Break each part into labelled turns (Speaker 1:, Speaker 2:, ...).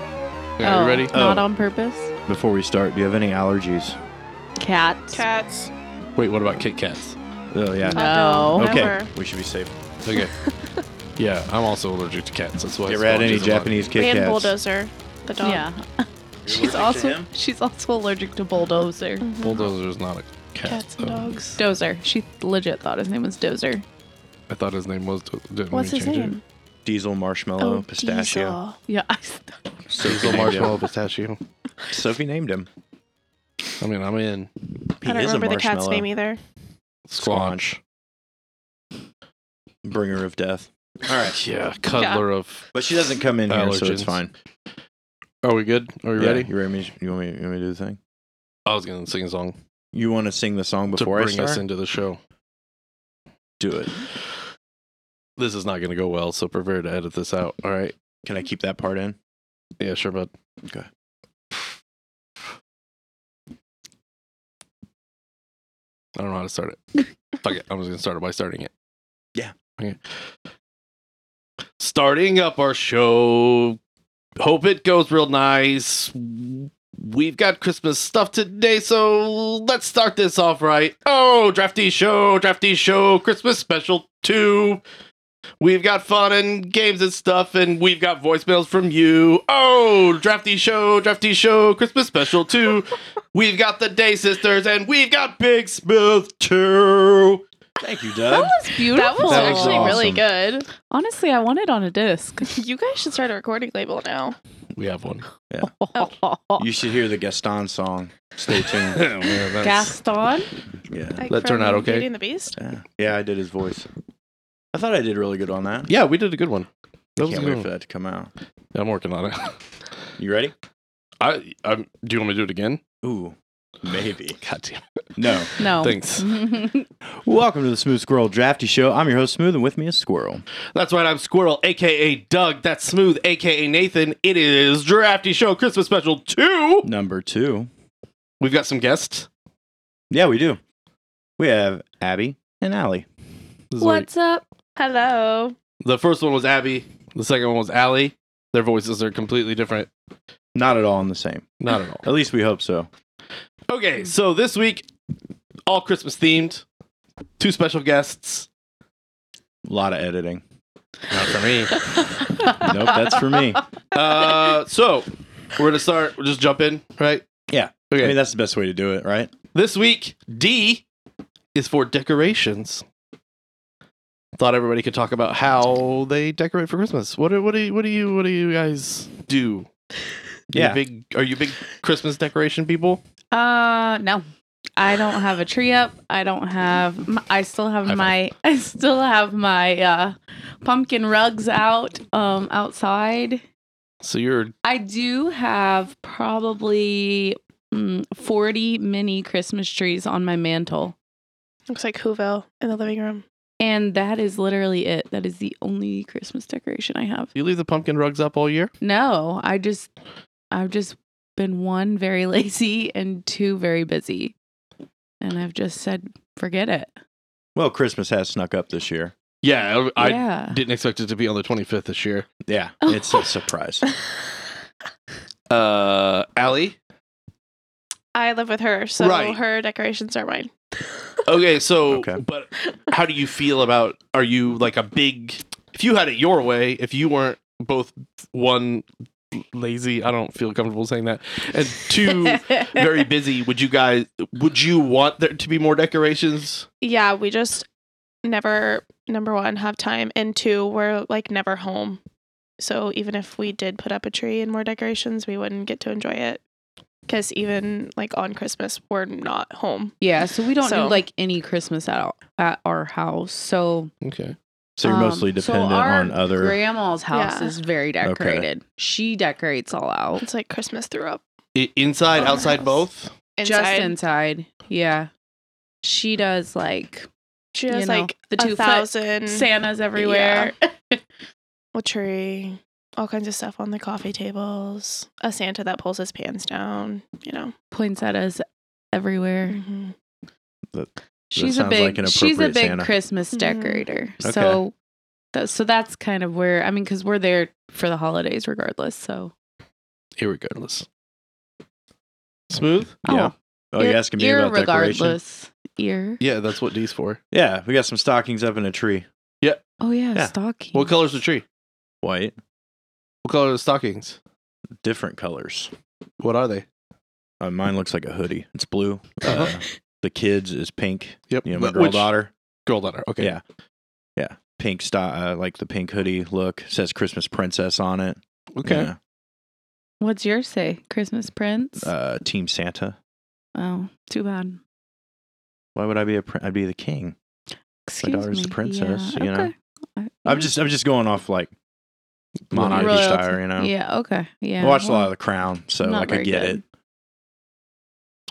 Speaker 1: Are
Speaker 2: Oh,
Speaker 1: you ready?
Speaker 2: Not
Speaker 3: Oh.
Speaker 2: on purpose.
Speaker 3: Before we start, do you have any allergies?
Speaker 2: Cats.
Speaker 4: Cats.
Speaker 1: Wait, what about Kit Kats?
Speaker 3: Oh yeah.
Speaker 2: No.
Speaker 4: Oh,
Speaker 3: okay,
Speaker 4: never.
Speaker 3: we should be safe.
Speaker 1: Okay. yeah, I'm also allergic to cats. That's why.
Speaker 3: Get
Speaker 1: it's
Speaker 3: rid of
Speaker 1: allergies
Speaker 3: any
Speaker 1: of mine.
Speaker 3: Japanese Kit
Speaker 4: and
Speaker 3: Kats.
Speaker 4: Bulldozer, the dog.
Speaker 2: Yeah. She's also she's also allergic to bulldozer.
Speaker 1: Bulldozer is not a cat.
Speaker 4: Mm-hmm. Cats and
Speaker 3: Oh.
Speaker 1: though.
Speaker 4: dogs.
Speaker 2: Dozer. She legit thought his name was Dozer.
Speaker 1: I thought his name was. Didn't
Speaker 4: What's
Speaker 1: we
Speaker 4: his
Speaker 1: change
Speaker 4: name? Oh,
Speaker 3: Diesel marshmallow pistachio.
Speaker 4: Diesel.
Speaker 2: Yeah. I,
Speaker 1: It? Diesel
Speaker 3: named
Speaker 1: marshmallow
Speaker 3: him.
Speaker 1: pistachio.
Speaker 3: Sophie named him.
Speaker 1: I mean, I'm in
Speaker 3: He
Speaker 4: I don't
Speaker 3: is
Speaker 4: remember
Speaker 3: a
Speaker 4: the cat's
Speaker 3: marshmallow.
Speaker 4: name either.
Speaker 1: squanch.
Speaker 3: Bringer of death. All right.
Speaker 1: Yeah, cuddler of.
Speaker 3: But she doesn't come in here, so it's
Speaker 1: Allergens.
Speaker 3: fine.
Speaker 1: Are we good? Are we
Speaker 3: Yeah,
Speaker 1: ready?
Speaker 3: You ready? me- You want me? You want me to do the thing?
Speaker 1: I was gonna sing a song
Speaker 3: You want to sing the song before
Speaker 1: to
Speaker 3: I
Speaker 1: bring
Speaker 3: start?
Speaker 1: us into the show.
Speaker 3: Do it.
Speaker 1: This is not gonna go well, so prepare to edit this out. All right.
Speaker 3: Can I keep that part in?
Speaker 1: Yeah, sure, bud.
Speaker 3: Okay.
Speaker 1: I don't know how to start it. Fuck it. I'm just gonna start it by starting it.
Speaker 3: Yeah.
Speaker 1: Okay. Starting up our show. Hope it goes real nice. We've got Christmas stuff today, so let's start this off right. Oh, drafty show, drafty show, Christmas special two. We've got fun and games and stuff, and we've got voicemails from you. Oh, drafty show, drafty show, Christmas special too. we've got the Day Sisters, and we've got Big Smith too.
Speaker 3: Thank you,
Speaker 2: that
Speaker 3: Doug.
Speaker 2: was
Speaker 4: That
Speaker 2: beautiful.
Speaker 4: was
Speaker 3: That was
Speaker 4: actually really
Speaker 3: awesome.
Speaker 4: good.
Speaker 2: Honestly, I want it on a disc.
Speaker 4: You guys should start a recording label now.
Speaker 1: We have one.
Speaker 2: Oh.
Speaker 3: you should hear the Gaston song. Stay tuned.
Speaker 1: Gas.
Speaker 2: Gaston.
Speaker 3: yeah.
Speaker 4: Like
Speaker 1: That turned
Speaker 4: from
Speaker 1: out okay.
Speaker 4: Beauty and the Beast.
Speaker 3: yeah. Yeah, I did his voice. I thought I did really good on that.
Speaker 1: Yeah, we did a good one. That was a
Speaker 3: Can't
Speaker 1: good
Speaker 3: wait
Speaker 1: one.
Speaker 3: for that to come out.
Speaker 1: Yeah, I'm working on it.
Speaker 3: You ready?
Speaker 1: I, I'm, do you want me to do it again?
Speaker 3: Ooh, maybe.
Speaker 1: God damn.
Speaker 3: No.
Speaker 2: No.
Speaker 1: Oh. Thanks.
Speaker 3: Welcome to the Smooth Squirrel Drafty Show. I'm your host, Smooth, and with me is Squirrel.
Speaker 1: That's right, I'm Squirrel, aka Doug. That's Smooth, aka Nathan. It is Drafty Show Christmas Special 2.
Speaker 3: Number two.
Speaker 1: We've got some guests.
Speaker 3: Yeah, we do. We have Abby and Allie.
Speaker 1: This is
Speaker 2: What's up?
Speaker 4: Hello.
Speaker 1: The first one was Abby. The second one was Allie. Their voices are completely different.
Speaker 3: Not at all in the same.
Speaker 1: Not at all.
Speaker 3: At least we hope so.
Speaker 1: Okay, so this week, all Christmas themed. Two special guests.
Speaker 3: A lot of editing.
Speaker 1: Not for me.
Speaker 3: Nope, that's for me.
Speaker 1: uh, so we're gonna start. We'll just jump in, right?
Speaker 3: Yeah.
Speaker 1: Okay.
Speaker 3: I mean, that's the best way to do it, right?
Speaker 1: this week, D is for decorations. Thought everybody could talk about how they decorate for Christmas. What do what do you, what do you what do you guys do? You
Speaker 3: Yeah.
Speaker 1: big are you big Christmas decoration people?
Speaker 2: Uh, no. I don't have a tree up. I don't have. My, I still have
Speaker 1: High five.
Speaker 2: my. I still have my uh, pumpkin rugs out um outside.
Speaker 1: So you're
Speaker 2: I do have probably mm, 40 mini Christmas trees on my mantle.
Speaker 4: Looks like Whoville in the living room.
Speaker 2: And that is literally it. That is the only Christmas decoration I have.
Speaker 1: you leave the pumpkin rugs up all year?
Speaker 2: No, I just, I've just been one, very lazy, and two, very busy. And I've just said, forget it.
Speaker 3: Well, Christmas has snuck up this year.
Speaker 1: Yeah, I, I
Speaker 2: yeah.
Speaker 1: didn't expect it to be on the 25th this year.
Speaker 3: Yeah, it's a surprise.
Speaker 1: Uh, Allie.
Speaker 4: I live with her, so
Speaker 1: Right.
Speaker 4: her decorations are mine.
Speaker 1: Okay, so
Speaker 3: Okay.
Speaker 1: but how do you feel about? Are you like a big? If you had it your way, if you weren't both one lazy, I don't feel comfortable saying that, and two very busy, would you guys? Would you want there to be more decorations?
Speaker 4: Yeah, we just never number one have time, and two we're like never home. So even if we did put up a tree and more decorations, we wouldn't get to enjoy it because even like on Christmas, we're not home.
Speaker 2: yeah. So we don't
Speaker 4: So-
Speaker 2: do like any Christmas at, all, at our house. So
Speaker 1: Okay,
Speaker 3: So you're
Speaker 2: Um,
Speaker 3: mostly
Speaker 2: so
Speaker 3: dependent
Speaker 2: our
Speaker 3: on other.
Speaker 2: grandma's house
Speaker 4: Yeah.
Speaker 2: is very decorated. She decorates all out.
Speaker 4: It's like Christmas threw up
Speaker 1: inside,
Speaker 2: Oh,
Speaker 1: outside,
Speaker 2: yes.
Speaker 1: both.
Speaker 4: inside.
Speaker 2: Just inside. Yeah. She does like
Speaker 4: She has
Speaker 2: you know,
Speaker 4: like
Speaker 2: the
Speaker 4: the
Speaker 2: two
Speaker 4: two
Speaker 2: foot
Speaker 4: thousand
Speaker 2: Santa's everywhere.
Speaker 4: a tree, all kinds of stuff on the coffee tables, a Santa that pulls his pants down. You know,
Speaker 2: Poinsettias everywhere.
Speaker 4: Mhm.
Speaker 2: She's a
Speaker 3: sounds like
Speaker 2: big
Speaker 3: an
Speaker 2: she's a
Speaker 3: appropriate
Speaker 2: big
Speaker 3: Santa.
Speaker 2: Christmas
Speaker 4: Mhm.
Speaker 2: decorator.
Speaker 3: Okay.
Speaker 2: So that so that's kind of where I mean cuz we're there for the holidays regardless. So
Speaker 1: irregardless. Smooth?
Speaker 3: Yeah. Oh, you're asking me about decoration?
Speaker 2: regardless. Ear.
Speaker 1: Yeah, that's what D's for.
Speaker 3: Yeah, we got some stockings up in a tree.
Speaker 2: Oh yeah,
Speaker 1: Yeah.
Speaker 2: stocking.
Speaker 1: What color's the tree?
Speaker 3: White,
Speaker 1: What color are the stockings?
Speaker 3: different colors.
Speaker 1: What are they?
Speaker 3: Uh, mine looks like a hoodie. It's blue.
Speaker 2: Uh-huh.
Speaker 3: Uh, the kids is pink.
Speaker 1: Yep.
Speaker 3: You know, my
Speaker 1: Wh-
Speaker 3: girl
Speaker 1: which-
Speaker 3: daughter.
Speaker 1: Girl daughter. Okay.
Speaker 3: Yeah. Yeah. Pink stock, uh, like the pink hoodie look. Says Christmas princess on it.
Speaker 1: Okay.
Speaker 3: Yeah.
Speaker 2: What's yours say? Christmas Prince.
Speaker 3: Uh, Team Santa.
Speaker 2: oh, too bad.
Speaker 3: Why would I be a? Prin- I'd be the king.
Speaker 2: Excuse
Speaker 3: daughter's
Speaker 2: me.
Speaker 3: the princess, you know?
Speaker 2: I-
Speaker 3: I'm
Speaker 2: yeah.
Speaker 3: just. I'm just going off like monarchy
Speaker 2: Royalty.
Speaker 3: style. You know.
Speaker 2: Yeah. Okay. Yeah.
Speaker 3: I watched a
Speaker 2: well,
Speaker 3: lot of The Crown, so
Speaker 2: not
Speaker 3: like I
Speaker 2: very
Speaker 3: get
Speaker 2: good.
Speaker 3: it.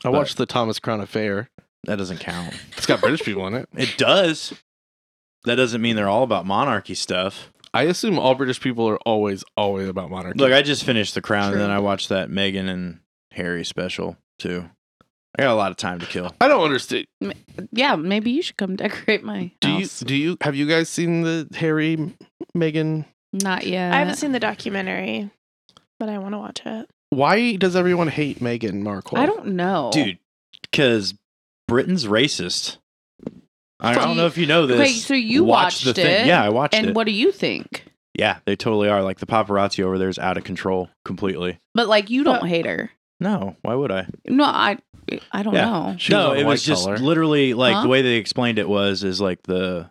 Speaker 1: I watched the Thomas Crown Affair.
Speaker 3: That doesn't count.
Speaker 1: It's got British people in it.
Speaker 3: It does. That doesn't mean they're all about monarchy stuff.
Speaker 1: I assume all British people are always, always about monarchy.
Speaker 3: Look, I just finished The Crown,
Speaker 2: True.
Speaker 3: and then I watched that Meghan and Harry special too. I got a lot of time to kill.
Speaker 1: I don't understand.
Speaker 2: Yeah. Maybe you should come decorate my
Speaker 1: Do you
Speaker 2: house.
Speaker 1: do you have you guys seen the Harry Meghan?
Speaker 2: Not yet.
Speaker 4: I haven't seen the documentary, but I want to watch it.
Speaker 1: Why does everyone hate Meghan Markle?
Speaker 2: I don't know,
Speaker 3: dude, because Britain's racist. I don't know if you know this.
Speaker 2: Okay, so you
Speaker 3: Watch
Speaker 2: watched it,
Speaker 3: Yeah, I watched
Speaker 2: And
Speaker 3: it.
Speaker 2: what do you think?
Speaker 3: yeah, they totally are. Like the paparazzi over there is out of control completely.
Speaker 2: But like, you don't
Speaker 4: But-
Speaker 2: hate her.
Speaker 3: No, why would I?
Speaker 2: No, I. I don't
Speaker 3: Yeah.
Speaker 2: know.
Speaker 1: She was
Speaker 3: no,
Speaker 1: on
Speaker 3: it
Speaker 1: White
Speaker 3: was just
Speaker 1: Collar.
Speaker 3: literally like
Speaker 2: Huh?
Speaker 3: the way they explained it was is like the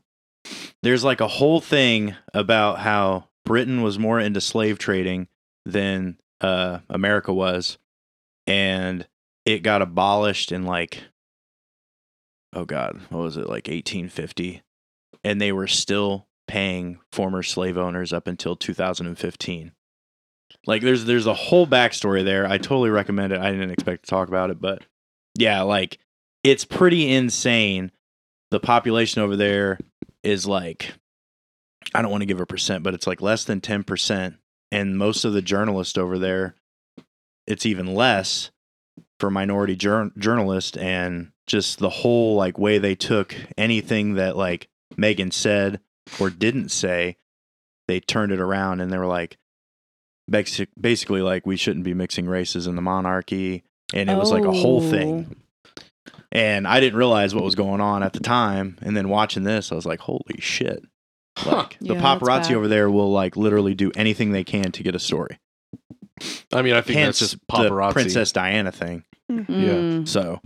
Speaker 3: there's like a whole thing about how Britain was more into slave trading than uh, America was, and it got abolished in like oh god, what was it like 1850, and they were still paying former slave owners up until 2015. Like there's there's a whole backstory there. I totally recommend it. I didn't expect to talk about it, but yeah, like it's pretty insane. The population over there is like, I don't want to give a percent, but it's like less than 10%. And most of the journalists over there, it's even less for minority jour- journalists. And just the whole like way they took anything that like Megan said or didn't say, they turned it around and they were like, basic- basically like we shouldn't be mixing races in the monarchy. And it was like a whole thing and I didn't realize what was going on at the time. And then watching this, I was like, "Holy shit!"
Speaker 1: Huh.
Speaker 3: Like
Speaker 2: Yeah,
Speaker 3: the
Speaker 2: that's
Speaker 3: paparazzi
Speaker 2: bad.
Speaker 3: over there will like literally do anything they can to get a story.
Speaker 1: I mean, I think
Speaker 3: Hence
Speaker 1: that's just
Speaker 3: the
Speaker 1: paparazzi.
Speaker 3: Princess Diana thing.
Speaker 1: Yeah.
Speaker 2: Mm.
Speaker 3: So,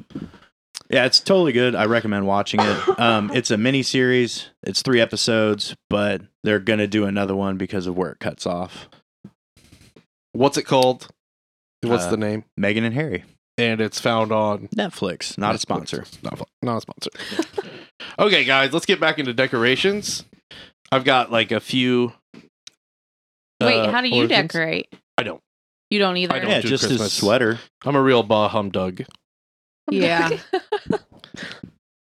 Speaker 3: yeah, it's totally good. I recommend watching it. Um, it's a mini series. It's three episodes, but they're gonna do another one because of where it cuts off.
Speaker 1: What's it called? What's
Speaker 3: Uh,
Speaker 1: the name?
Speaker 3: Megan and Harry,
Speaker 1: And it's found on
Speaker 3: Netflix, not a
Speaker 1: Netflix.
Speaker 3: sponsor.
Speaker 1: Not, a- not a sponsor. okay, guys, let's get back into decorations. I've got like a few.
Speaker 2: Wait,
Speaker 1: uh,
Speaker 2: how do you
Speaker 1: origins.
Speaker 2: decorate?
Speaker 1: I don't.
Speaker 2: You don't either.
Speaker 1: I don't
Speaker 3: Yeah,
Speaker 1: do
Speaker 3: just his
Speaker 1: Christmas.
Speaker 3: sweater.
Speaker 1: I'm a real bah humdug.
Speaker 2: Yeah.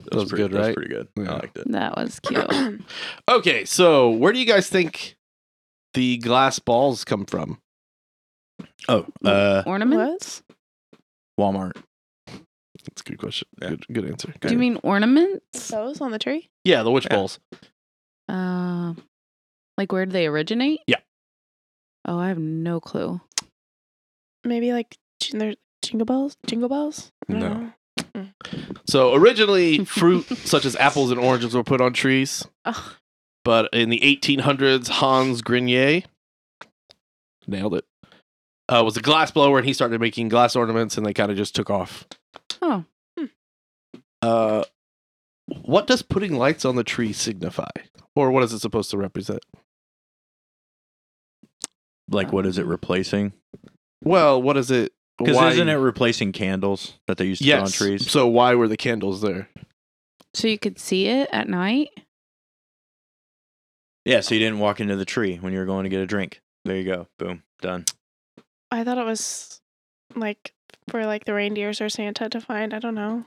Speaker 1: That was
Speaker 3: pretty-
Speaker 1: good,
Speaker 3: that was
Speaker 1: right?
Speaker 3: pretty good.
Speaker 1: Yeah.
Speaker 3: I liked it.
Speaker 2: That was cute.
Speaker 1: Okay, so where do you guys think the glass balls come from?
Speaker 3: Oh, uh,
Speaker 2: ornaments?
Speaker 3: Walmart.
Speaker 1: That's a good question.
Speaker 3: Yeah.
Speaker 1: Good, good answer.
Speaker 2: Do you mean ornaments?
Speaker 4: Those on the tree?
Speaker 1: yeah, the witch
Speaker 3: Yeah.
Speaker 1: balls.
Speaker 2: Uh, like where do they originate?
Speaker 1: Yeah.
Speaker 2: Oh, I have no clue.
Speaker 4: Maybe like jin- there- jingle bells? Jingle bells? I don't
Speaker 1: No.
Speaker 4: know.
Speaker 1: So originally, fruit such as apples and oranges were put on trees,
Speaker 2: Oh,
Speaker 1: but in the 1800s, Hans Grenier nailed it. Uh, was a glass blower, and he started making glass ornaments, and they kind of just took off.
Speaker 2: Oh.
Speaker 4: Hmm.
Speaker 1: Uh, what does putting lights on the tree signify, or what is it supposed to represent?
Speaker 3: Like, what is it replacing?
Speaker 1: Well, what is it? why-
Speaker 3: Because isn't it replacing candles that they used to
Speaker 1: yes.
Speaker 3: put on trees?
Speaker 1: So why were the candles there?
Speaker 2: so you could see it at night?
Speaker 3: Yeah, so you didn't walk into the tree when you were going to get a drink. There you go. Boom. Done.
Speaker 4: I thought it was like for like the reindeers or Santa to find. I don't know.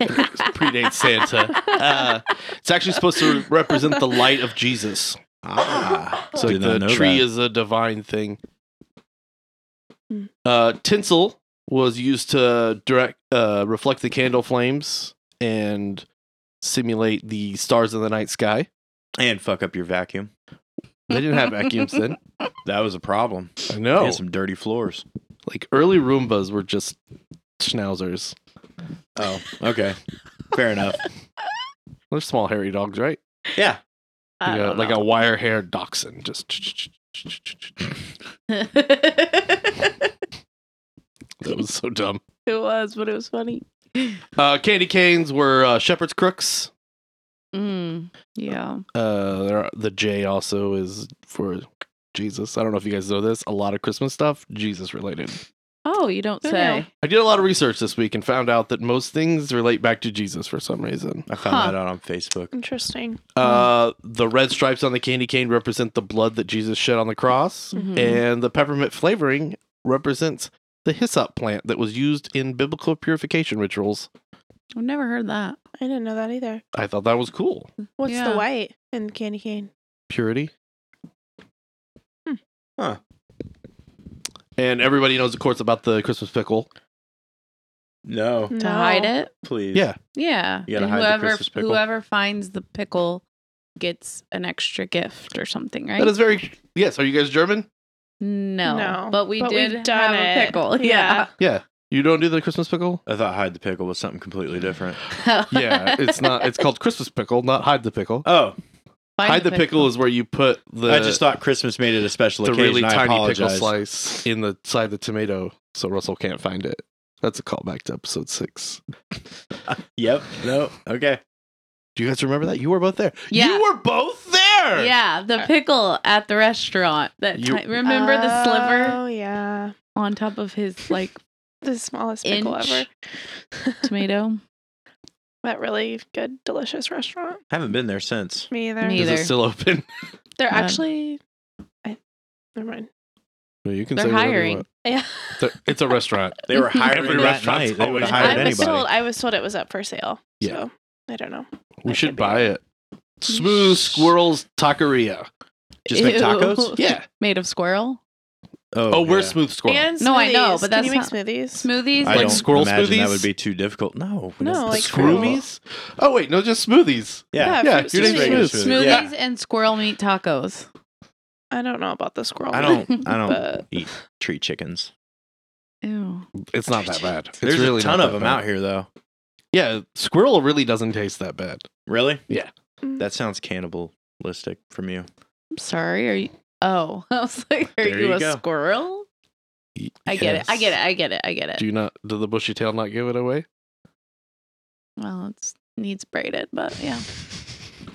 Speaker 1: predates Santa. Uh, It's actually supposed to represent the light of Jesus.
Speaker 3: Ah.
Speaker 1: So
Speaker 3: Did
Speaker 1: the
Speaker 3: not know
Speaker 1: tree
Speaker 3: that.
Speaker 1: is a divine thing.
Speaker 4: Hmm.
Speaker 1: Uh, tinsel was used to direct uh, reflect the candle flames and simulate the stars in the night sky.
Speaker 3: and fuck up your vacuum.
Speaker 1: They didn't have vacuums then.
Speaker 3: That was a problem.
Speaker 1: I
Speaker 3: Oh.
Speaker 1: know.
Speaker 3: some dirty floors.
Speaker 1: Like early Roombas were just schnauzers.
Speaker 3: Oh, okay. Fair enough.
Speaker 1: They're small hairy dogs, right?
Speaker 3: Yeah.
Speaker 2: I
Speaker 1: Like a,
Speaker 2: don't
Speaker 1: like a
Speaker 2: know.
Speaker 1: wire haired dachshund. Just that was so dumb.
Speaker 2: it was, but it was funny.
Speaker 1: Uh, candy canes were uh, shepherd's crooks.
Speaker 2: Mm, yeah.
Speaker 1: Uh, there are- the J also is for Jesus. I don't know if you guys know this. A lot of Christmas stuff Jesus related.
Speaker 2: Oh, you don't
Speaker 4: Who
Speaker 2: say.
Speaker 1: I did a lot of research this week and found out that most things relate back to Jesus for some reason.
Speaker 3: I found
Speaker 2: Huh.
Speaker 3: that out on Facebook.
Speaker 4: Interesting.
Speaker 2: Hmm.
Speaker 1: Uh, the red stripes on the candy cane represent the blood that Jesus shed on the cross,
Speaker 2: Mhm.
Speaker 1: and the peppermint flavoring represents the hyssop plant that was used in biblical purification rituals.
Speaker 2: I've never heard that.
Speaker 4: I didn't know that either.
Speaker 1: I thought that was cool.
Speaker 4: What's
Speaker 2: Yeah.
Speaker 4: the white in the candy cane?
Speaker 1: Purity.
Speaker 4: Hmm.
Speaker 3: Huh.
Speaker 1: And everybody knows, of course, about the Christmas pickle.
Speaker 3: No,
Speaker 2: To hide it?
Speaker 3: please.
Speaker 1: Yeah.
Speaker 2: Yeah.
Speaker 3: You gotta
Speaker 2: And
Speaker 3: hide the
Speaker 2: whoever
Speaker 3: Christmas pickle.
Speaker 2: whoever finds the pickle gets an extra gift or something, right?
Speaker 1: That is very. Yes. Are you guys German?
Speaker 2: no,
Speaker 4: No,
Speaker 2: But we
Speaker 4: but we've
Speaker 2: did
Speaker 4: done
Speaker 2: have
Speaker 4: it.
Speaker 2: a pickle.
Speaker 4: Yeah.
Speaker 2: Yeah.
Speaker 1: Yeah. You don't do the Christmas pickle?
Speaker 3: I thought hide the pickle was something completely different.
Speaker 1: yeah. It's not. It's called Christmas pickle, not hide the pickle.
Speaker 3: Oh,
Speaker 2: Find
Speaker 1: hide the pickle. is where you put the.
Speaker 3: I just thought Christmas made it a special
Speaker 1: the
Speaker 3: occasion.
Speaker 1: really
Speaker 3: I
Speaker 1: tiny pickle
Speaker 3: apologize.
Speaker 1: slice in the side of the tomato, so Russell can't find it. That's a callback to episode six.
Speaker 3: Yep. No. Okay.
Speaker 1: Do you guys remember that? You were both there.
Speaker 2: Yeah.
Speaker 1: You were both there.
Speaker 2: Yeah, the pickle at the restaurant. That
Speaker 1: You-
Speaker 2: ti- remember the sliver
Speaker 4: Oh yeah,
Speaker 2: on top of his like
Speaker 4: the smallest pickle
Speaker 2: inch
Speaker 4: ever.
Speaker 2: tomato.
Speaker 4: That really good, delicious restaurant.
Speaker 3: Haven't been there since.
Speaker 4: Me either.
Speaker 2: Me
Speaker 1: Is
Speaker 2: either.
Speaker 1: it still open?
Speaker 4: They're
Speaker 2: Yeah.
Speaker 4: actually. I, never mind.
Speaker 1: Well, you can
Speaker 2: They're
Speaker 1: say whatever you
Speaker 2: hiring.
Speaker 1: want.
Speaker 4: Yeah,
Speaker 1: They're- It's a restaurant.
Speaker 3: They were hiring
Speaker 1: Every
Speaker 3: that
Speaker 1: restaurant's
Speaker 3: night. They would
Speaker 1: always
Speaker 3: have hired
Speaker 4: I was
Speaker 3: anybody.
Speaker 4: told. I was told it was up for sale.
Speaker 1: Yeah.
Speaker 4: So I don't know.
Speaker 1: We
Speaker 4: That
Speaker 1: should
Speaker 4: could be
Speaker 1: buy it. Smooth Squirrels Taqueria.
Speaker 3: Just make
Speaker 2: Ew.
Speaker 3: tacos.
Speaker 1: Yeah.
Speaker 2: Made of squirrel
Speaker 1: Oh, we're
Speaker 3: yeah.
Speaker 1: Smooth Squirrel.
Speaker 4: And
Speaker 2: No, I know,
Speaker 4: smoothies.
Speaker 2: but
Speaker 4: Can
Speaker 2: that's
Speaker 4: you make
Speaker 2: not-
Speaker 4: smoothies.
Speaker 2: smoothies.
Speaker 3: I
Speaker 1: Like
Speaker 3: don't
Speaker 1: squirrel
Speaker 3: imagine
Speaker 1: smoothies?
Speaker 3: That would be too difficult. No. we
Speaker 4: No,
Speaker 3: don't-
Speaker 4: like
Speaker 1: Scroomies? Oh, wait. No, just smoothies.
Speaker 3: Yeah.
Speaker 1: Yeah,
Speaker 4: fruit
Speaker 1: you're just
Speaker 4: smoothies.
Speaker 1: making
Speaker 3: Fruit
Speaker 1: smooth.
Speaker 2: smoothies
Speaker 1: Yeah.
Speaker 2: and squirrel meat tacos.
Speaker 4: I don't know about the squirrel.
Speaker 3: I don't. I don't
Speaker 4: But-
Speaker 3: eat tree chickens.
Speaker 2: Ew.
Speaker 1: It's not that bad. It's
Speaker 3: There's
Speaker 1: really
Speaker 3: a ton
Speaker 1: not
Speaker 3: of
Speaker 1: that
Speaker 3: them
Speaker 1: bad.
Speaker 3: out here, though.
Speaker 1: Yeah, squirrel really doesn't taste that bad.
Speaker 3: Really?
Speaker 4: Mm.
Speaker 3: That sounds cannibalistic from you.
Speaker 2: I'm sorry. Are you? Oh, I was like, are
Speaker 3: There
Speaker 2: you,
Speaker 3: you
Speaker 2: a
Speaker 3: go.
Speaker 2: squirrel? I get it. I get it. I get it. I get it.
Speaker 1: Do you not? Did the bushy tail not give it away?
Speaker 2: well, it's needs braided, but yeah.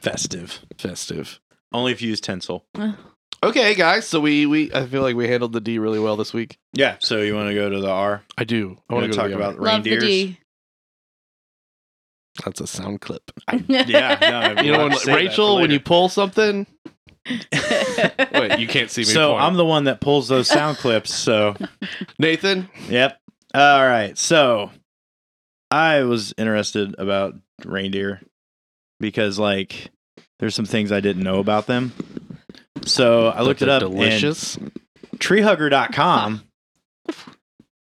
Speaker 3: Festive.
Speaker 1: Festive.
Speaker 3: Only if you use tinsel.
Speaker 1: Okay, guys. So we we I feel like we handled the D really well this week.
Speaker 3: Yeah. So you want to go to the R?
Speaker 1: I do. I
Speaker 3: You
Speaker 1: want
Speaker 3: wanna
Speaker 1: to
Speaker 3: talk
Speaker 1: the
Speaker 3: about
Speaker 1: other-
Speaker 2: Love the
Speaker 3: reindeers.
Speaker 2: D.
Speaker 1: That's a sound clip.
Speaker 3: yeah, no,
Speaker 1: You know,
Speaker 3: I'll
Speaker 1: when,
Speaker 3: save that for
Speaker 1: Rachel, when
Speaker 3: later.
Speaker 1: you pull something. Wait, you can't see me.
Speaker 3: So
Speaker 1: point.
Speaker 3: I'm the one that pulls those sound clips. So
Speaker 1: Nathan.
Speaker 3: Yep. All right. So I was interested about reindeer because like there's some things I didn't know about them. So I looked it
Speaker 1: They're
Speaker 3: up
Speaker 1: Delicious.
Speaker 3: and treehugger.com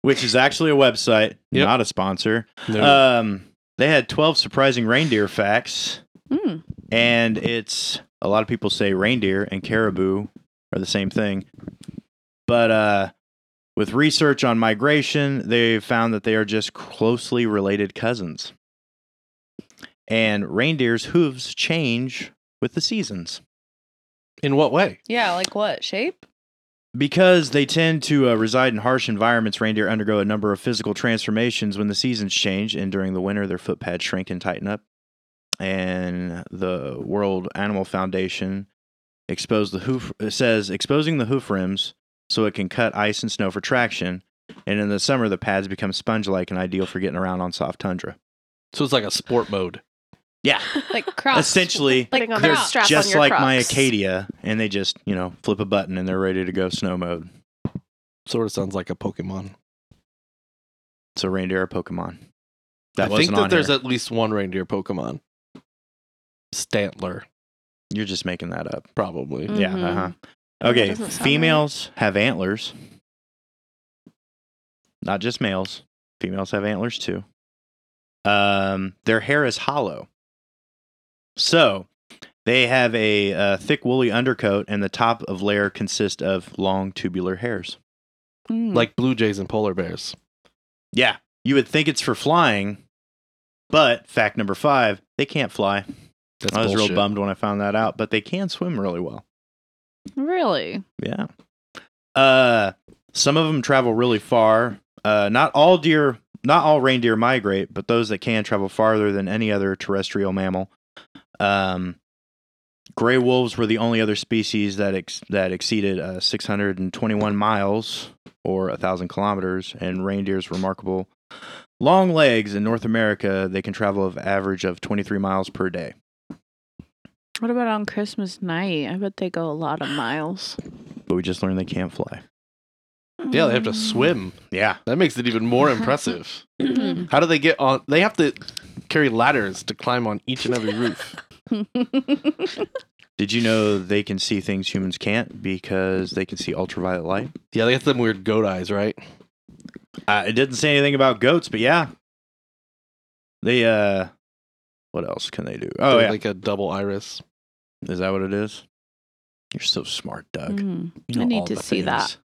Speaker 3: which is actually a website,
Speaker 1: Yep.
Speaker 3: not a sponsor.
Speaker 1: No.
Speaker 2: Uh,
Speaker 3: Um they had 12 surprising reindeer facts
Speaker 2: Mm.
Speaker 3: and it's a lot of people say reindeer and caribou are the same thing but uh with research on migration they found that they are just closely related cousins and reindeer's hooves change with the seasons
Speaker 1: in what way?
Speaker 2: Yeah, like what shape?
Speaker 3: because they tend to uh, reside in harsh environments, reindeer undergo a number of physical transformations when the seasons change, and during the winter, their foot pads shrink and tighten up. And the World Animal Foundation exposed the hoof it says exposing the hoof rims so it can cut ice and snow for traction. And in the summer, the pads become sponge-like and ideal for getting around on soft tundra.
Speaker 1: So it's like a sport mode.
Speaker 3: Yeah,
Speaker 2: Like cross.
Speaker 3: essentially,
Speaker 2: like
Speaker 4: Putting on
Speaker 2: cross.
Speaker 4: the
Speaker 3: they're
Speaker 4: Crocs. strap on
Speaker 3: just
Speaker 4: your
Speaker 3: like my
Speaker 4: Crocs.
Speaker 3: Acadia, and they just you know flip a button and they're ready to go snow mode.
Speaker 1: Sort of sounds like a Pokemon.
Speaker 3: So reindeer are Pokemon. That
Speaker 1: I think
Speaker 3: wasn't
Speaker 1: that
Speaker 3: on
Speaker 1: there's
Speaker 3: here.
Speaker 1: at least one reindeer Pokemon. Stantler,
Speaker 3: You're just making that up.
Speaker 1: probably.
Speaker 2: Mm. Mhm.
Speaker 3: Yeah. Uh-huh.
Speaker 4: Mm-hmm. That
Speaker 3: Okay.
Speaker 4: doesn't sound
Speaker 3: Females have antlers. Not just males. Females have antlers too. Um, their hair is hollow. So they have a uh, thick woolly undercoat, and the top of layer consists of long tubular hairs.
Speaker 2: Mm.
Speaker 1: like blue jays and polar bears.
Speaker 3: Yeah, you would think it's for flying, but fact number five, they can't fly.
Speaker 1: That's
Speaker 3: I was
Speaker 1: bullshit.
Speaker 3: real bummed when I found that out, but they can swim really well.
Speaker 2: really?
Speaker 3: Yeah. Uh, some of them travel really far. Uh, not all deer, not all reindeer migrate, but those that can travel farther than any other terrestrial mammal. Um, gray wolves were the only other species that ex- that exceeded uh, 621 miles or 1,000 kilometers, and reindeer's remarkable long legs in North America. They can travel of average of 23 miles per day.
Speaker 2: What about on Christmas night? I bet they go a lot of miles.
Speaker 3: But we just learned they can't fly.
Speaker 1: Yeah, they have to
Speaker 2: Mm.
Speaker 1: swim.
Speaker 3: Yeah.
Speaker 1: That makes it even more impressive.
Speaker 2: Hmm.
Speaker 1: How do they get on? They have to carry ladders to climb on each and every roof.
Speaker 3: Did you know they can see things humans can't because they can see ultraviolet light?
Speaker 1: Yeah, they got them weird goat eyes, right?
Speaker 3: Uh, it didn't say anything about goats, but yeah. They uh what else can they do? Oh
Speaker 1: They're
Speaker 3: yeah.
Speaker 1: like a double iris.
Speaker 3: is that what it is? You're so smart, Doug.
Speaker 2: Mm.
Speaker 3: You know
Speaker 2: I need
Speaker 3: all
Speaker 2: to
Speaker 3: the
Speaker 2: see that.
Speaker 3: things.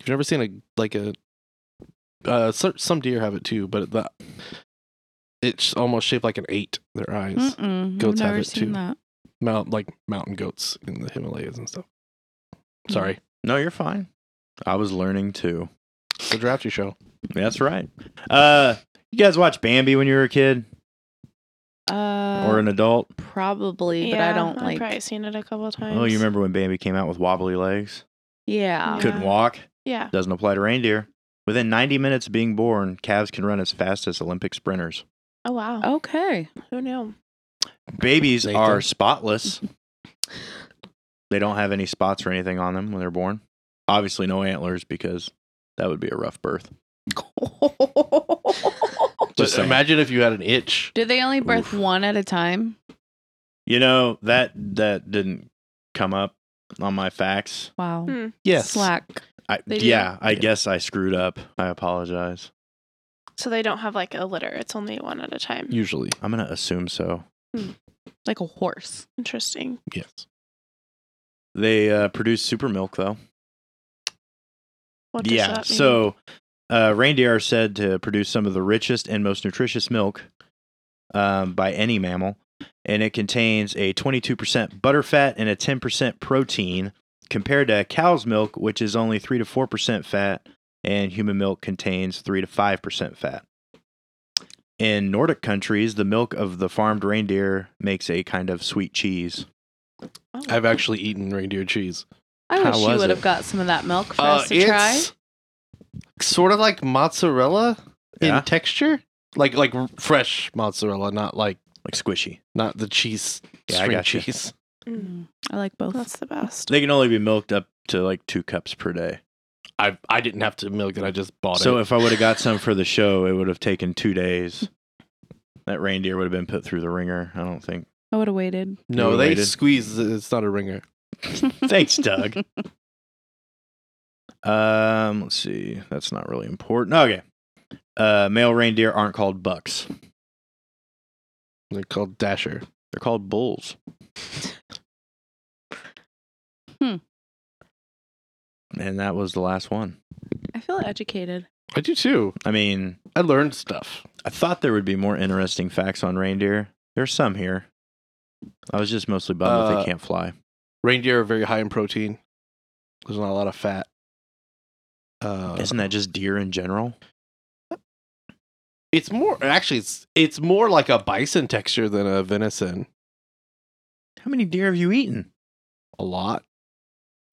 Speaker 1: You've never seen a like a. Uh, so, some deer have it too, but the it's almost shaped like an eight. Their eyes,
Speaker 2: Mm-mm.
Speaker 1: Goats
Speaker 2: I've
Speaker 1: have
Speaker 2: never
Speaker 1: it
Speaker 2: seen
Speaker 1: too.
Speaker 2: that.
Speaker 1: Mount, like mountain goats in the Himalayas and stuff.
Speaker 2: Hmm.
Speaker 1: Sorry,
Speaker 3: No, you're fine. I was learning too.
Speaker 1: the drafty show.
Speaker 3: That's right. Uh you guys watch Bambi when you were a kid
Speaker 2: Uh,
Speaker 3: or an adult?
Speaker 2: probably, but I don't
Speaker 4: I've
Speaker 2: like.
Speaker 4: probably seen it a couple times.
Speaker 3: Oh, you remember when Bambi came out with wobbly legs?
Speaker 2: Oh, Yeah.
Speaker 4: Could-
Speaker 3: Couldn't
Speaker 4: Yeah.
Speaker 3: walk.
Speaker 4: Yeah.
Speaker 3: Doesn't apply to reindeer. Within 90 minutes of being born, calves can run as fast as Olympic sprinters.
Speaker 4: Oh wow.
Speaker 2: Okay.
Speaker 4: Who knew?
Speaker 3: Babies
Speaker 1: Nathan.
Speaker 3: are spotless. They don't have any spots or anything on them when they're born. Obviously, no antlers because that would be a rough birth.
Speaker 1: Just
Speaker 3: saying.
Speaker 1: imagine if you had an itch.
Speaker 2: Do they only birth
Speaker 3: Oof.
Speaker 2: one at a time?
Speaker 3: You know that that didn't come up on my facts.
Speaker 2: Wow.
Speaker 4: Hmm.
Speaker 2: Slack.
Speaker 3: I,
Speaker 2: They do.
Speaker 3: yeah, I guess I screwed up. I apologize.
Speaker 4: So they don't have like a litter. It's only one at a time.
Speaker 1: Usually,
Speaker 3: I'm gonna assume so.
Speaker 2: Like a horse.
Speaker 4: Interesting.
Speaker 1: yes.
Speaker 3: They uh, produce super milk though.
Speaker 4: What does
Speaker 3: yeah.
Speaker 4: that mean?
Speaker 3: So uh, reindeer are said to produce some of the richest and most nutritious milk um, by any mammal, and it contains a 22% butterfat and a 10% protein, compared to cow's milk, which is only three to four percent fat, and human milk contains three to five percent fat. In Nordic countries, the milk of the farmed reindeer makes a kind of sweet cheese.
Speaker 4: Oh.
Speaker 1: I've actually eaten reindeer cheese.
Speaker 2: I
Speaker 3: How
Speaker 2: wish you
Speaker 3: was
Speaker 2: would
Speaker 3: it?
Speaker 2: have got some of that milk
Speaker 1: Uh,
Speaker 2: for us to try.
Speaker 1: sort of like mozzarella
Speaker 3: Yeah.
Speaker 1: in texture, like like r- fresh mozzarella, not like
Speaker 3: Like squishy.
Speaker 1: not the cheese
Speaker 3: Yeah, I
Speaker 1: string
Speaker 3: gotcha.
Speaker 1: cheese.
Speaker 4: Mm.
Speaker 2: Mm, I like both.
Speaker 4: That's the best.
Speaker 3: They can only be milked up to like two cups per day.
Speaker 1: I I didn't have to milk it. I just bought
Speaker 3: So
Speaker 1: it.
Speaker 3: if I would have got some for the show, it would have taken two days. That reindeer would have been put through the ringer. I don't think.
Speaker 2: I would have waited.
Speaker 1: no,
Speaker 3: you
Speaker 1: they
Speaker 3: waited.
Speaker 1: squeeze. it. It's not a ringer.
Speaker 3: Thanks, Doug. Um, let's see. That's not really important. Okay. Uh, male reindeer aren't called bucks.
Speaker 1: They're called dasher.
Speaker 3: They're called bulls.
Speaker 2: Hmm.
Speaker 3: And that was the last one.
Speaker 2: I feel educated.
Speaker 1: I do too.
Speaker 3: I mean,
Speaker 1: I learned stuff.
Speaker 3: I thought there would be more interesting facts on reindeer. There's some here. I was just mostly bummed that
Speaker 1: Uh,
Speaker 3: they can't fly.
Speaker 1: Reindeer are very high in protein. There's not a lot of fat. Uh,
Speaker 3: Isn't that just deer in general?
Speaker 1: it's more actually. It's it's more like a bison texture than a venison.
Speaker 3: How many deer have you eaten?
Speaker 1: A lot,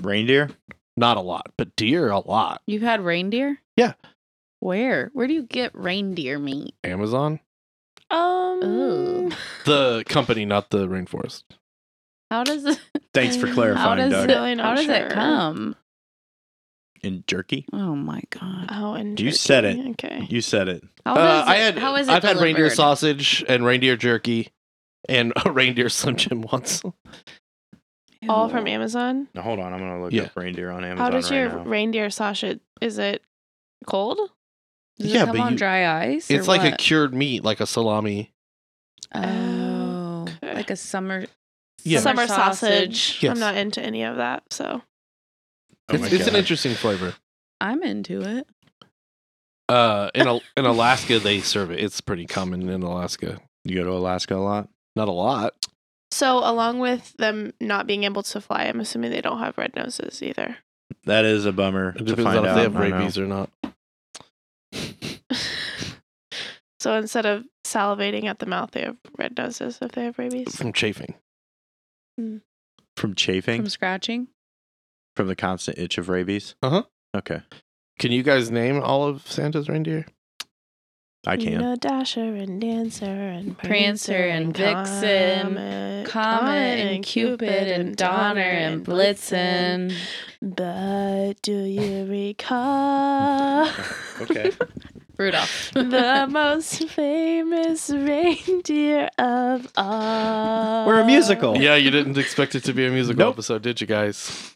Speaker 3: Reindeer?
Speaker 1: not a lot, but deer a lot.
Speaker 2: You've had reindeer?
Speaker 1: Yeah.
Speaker 2: Where? Where do you get reindeer meat?
Speaker 1: Amazon.
Speaker 4: Um.
Speaker 2: Ooh.
Speaker 1: The company, not the rainforest.
Speaker 2: How does it?
Speaker 3: Thanks for
Speaker 2: How
Speaker 3: clarifying,
Speaker 2: does
Speaker 3: Doug.
Speaker 2: it?
Speaker 4: Really not
Speaker 2: how does it
Speaker 4: sure.
Speaker 2: come?
Speaker 3: In jerky?
Speaker 2: Oh my god!
Speaker 4: Oh, and
Speaker 3: You said it.
Speaker 4: jerky. Okay.
Speaker 3: You said it.
Speaker 2: How
Speaker 1: Uh,
Speaker 2: does
Speaker 1: I
Speaker 2: it-
Speaker 1: had.
Speaker 2: How is it?
Speaker 1: I've had reindeer
Speaker 2: delivered?
Speaker 1: sausage and reindeer jerky, and a reindeer Slim Jim once.
Speaker 4: All
Speaker 2: Ew.
Speaker 4: from Amazon.
Speaker 3: Now, hold on. I'm going to look
Speaker 1: Yeah.
Speaker 3: up reindeer on Amazon
Speaker 4: How does
Speaker 3: right
Speaker 4: your
Speaker 3: now.
Speaker 4: reindeer sausage? Is it cold?
Speaker 2: Does
Speaker 1: Yeah,
Speaker 2: it come
Speaker 1: but
Speaker 2: on
Speaker 1: you-
Speaker 2: dry ice? or
Speaker 1: It's like a
Speaker 2: what?
Speaker 1: cured meat, like a salami.
Speaker 2: oh,
Speaker 4: Okay.
Speaker 2: like a summer.
Speaker 1: Yeah.
Speaker 4: Summer sausage.
Speaker 1: Yes.
Speaker 4: I'm not into any of that. So
Speaker 3: Oh my
Speaker 1: it's it's an
Speaker 3: God.
Speaker 1: interesting flavor.
Speaker 2: I'm into it.
Speaker 1: Uh, in Al- in Alaska, they serve it. It's pretty common in Alaska.
Speaker 3: You go to Alaska a lot.
Speaker 1: Not a lot.
Speaker 4: So, along with them not being able to fly, I'm assuming they don't have red noses either.
Speaker 3: That is a bummer
Speaker 1: It
Speaker 3: to
Speaker 1: depends
Speaker 3: find
Speaker 1: on
Speaker 3: out.
Speaker 1: if they have
Speaker 3: I know.
Speaker 1: rabies or not.
Speaker 4: so instead of salivating at the mouth, they have red noses if they have rabies.
Speaker 1: From chafing.
Speaker 3: from chafing
Speaker 2: From
Speaker 3: from,
Speaker 2: scratching.
Speaker 3: the constant itch of rabies.
Speaker 1: Uh-huh.
Speaker 3: Okay,
Speaker 1: Can you guys name all of Santa's reindeer?
Speaker 3: I
Speaker 4: You
Speaker 3: can.
Speaker 4: know Dasher and Dancer and
Speaker 2: Prancer and Vixen,
Speaker 4: Comet,
Speaker 2: Comet and Cupid and Donner and Blitzen.
Speaker 4: But do you recall
Speaker 3: Okay.
Speaker 2: Rudolph.
Speaker 4: the most famous reindeer of all?
Speaker 3: We're a musical.
Speaker 1: Yeah, you didn't expect it to be a musical
Speaker 3: Nope.
Speaker 1: episode, did you guys?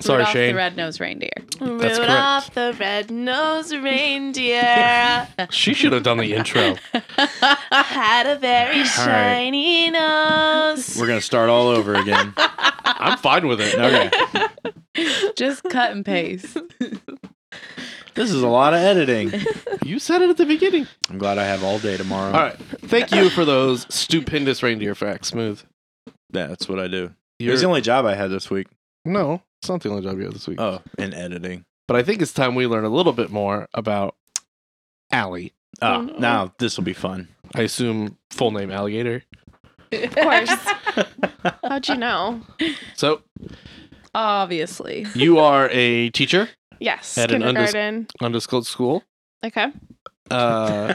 Speaker 1: Sorry,
Speaker 2: Rudolph
Speaker 1: Shane.
Speaker 2: the red-nosed reindeer.
Speaker 1: That's
Speaker 4: Rudolph the red-nosed reindeer
Speaker 1: She should have done the intro.
Speaker 4: had a very
Speaker 3: All right.
Speaker 4: shiny nose.
Speaker 3: We're gonna start all over again.
Speaker 1: I'm fine with it.
Speaker 3: Okay,
Speaker 2: Just cut and paste.
Speaker 3: this is a lot of editing.
Speaker 1: You said it at the beginning.
Speaker 3: I'm glad I have all day tomorrow.
Speaker 1: All right. Thank you for those stupendous reindeer facts, Smooth.
Speaker 3: Yeah, that's what I do. It
Speaker 1: You're,
Speaker 3: was the only job I had this week.
Speaker 1: no, it's not the only job you have this week.
Speaker 3: Oh, in editing.
Speaker 1: But I think it's time we learn a little bit more about Allie.
Speaker 3: Oh,
Speaker 4: Oh,
Speaker 2: Mm-hmm.
Speaker 4: no.
Speaker 3: now this will be fun.
Speaker 1: I assume full name Alligator.
Speaker 2: of
Speaker 4: course. How'd you know?
Speaker 1: So
Speaker 2: Obviously.
Speaker 1: you are a teacher,
Speaker 4: Yes,
Speaker 1: At an unders-
Speaker 4: kindergarten.
Speaker 1: undisclosed school,
Speaker 4: okay.
Speaker 1: uh,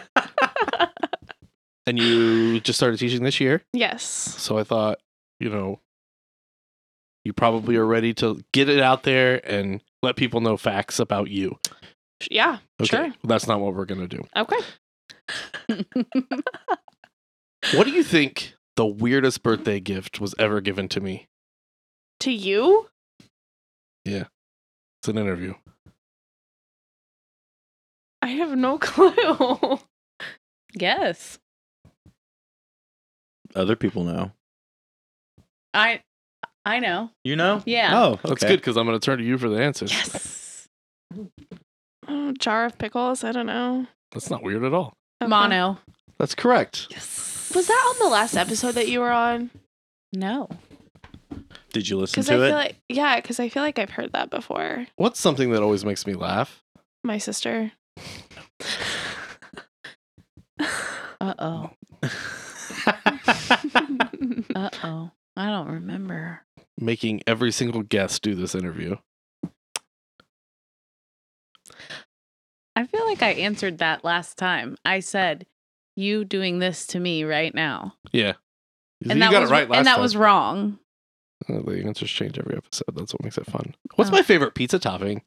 Speaker 1: and you just started teaching this year.
Speaker 4: Yes.
Speaker 1: So I thought, you know, you probably are ready to get it out there and let people know facts about you.
Speaker 4: Yeah. Sure.
Speaker 1: That's not what we're going to do.
Speaker 4: Okay.
Speaker 1: What do you think the weirdest birthday gift was ever given to me?
Speaker 4: To you?
Speaker 1: It's an interview.
Speaker 4: I have no clue.
Speaker 2: yes.
Speaker 3: Other people know.
Speaker 2: I I know.
Speaker 3: You know?
Speaker 2: Yeah.
Speaker 3: Oh, okay.
Speaker 1: That's good because I'm going to turn to you for the answers.
Speaker 2: Yes.
Speaker 4: Oh, jar of pickles. I don't know.
Speaker 1: That's not weird at all.
Speaker 4: Okay.
Speaker 2: Mono.
Speaker 1: That's correct.
Speaker 2: Yes.
Speaker 4: Was that on the last episode that you were on?
Speaker 2: No.
Speaker 3: Did you listen
Speaker 4: Because
Speaker 3: to
Speaker 4: I
Speaker 3: it?
Speaker 4: feel like yeah, because I feel like I've heard that before.
Speaker 1: What's something that always makes me laugh?
Speaker 4: My sister.
Speaker 2: Uh oh. Uh oh. I don't remember.
Speaker 1: Making every single guest do this interview.
Speaker 2: I feel like I answered that last time. I said, "You doing this to me right now,"
Speaker 1: Yeah. You
Speaker 2: and that
Speaker 1: got
Speaker 2: was
Speaker 1: it right last
Speaker 2: and that
Speaker 1: time.
Speaker 2: was wrong.
Speaker 1: Uh, the answers change every episode. That's what makes it fun. What's
Speaker 2: Oh.
Speaker 1: my favorite pizza topping?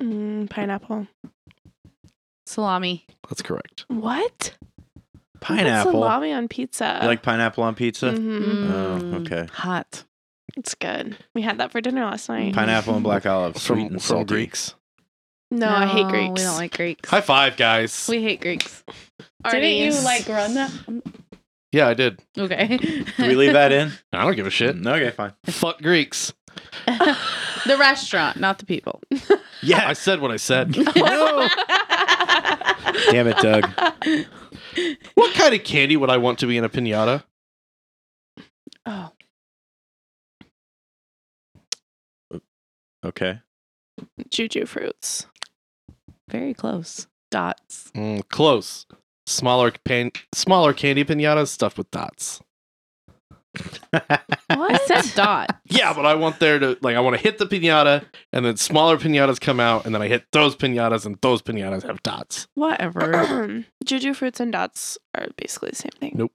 Speaker 4: Mm, pineapple.
Speaker 2: Salami.
Speaker 1: That's correct.
Speaker 4: What?
Speaker 3: pineapple.
Speaker 4: Salami on pizza.
Speaker 3: You like pineapple on pizza?
Speaker 2: Mm-hmm.
Speaker 4: Mhm.
Speaker 3: Oh, okay.
Speaker 2: Hot.
Speaker 4: It's good. We had that for dinner last night.
Speaker 2: Pine-
Speaker 3: Pineapple and black olive. Sweet
Speaker 1: From,
Speaker 3: and
Speaker 1: from
Speaker 3: salty.
Speaker 1: Greeks.
Speaker 4: no, I hate Greeks.
Speaker 2: We don't like Greeks.
Speaker 1: High five, guys.
Speaker 2: we hate Greeks.
Speaker 4: Arnie's.
Speaker 2: Didn't you like run that?
Speaker 1: yeah, I did.
Speaker 2: Okay.
Speaker 3: Do we leave that in? Mm,
Speaker 1: I don't give a shit.
Speaker 2: Mm.
Speaker 3: Okay, fine.
Speaker 1: Fuck Greeks.
Speaker 2: the restaurant, not the people.
Speaker 1: I
Speaker 3: Yeah.
Speaker 1: said what I said.
Speaker 3: no. Damn it, Doug.
Speaker 1: what kind of candy would I want to be in a pinata?
Speaker 2: Oh,
Speaker 3: Okay.
Speaker 4: Juju fruits.
Speaker 2: very close. Dots.
Speaker 1: Mm, close. Smaller pan- smaller candy pinatas stuffed with dots.
Speaker 4: What?
Speaker 2: I said dot.
Speaker 1: Yeah, but I want there to like I want to hit the pinata, and then smaller pinatas come out, and then I hit those pinatas, and those pinatas have dots.
Speaker 2: Whatever.
Speaker 4: Juju fruits and dots are basically the same thing.
Speaker 1: Nope.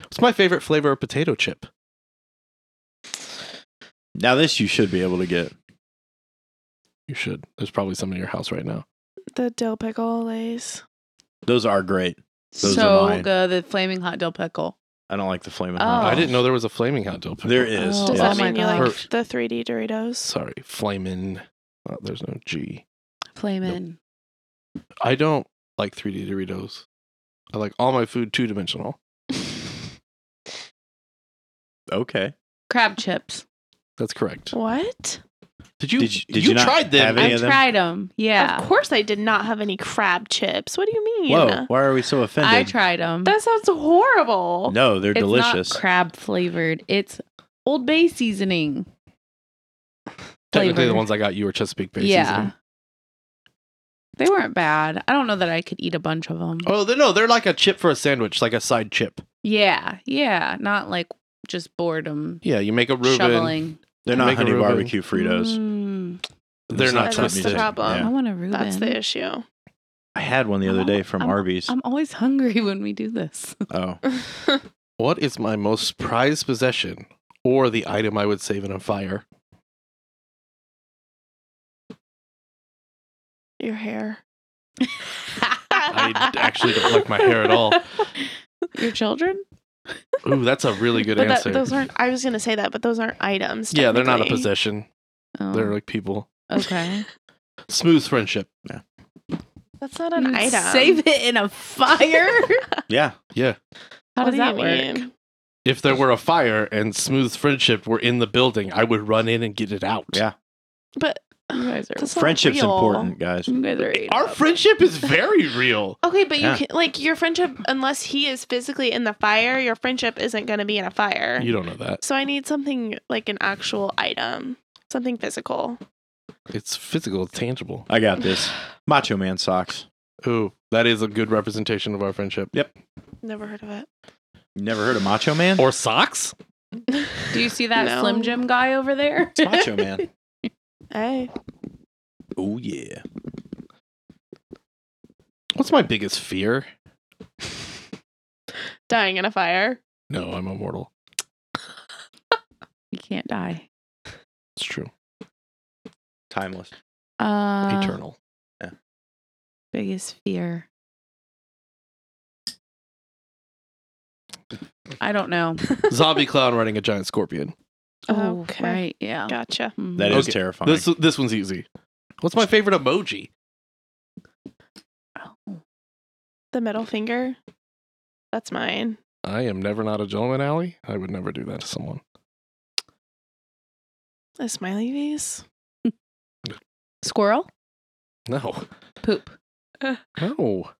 Speaker 1: What's my favorite flavor of potato chip?
Speaker 3: Now this you should be able to get.
Speaker 1: You should. There's probably some in your house right now.
Speaker 4: The dill pickle lays.
Speaker 3: Those are great. Those are
Speaker 2: so
Speaker 3: mine.
Speaker 2: good. The flaming hot dill pickle.
Speaker 3: I don't like the flaming.
Speaker 2: Oh.
Speaker 3: hot
Speaker 1: I
Speaker 3: dogs.
Speaker 1: didn't know there was a flaming hot dill. pickle.
Speaker 3: There is.
Speaker 2: Oh. Yes.
Speaker 4: Does that
Speaker 2: my
Speaker 4: mean you
Speaker 2: God.
Speaker 4: like
Speaker 1: Perfect.
Speaker 4: the 3D Doritos?
Speaker 1: Sorry, flamin'. Oh, there's no G.
Speaker 2: Flamin'.
Speaker 1: I don't like 3D Doritos. I like all my food two dimensional.
Speaker 3: Okay.
Speaker 2: Crab chips.
Speaker 4: Oh.
Speaker 1: That's correct.
Speaker 4: What?
Speaker 1: Did you?
Speaker 3: Did you- did you not
Speaker 1: tried them?
Speaker 3: have Any
Speaker 2: I
Speaker 3: of them?
Speaker 2: tried them. Yeah.
Speaker 4: Of course, I did not have any crab chips. What do you mean?
Speaker 3: Whoa, why are we so offended?
Speaker 2: I tried them.
Speaker 4: That sounds horrible.
Speaker 3: No, they're
Speaker 2: it's
Speaker 3: delicious.
Speaker 2: not crab flavored. It's Old Bay seasoning.
Speaker 1: Technically, the
Speaker 2: flavored.
Speaker 1: ones I got you were Chesapeake Bay
Speaker 2: yeah.
Speaker 1: seasoning.
Speaker 2: They weren't bad. I don't know that I could eat a bunch of them.
Speaker 1: Oh, they no, they're like a chip for a sandwich, like a side chip.
Speaker 2: Yeah. Yeah. Not like just boredom.
Speaker 1: Yeah, you make a Reuben.
Speaker 2: Shoveling.
Speaker 3: They're not
Speaker 1: Make a
Speaker 3: honey
Speaker 1: Reuben.
Speaker 3: barbecue Fritos.
Speaker 2: Mm,
Speaker 1: They're
Speaker 3: It's
Speaker 1: not
Speaker 3: Trump
Speaker 4: That's the
Speaker 1: twisted.
Speaker 3: music.
Speaker 4: problem.
Speaker 2: I
Speaker 3: Yeah.
Speaker 2: want a Reuben.
Speaker 4: That's the issue.
Speaker 3: I had one the other day from
Speaker 2: I'm-
Speaker 3: Arby's.
Speaker 2: I'm always hungry when we do this.
Speaker 3: oh,
Speaker 1: What is my most prized possession, or the item I would save in a fire?
Speaker 4: Your hair.
Speaker 1: I actually don't like my hair at all.
Speaker 2: Your children?
Speaker 1: Ooh, that's a really good
Speaker 4: but that,
Speaker 1: answer.
Speaker 4: those aren't. I was gonna say that, but those aren't items.
Speaker 1: yeah, they're not a
Speaker 4: technically.
Speaker 1: possession.
Speaker 2: Oh,
Speaker 1: They're like people.
Speaker 2: okay.
Speaker 1: Smooth friendship.
Speaker 4: That's not an
Speaker 2: You'd
Speaker 4: item.
Speaker 2: Save it in a fire.
Speaker 3: yeah.
Speaker 1: Yeah.
Speaker 2: How
Speaker 4: What
Speaker 2: does
Speaker 4: do
Speaker 2: that
Speaker 4: you
Speaker 2: work?
Speaker 4: mean?
Speaker 1: If there were a fire and smooth friendship were in the building, I would run in and get it out.
Speaker 3: Yeah.
Speaker 4: But
Speaker 2: You guys are-
Speaker 4: that's not
Speaker 3: Friendship's
Speaker 4: real.
Speaker 3: important, guys.
Speaker 2: You guys are eating
Speaker 1: Our
Speaker 2: up.
Speaker 1: friendship is very real.
Speaker 4: Okay, but
Speaker 3: Yeah.
Speaker 4: you can like your friendship. Unless he is physically in the fire, your friendship isn't gonna be in a fire.
Speaker 1: You don't know that.
Speaker 4: So I need something like an actual item, something physical.
Speaker 1: It's physical, it's tangible.
Speaker 3: I got this. Macho Man socks.
Speaker 1: Ooh, that is a good representation of our friendship.
Speaker 4: Never heard of it.
Speaker 3: You never heard of Macho Man?
Speaker 1: Or socks?
Speaker 2: Do you see that
Speaker 4: No.
Speaker 2: Slim Jim guy over there?
Speaker 3: Macho Man.
Speaker 4: Hey,
Speaker 3: Oh yeah.
Speaker 1: What's my biggest fear?
Speaker 4: dying in a fire.
Speaker 1: No, I'm immortal.
Speaker 2: You can't die.
Speaker 1: It's true.
Speaker 3: Timeless.
Speaker 2: Uh,
Speaker 1: Eternal.
Speaker 2: Biggest fear. I don't know.
Speaker 1: Zombie clown riding a giant scorpion.
Speaker 2: Oh,
Speaker 4: Okay.
Speaker 2: right. Yeah.
Speaker 4: Gotcha.
Speaker 2: Mhm.
Speaker 3: That is
Speaker 1: Okay.
Speaker 3: terrifying.
Speaker 1: This this one's easy. What's my favorite emoji?
Speaker 2: Oh.
Speaker 4: The middle finger. That's mine.
Speaker 1: I am never not a gentleman, Allie. I would never do that to someone.
Speaker 4: A smiley face.
Speaker 2: Squirrel?
Speaker 1: No.
Speaker 2: Poop.
Speaker 1: No.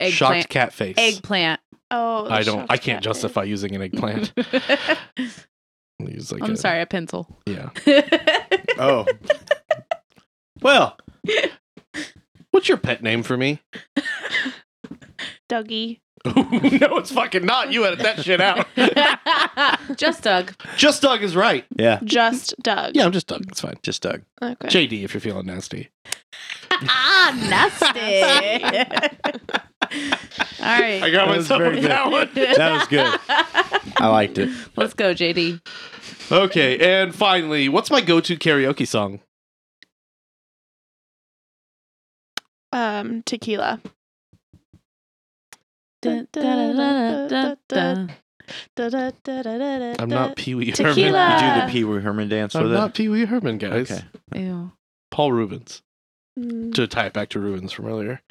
Speaker 1: Shocked
Speaker 2: Eggplant.
Speaker 1: cat face.
Speaker 2: Eggplant.
Speaker 4: Oh, the
Speaker 1: I don't I
Speaker 4: shocked
Speaker 1: can't
Speaker 4: cat
Speaker 1: justify using an eggplant.
Speaker 2: I'm
Speaker 1: Use like a-
Speaker 2: sorry, a pencil.
Speaker 1: Yeah.
Speaker 3: oh. Well,
Speaker 1: What's your pet name for me?
Speaker 4: face. Dougie.
Speaker 1: no, it's fucking not. You edit that shit out.
Speaker 2: Just Doug.
Speaker 1: Just Doug is right.
Speaker 3: yeah.
Speaker 4: Just Doug.
Speaker 1: Yeah, I'm just Doug. It's fine.
Speaker 3: Just Doug.
Speaker 4: Okay.
Speaker 1: JD if you're feeling nasty.
Speaker 2: ah, nasty. All right.
Speaker 1: got
Speaker 3: That was very good.
Speaker 1: one.
Speaker 3: That was good. I liked it.
Speaker 2: Let's go, JD.
Speaker 1: okay, and finally, what's my go-to karaoke song?
Speaker 4: Um, tequila.
Speaker 1: I'm not Pee Wee Herman.
Speaker 4: Tequila.
Speaker 3: You do
Speaker 4: Uh,
Speaker 3: the Pee Wee Herman dance
Speaker 1: I'm
Speaker 3: with
Speaker 1: not
Speaker 3: it.
Speaker 1: Pee Wee Herman, guys.
Speaker 3: Okay.
Speaker 2: Ew.
Speaker 1: Paul Rubens.
Speaker 4: Mm,
Speaker 1: To tie it back to Rubens from earlier.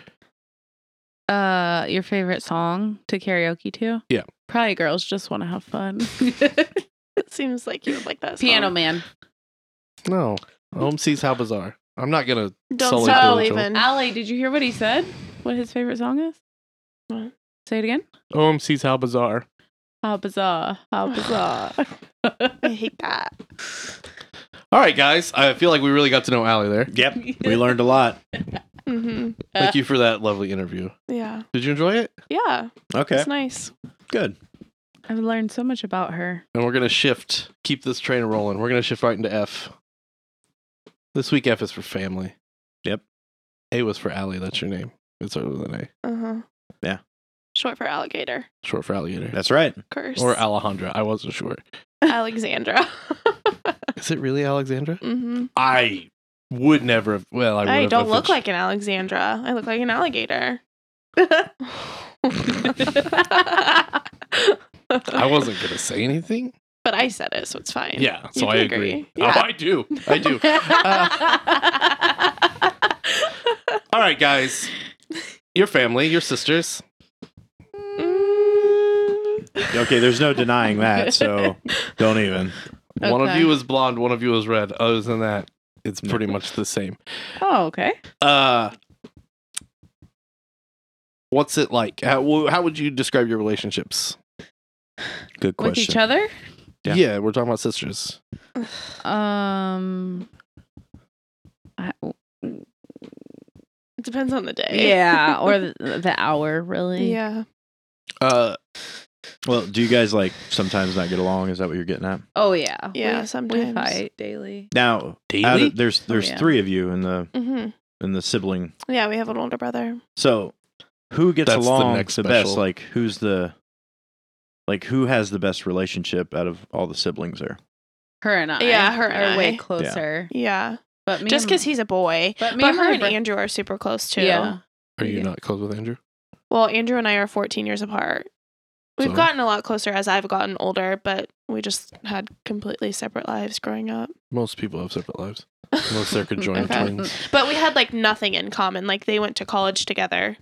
Speaker 2: Uh, your favorite song to karaoke to?
Speaker 1: Yeah.
Speaker 2: Probably girls just want to have fun.
Speaker 4: It seems like you would like that.
Speaker 2: Piano
Speaker 4: song.
Speaker 2: man.
Speaker 1: No, Home sees how bizarre. I'm not gonna.
Speaker 4: Don't
Speaker 1: Sully
Speaker 4: stop
Speaker 1: Bill Jones.
Speaker 4: believing.
Speaker 2: Ali, did you hear what he said? What his favorite song is?
Speaker 4: What?
Speaker 2: Say it again.
Speaker 1: Home sees how bizarre.
Speaker 2: How bizarre. How bizarre.
Speaker 4: I hate that.
Speaker 1: All right, guys. I feel like we really got to know Allie there.
Speaker 3: Yep. We learned a lot.
Speaker 4: hmm
Speaker 1: Thank you for that lovely interview.
Speaker 4: Yeah.
Speaker 1: Did you enjoy it?
Speaker 4: Yeah.
Speaker 3: Okay.
Speaker 4: It's nice.
Speaker 3: Good.
Speaker 2: I've learned so much about her.
Speaker 1: And we're gonna shift. Keep this train rolling. We're gonna shift right into F. This week F is for family.
Speaker 3: Yep.
Speaker 1: A was for Allie. That's your name. It's other than A.
Speaker 4: Uh huh.
Speaker 3: Yeah.
Speaker 4: Short for alligator.
Speaker 1: Short for alligator.
Speaker 3: That's right.
Speaker 4: Of course.
Speaker 1: Or Alejandra. I wasn't sure.
Speaker 4: Alexandra.
Speaker 1: Is it really Alexandra?
Speaker 4: hmm
Speaker 1: I would never have. Well, I would
Speaker 4: I
Speaker 1: have
Speaker 4: don't
Speaker 1: if
Speaker 4: look
Speaker 1: it's-
Speaker 4: like an Alexandra. I look like an alligator.
Speaker 1: I wasn't going to say anything.
Speaker 4: but I said it, so it's fine.
Speaker 1: Yeah.
Speaker 4: You
Speaker 1: So I
Speaker 4: can
Speaker 1: agree.
Speaker 4: agree.
Speaker 1: Oh,
Speaker 4: Yeah.
Speaker 1: I do. I do. Uh, All right, guys. Your family, your sisters.
Speaker 4: Mm.
Speaker 3: Okay, there's no denying that, so don't even.
Speaker 1: One of
Speaker 2: Okay.
Speaker 1: you is blonde, one of you is red. Other than that, It's pretty much the same.
Speaker 4: Oh, okay.
Speaker 1: Uh, what's it like? How, wh- how would you describe your relationships?
Speaker 3: Good
Speaker 2: with
Speaker 3: question.
Speaker 2: each other.
Speaker 3: Yeah.
Speaker 1: we're talking about sisters.
Speaker 2: Um. I-
Speaker 4: It depends on the day.
Speaker 2: yeah, or the, the hour really.
Speaker 4: yeah.
Speaker 1: Uh,
Speaker 3: Well, do you guys like sometimes not get along? Is that what you're getting at?
Speaker 2: Oh yeah.
Speaker 4: Yeah,
Speaker 2: We-
Speaker 4: sometimes.
Speaker 2: we fight daily.
Speaker 3: Now, out
Speaker 1: daily.
Speaker 3: of, there's there's
Speaker 2: yeah.
Speaker 3: three of you in the
Speaker 4: hmm
Speaker 3: in the sibling.
Speaker 4: Yeah, we have an older brother.
Speaker 3: So, who gets
Speaker 1: That's the
Speaker 3: along the,
Speaker 1: next
Speaker 3: best?
Speaker 1: special.
Speaker 3: Like, who's the like who has the best relationship out of all the siblings there?
Speaker 2: Her and I.
Speaker 4: Yeah, her and
Speaker 2: are way
Speaker 4: I.
Speaker 2: closer.
Speaker 4: Yeah.
Speaker 2: But me
Speaker 4: Just
Speaker 2: and-
Speaker 4: because he's a boy.
Speaker 2: But me
Speaker 4: But
Speaker 2: and
Speaker 4: her
Speaker 2: my
Speaker 4: and
Speaker 2: bro-
Speaker 4: Andrew are super close too.
Speaker 2: Yeah.
Speaker 1: Are you
Speaker 2: Yeah.
Speaker 1: not close with Andrew?
Speaker 4: Well, Andrew and I are 14 years apart. We've
Speaker 1: So?
Speaker 4: gotten a lot closer as I've gotten older, but we just had completely separate lives growing up.
Speaker 1: Most people have separate lives, unless they're conjoined
Speaker 4: Okay.
Speaker 1: twins.
Speaker 4: But we had like nothing in common. Like they went to college together.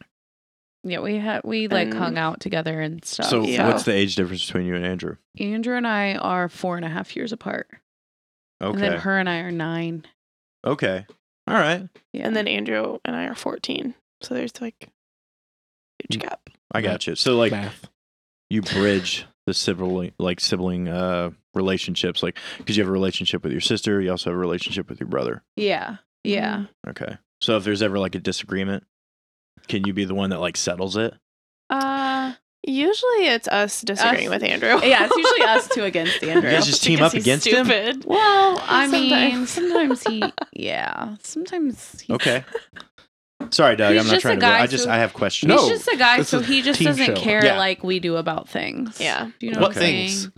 Speaker 2: Yeah, we had we like hung
Speaker 4: And-
Speaker 2: out together and stuff.
Speaker 3: so,
Speaker 4: yeah.
Speaker 3: what's the age difference between you and Andrew?
Speaker 2: Andrew and I are four and a half years apart, and
Speaker 3: Okay.
Speaker 2: then her and I are nine.
Speaker 3: okay. All right.
Speaker 2: Yeah.
Speaker 4: And then Andrew and I are 14. So there's like huge
Speaker 1: Mm.
Speaker 4: gap.
Speaker 3: I got you. So like
Speaker 1: Math.
Speaker 3: you bridge the sibling like sibling uh relationships like because you have a relationship with your sister, you also have a relationship with your brother.
Speaker 2: yeah, yeah.
Speaker 4: Mm.
Speaker 3: Okay. So if there's ever like a disagreement, can you be the one that like settles it?
Speaker 4: Uh usually it's us disagreeing
Speaker 2: Us-
Speaker 4: with Andrew.
Speaker 2: Yeah, it's usually us two against Andrew.
Speaker 3: You guys just team
Speaker 4: Because
Speaker 3: up
Speaker 4: he's
Speaker 3: against him?
Speaker 4: stupid.
Speaker 2: well, I mean,
Speaker 4: Sometimes.
Speaker 2: sometimes he, yeah, sometimes he,
Speaker 3: Okay. Sorry, Doug.
Speaker 2: He's
Speaker 3: I'm not
Speaker 2: just
Speaker 3: trying
Speaker 2: a
Speaker 3: to. I
Speaker 2: guy
Speaker 3: just
Speaker 2: who-
Speaker 3: I have questions.
Speaker 2: He's
Speaker 1: No.
Speaker 2: just a guy,
Speaker 1: this
Speaker 2: so
Speaker 1: is
Speaker 2: he just
Speaker 1: team
Speaker 2: doesn't
Speaker 1: show.
Speaker 2: care
Speaker 3: Yeah.
Speaker 2: like we do about things.
Speaker 4: Yeah.
Speaker 2: Do you know
Speaker 1: What
Speaker 2: what, I'm
Speaker 1: things?
Speaker 2: saying?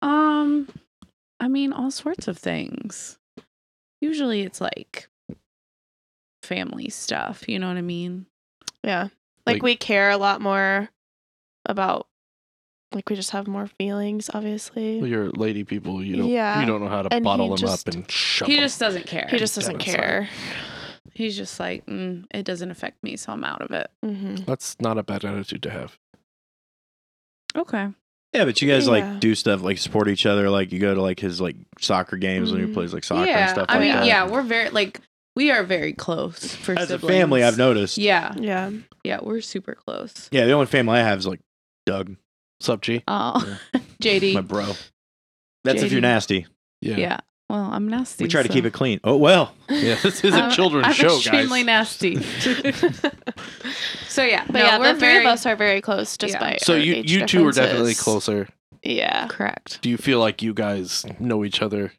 Speaker 2: Um, I mean, all sorts of things. Usually, it's like family stuff. You know what I mean?
Speaker 4: Yeah. Like,
Speaker 1: Like-
Speaker 4: we care a lot more about like we just have more feelings, obviously.
Speaker 1: Well, You're lady people. You don't.
Speaker 4: Yeah.
Speaker 1: You don't know how to
Speaker 4: And he
Speaker 1: bottle them
Speaker 4: just-
Speaker 1: up and shove
Speaker 2: he
Speaker 1: them.
Speaker 2: just doesn't care.
Speaker 4: he just doesn't
Speaker 1: Damn, sorry.
Speaker 4: care.
Speaker 2: He's just like, mm, it doesn't affect me, so I'm out of it.
Speaker 4: hmm
Speaker 1: That's not a bad attitude to have.
Speaker 2: Okay.
Speaker 3: Yeah, but you guys
Speaker 4: Yeah.
Speaker 3: like do stuff like support each other. Like you go to like his like soccer games when he
Speaker 4: Mhm.
Speaker 3: plays like soccer
Speaker 2: yeah.
Speaker 3: and stuff
Speaker 2: I
Speaker 3: like
Speaker 2: mean,
Speaker 3: that.
Speaker 2: yeah, we're very like we are very close for
Speaker 3: As
Speaker 2: siblings.
Speaker 3: a family, I've noticed. Yeah.
Speaker 2: Yeah,
Speaker 4: Yeah.
Speaker 2: yeah, we're super close.
Speaker 3: yeah, the only family I have is like Doug,
Speaker 1: Sub G.
Speaker 2: Oh, JD.
Speaker 3: my bro. That's if you're
Speaker 2: JD.
Speaker 3: nasty.
Speaker 1: Yeah.
Speaker 2: yeah. Well, I'm nasty.
Speaker 3: We try to
Speaker 2: so-
Speaker 3: keep it clean. Oh well.
Speaker 1: Yeah, This is a
Speaker 2: I'm-
Speaker 1: children's
Speaker 2: Uh, I'm
Speaker 1: show,
Speaker 2: extremely
Speaker 1: guys.
Speaker 2: nasty. so yeah,
Speaker 4: But yeah, the three of us are very close
Speaker 2: Yeah.
Speaker 4: despite
Speaker 1: So
Speaker 4: our
Speaker 1: you
Speaker 4: age
Speaker 1: you two are definitely
Speaker 4: differences.
Speaker 1: closer.
Speaker 4: Yeah.
Speaker 2: correct.
Speaker 1: Do you feel like you guys know each other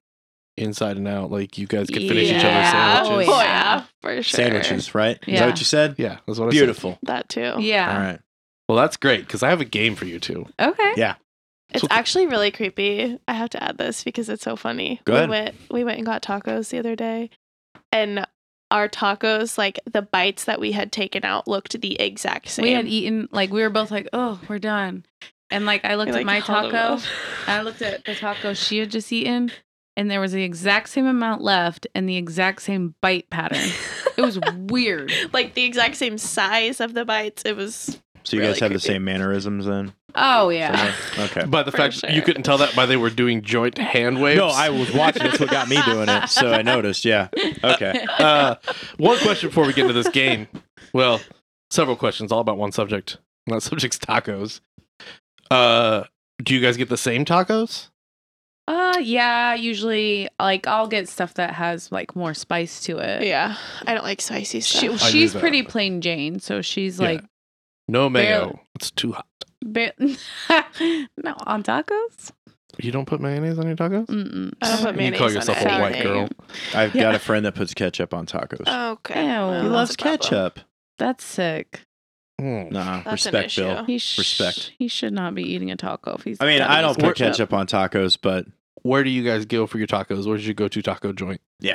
Speaker 1: inside and out? Like you guys could finish each other's
Speaker 2: Yeah.
Speaker 1: sandwiches?
Speaker 2: Oh,
Speaker 4: Oh,
Speaker 2: yeah.
Speaker 4: yeah, for sure.
Speaker 3: Sandwiches, right? Is
Speaker 2: Yeah.
Speaker 3: that what you said?
Speaker 1: Yeah, that's what I said.
Speaker 3: Beautiful.
Speaker 4: That too.
Speaker 3: All
Speaker 2: Yeah.
Speaker 3: right.
Speaker 1: Well, that's great because I have a game for you two.
Speaker 2: Okay.
Speaker 4: It's
Speaker 1: So-
Speaker 4: actually really creepy. I have to add this because it's so funny.
Speaker 3: Go ahead.
Speaker 4: We went we went and got tacos the other day and our tacos, like the bites that we had taken out looked the exact same.
Speaker 2: We had eaten like we were both like, oh, we're done, and like I
Speaker 4: We,
Speaker 2: looked at
Speaker 4: like,
Speaker 2: my
Speaker 4: held them
Speaker 2: taco.
Speaker 4: up.
Speaker 2: I looked at the taco she had just eaten, and there was the exact same amount left and the exact same bite pattern. It was weird.
Speaker 4: like the exact same size of the bites. It was
Speaker 3: So you
Speaker 4: Really
Speaker 3: guys have the
Speaker 4: creepy.
Speaker 3: same mannerisms then?
Speaker 2: Oh yeah.
Speaker 3: Somewhat? Okay.
Speaker 1: By the
Speaker 4: For
Speaker 1: fact you
Speaker 4: sure.
Speaker 1: couldn't tell that by they were doing joint hand waves.
Speaker 3: No, I was watching. That's what got me doing it. So I noticed. Yeah. Okay.
Speaker 1: uh, one question before we get into this game. Well, several questions, all about one subject. And that subject's tacos. Uh, do you guys get the same tacos?
Speaker 2: Uh yeah, usually like I'll get stuff that has like more spice to it.
Speaker 4: yeah. I don't like spicy stuff.
Speaker 2: She,
Speaker 1: knew
Speaker 2: she's
Speaker 1: that.
Speaker 2: pretty plain Jane, so she's
Speaker 1: Yeah.
Speaker 2: like
Speaker 1: No mayo.
Speaker 2: Barely.
Speaker 1: It's too hot.
Speaker 2: ba- no on tacos.
Speaker 1: You don't put mayonnaise on your tacos?
Speaker 2: Mm-mm.
Speaker 4: Mm, I don't put
Speaker 1: You
Speaker 4: mayonnaise
Speaker 1: call
Speaker 4: on
Speaker 1: yourself
Speaker 4: it.
Speaker 1: a white
Speaker 4: Sorry.
Speaker 1: girl.
Speaker 3: I've
Speaker 2: Yeah.
Speaker 3: got a friend that puts ketchup on tacos.
Speaker 4: Okay.
Speaker 2: Ew.
Speaker 4: Well,
Speaker 2: He
Speaker 3: he
Speaker 4: Oh, that's
Speaker 3: loves
Speaker 4: a problem.
Speaker 3: ketchup.
Speaker 2: That's sick.
Speaker 1: Mm.
Speaker 3: Nah,
Speaker 4: That's an
Speaker 3: respect, Bill.
Speaker 4: issue.
Speaker 2: He sh-
Speaker 3: Respect.
Speaker 2: He should not be eating a taco if he's.
Speaker 3: I mean,
Speaker 2: gotta
Speaker 3: I
Speaker 2: use
Speaker 3: don't put
Speaker 2: ketchup.
Speaker 3: ketchup on tacos, but
Speaker 1: Where do you guys go for your tacos? Where's your go-to taco joint?
Speaker 2: Um.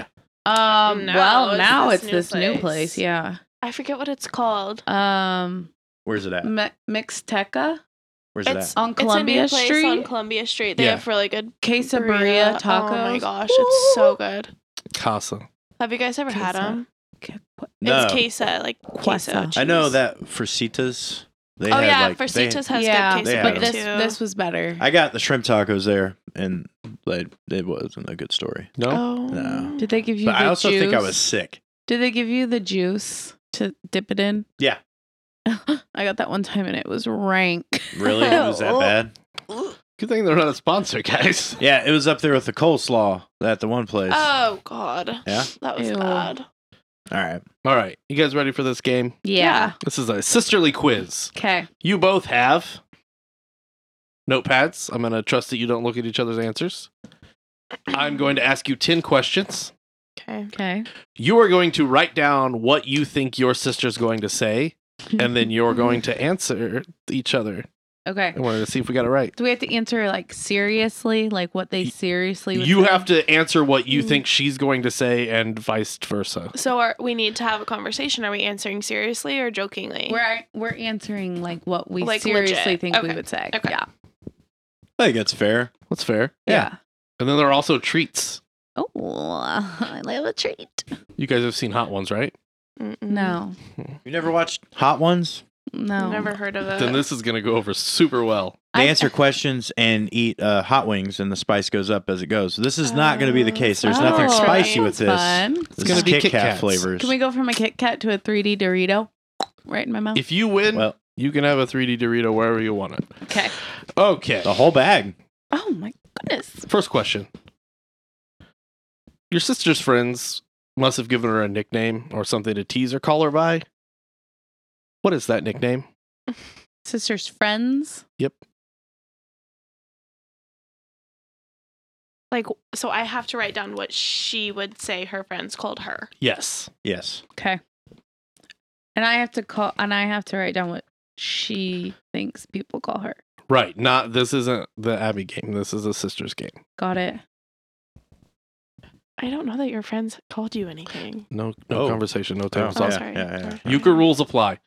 Speaker 4: No,
Speaker 2: well,
Speaker 4: it's
Speaker 2: now
Speaker 4: this
Speaker 2: it's
Speaker 4: new
Speaker 2: this new
Speaker 4: place.
Speaker 2: place. Yeah.
Speaker 4: I forget what it's called.
Speaker 2: Um.
Speaker 3: where's it at?
Speaker 2: Me- Mixteca
Speaker 3: Where's it at?
Speaker 4: It's-
Speaker 2: on
Speaker 4: It's a new
Speaker 2: Columbia
Speaker 4: place
Speaker 2: Street.
Speaker 4: On Columbia Street, they
Speaker 3: Yeah.
Speaker 4: have really good
Speaker 2: Quesabria
Speaker 4: burrito.
Speaker 2: tacos.
Speaker 4: Oh my gosh, it's so good.
Speaker 1: Casa.
Speaker 4: Have you guys ever had
Speaker 2: Queso.
Speaker 4: them?
Speaker 2: Okay, what-
Speaker 4: It's queso, like queso.
Speaker 2: Queso.
Speaker 3: I know
Speaker 4: cheese.
Speaker 3: that Fresitas. They
Speaker 4: oh
Speaker 3: had,
Speaker 4: yeah,
Speaker 3: like, they-
Speaker 4: Fersitas has
Speaker 2: yeah,
Speaker 4: good
Speaker 3: they
Speaker 4: queso
Speaker 3: have
Speaker 2: but
Speaker 3: it.
Speaker 2: this
Speaker 4: too.
Speaker 2: this was better.
Speaker 3: I got the shrimp tacos there, and Like it wasn't a good story.
Speaker 1: No.
Speaker 4: Oh.
Speaker 3: No.
Speaker 2: Did they give you?
Speaker 3: But
Speaker 2: the
Speaker 3: I also think I
Speaker 2: juice?
Speaker 3: was sick.
Speaker 2: Did they give you the juice to dip it in?
Speaker 3: Yeah.
Speaker 2: I got that one time and it was rank.
Speaker 3: Really? It was that bad?
Speaker 1: Good thing they're not a sponsor, guys.
Speaker 3: Yeah, it was up there with the coleslaw at the one place.
Speaker 4: Oh God.
Speaker 3: Yeah?
Speaker 4: That was
Speaker 2: Ew.
Speaker 4: bad.
Speaker 3: All right.
Speaker 1: All right, you guys ready for this game?
Speaker 2: Yeah.
Speaker 1: This is a sisterly quiz.
Speaker 2: Okay.
Speaker 1: You both have notepads. I'm going to trust that you don't look at each other's answers. I'm going to ask you 10 questions.
Speaker 4: Okay.
Speaker 2: Okay.
Speaker 1: You are going to write down what you think your sister's going to say, and then you're going to answer each other.
Speaker 2: Okay.
Speaker 1: I wanted to see if we got it right.
Speaker 2: Do we have to answer like seriously, like what they
Speaker 1: Y-
Speaker 2: seriously? would
Speaker 1: You
Speaker 2: say?
Speaker 1: have to answer what you think she's going to say, and vice versa.
Speaker 4: So are we need to have a conversation. Are we answering seriously or jokingly?
Speaker 2: We're we're answering like what we
Speaker 4: Like,
Speaker 2: seriously
Speaker 4: legit.
Speaker 2: think we
Speaker 4: Okay.
Speaker 2: would say.
Speaker 4: Okay.
Speaker 2: Yeah.
Speaker 3: I think that's fair.
Speaker 1: That's fair.
Speaker 2: Yeah.
Speaker 1: And then there are also treats.
Speaker 2: Oh, I love a treat.
Speaker 1: You guys have seen hot ones, right?
Speaker 4: Mm-mm.
Speaker 2: No,
Speaker 3: You never watched Hot Ones?
Speaker 2: no.
Speaker 4: Never heard of it.
Speaker 1: Then this is going to go over super well.
Speaker 2: I-
Speaker 3: They answer questions and eat uh, hot wings, and the spice goes up as it goes. So this is not going to be the case. There's nothing
Speaker 4: Oh,
Speaker 3: spicy
Speaker 4: that
Speaker 3: with this.
Speaker 2: sounds Fun.
Speaker 3: This
Speaker 1: gonna
Speaker 3: is
Speaker 1: be
Speaker 3: Kit,
Speaker 1: Kit
Speaker 3: Kat
Speaker 1: Kats.
Speaker 3: flavors.
Speaker 2: Can we go from a Kit Kat to a 3D Dorito? Right in my mouth.
Speaker 1: If you win,
Speaker 3: well,
Speaker 1: you can have a 3D Dorito wherever you want it.
Speaker 2: okay.
Speaker 1: Okay.
Speaker 3: the whole bag.
Speaker 2: Oh my goodness.
Speaker 1: First question. Your sister's friends must have given her a nickname or something to tease or call her by. What is that nickname?
Speaker 2: Sister's friends.
Speaker 1: Yep.
Speaker 4: like so I have to write down what she would say her friends called her.
Speaker 1: Yes.
Speaker 3: Yes.
Speaker 2: Okay. And I have to call, and I have to write down what she thinks people call her.
Speaker 1: Right. Not this isn't the Abby game. This is a sister's game.
Speaker 2: Got it.
Speaker 4: I don't know that your friends called you anything.
Speaker 1: No no
Speaker 3: Oh.
Speaker 1: conversation, no time.
Speaker 3: Oh,
Speaker 1: was
Speaker 4: Oh,
Speaker 1: off.
Speaker 4: sorry.
Speaker 3: yeah, yeah.
Speaker 4: Sorry.
Speaker 1: Euchre rules apply.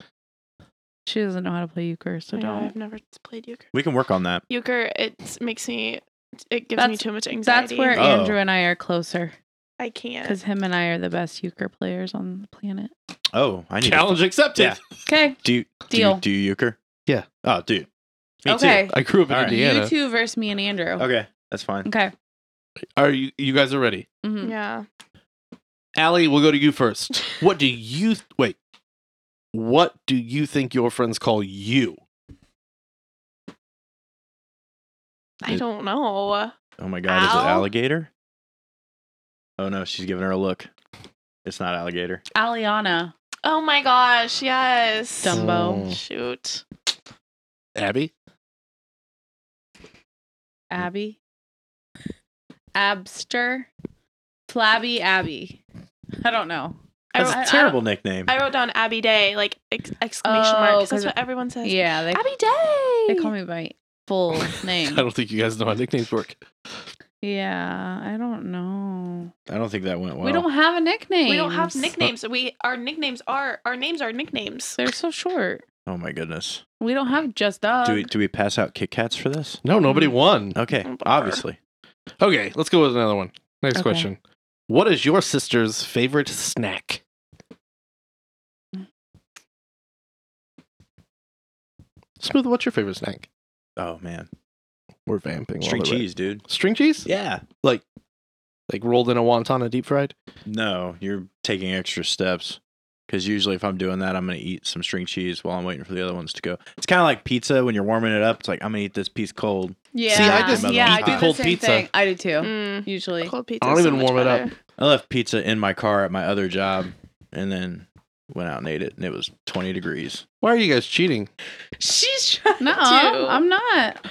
Speaker 2: She doesn't know how to play euchre, so
Speaker 4: I know,
Speaker 2: don't.
Speaker 4: I've never played euchre.
Speaker 3: We can work on that.
Speaker 4: Euchre, it makes me. It gives me
Speaker 2: That's-
Speaker 4: too much
Speaker 2: That's
Speaker 4: anxiety.
Speaker 2: where
Speaker 3: Oh.
Speaker 2: Andrew and I are closer
Speaker 4: I can't.
Speaker 2: because him and I are the best euchre players on the planet.
Speaker 3: Oh, I need to-
Speaker 1: Challenge accepted.
Speaker 3: Yeah.
Speaker 2: Okay.
Speaker 3: Do you,
Speaker 2: Deal.
Speaker 3: Do you, do you euchre?
Speaker 1: Yeah.
Speaker 3: Oh, dude. Me
Speaker 2: okay.
Speaker 1: I grew up in
Speaker 3: All right.
Speaker 1: Indiana.
Speaker 2: You two versus me and Andrew.
Speaker 3: too. Okay. That's fine.
Speaker 2: Okay.
Speaker 1: Are you you guys are ready?
Speaker 2: Mhm.
Speaker 4: Yeah.
Speaker 1: Allie, we'll go to you first. What do you th- wait? What do you think your friends call you?
Speaker 4: I don't know.
Speaker 3: Oh my God. Is it
Speaker 4: Ow.
Speaker 3: alligator? Oh no, she's giving her a look. It's not alligator.
Speaker 2: Aliana.
Speaker 4: Oh my gosh. Yes.
Speaker 2: Dumb. Dumbo.
Speaker 1: Mm.
Speaker 4: Shoot.
Speaker 1: Abby?
Speaker 2: Abby. Abster. Flabby Abby. I don't know.
Speaker 4: I
Speaker 3: That's
Speaker 4: wrote,
Speaker 3: a
Speaker 4: I-
Speaker 3: terrible nickname.
Speaker 4: I, wrote down Abby Day, like ex- exclamation mark.
Speaker 2: Oh,
Speaker 4: 'cause
Speaker 2: because-
Speaker 4: That's what everyone says.
Speaker 2: Yeah, they,
Speaker 4: Abby Day.
Speaker 2: they call me by full
Speaker 1: I
Speaker 2: name.
Speaker 1: don't think you guys know how nicknames work.
Speaker 2: Yeah, I don't know.
Speaker 3: I don't think that went well.
Speaker 2: we don't have a nickname.
Speaker 4: We don't have nicknames. We our nicknames are our names are nicknames.
Speaker 2: They're so short.
Speaker 3: oh my goodness.
Speaker 2: We don't have just us.
Speaker 3: Do we do we pass out Kit Kats for this?
Speaker 1: No, nobody
Speaker 2: Mm.
Speaker 1: won.
Speaker 3: Okay,
Speaker 4: Bummer.
Speaker 3: obviously.
Speaker 1: Okay, let's go with another one. Next
Speaker 2: Okay.
Speaker 1: question. What is your sister's favorite snack? Smooth, what's your favorite snack?
Speaker 3: Oh man,
Speaker 1: We're vamping. all
Speaker 3: string
Speaker 1: the way.
Speaker 3: cheese, dude.
Speaker 1: String cheese?
Speaker 3: Yeah.
Speaker 1: Like rolled in a wonton and deep fried?
Speaker 3: No, you're taking extra steps because usually if I'm doing that, I'm gonna eat some string cheese while I'm waiting for the other ones to go. It's kind of like pizza when you're warming it up. It's like I'm gonna eat this piece cold.
Speaker 2: Yeah.
Speaker 1: See, I just
Speaker 2: yeah,
Speaker 3: eat
Speaker 2: I do
Speaker 3: the
Speaker 1: cold
Speaker 2: same
Speaker 1: pizza.
Speaker 2: Thing. I do too.
Speaker 4: Mm,
Speaker 2: Usually.
Speaker 4: cold pizza.
Speaker 1: I don't
Speaker 4: is so
Speaker 1: even
Speaker 4: much
Speaker 1: warm it up.
Speaker 4: better.
Speaker 3: I left pizza in my car at my other job, and then went out and ate it, and it was 20 degrees.
Speaker 1: Why are you guys cheating?
Speaker 4: She's trying
Speaker 2: No,
Speaker 4: to.
Speaker 2: I'm not.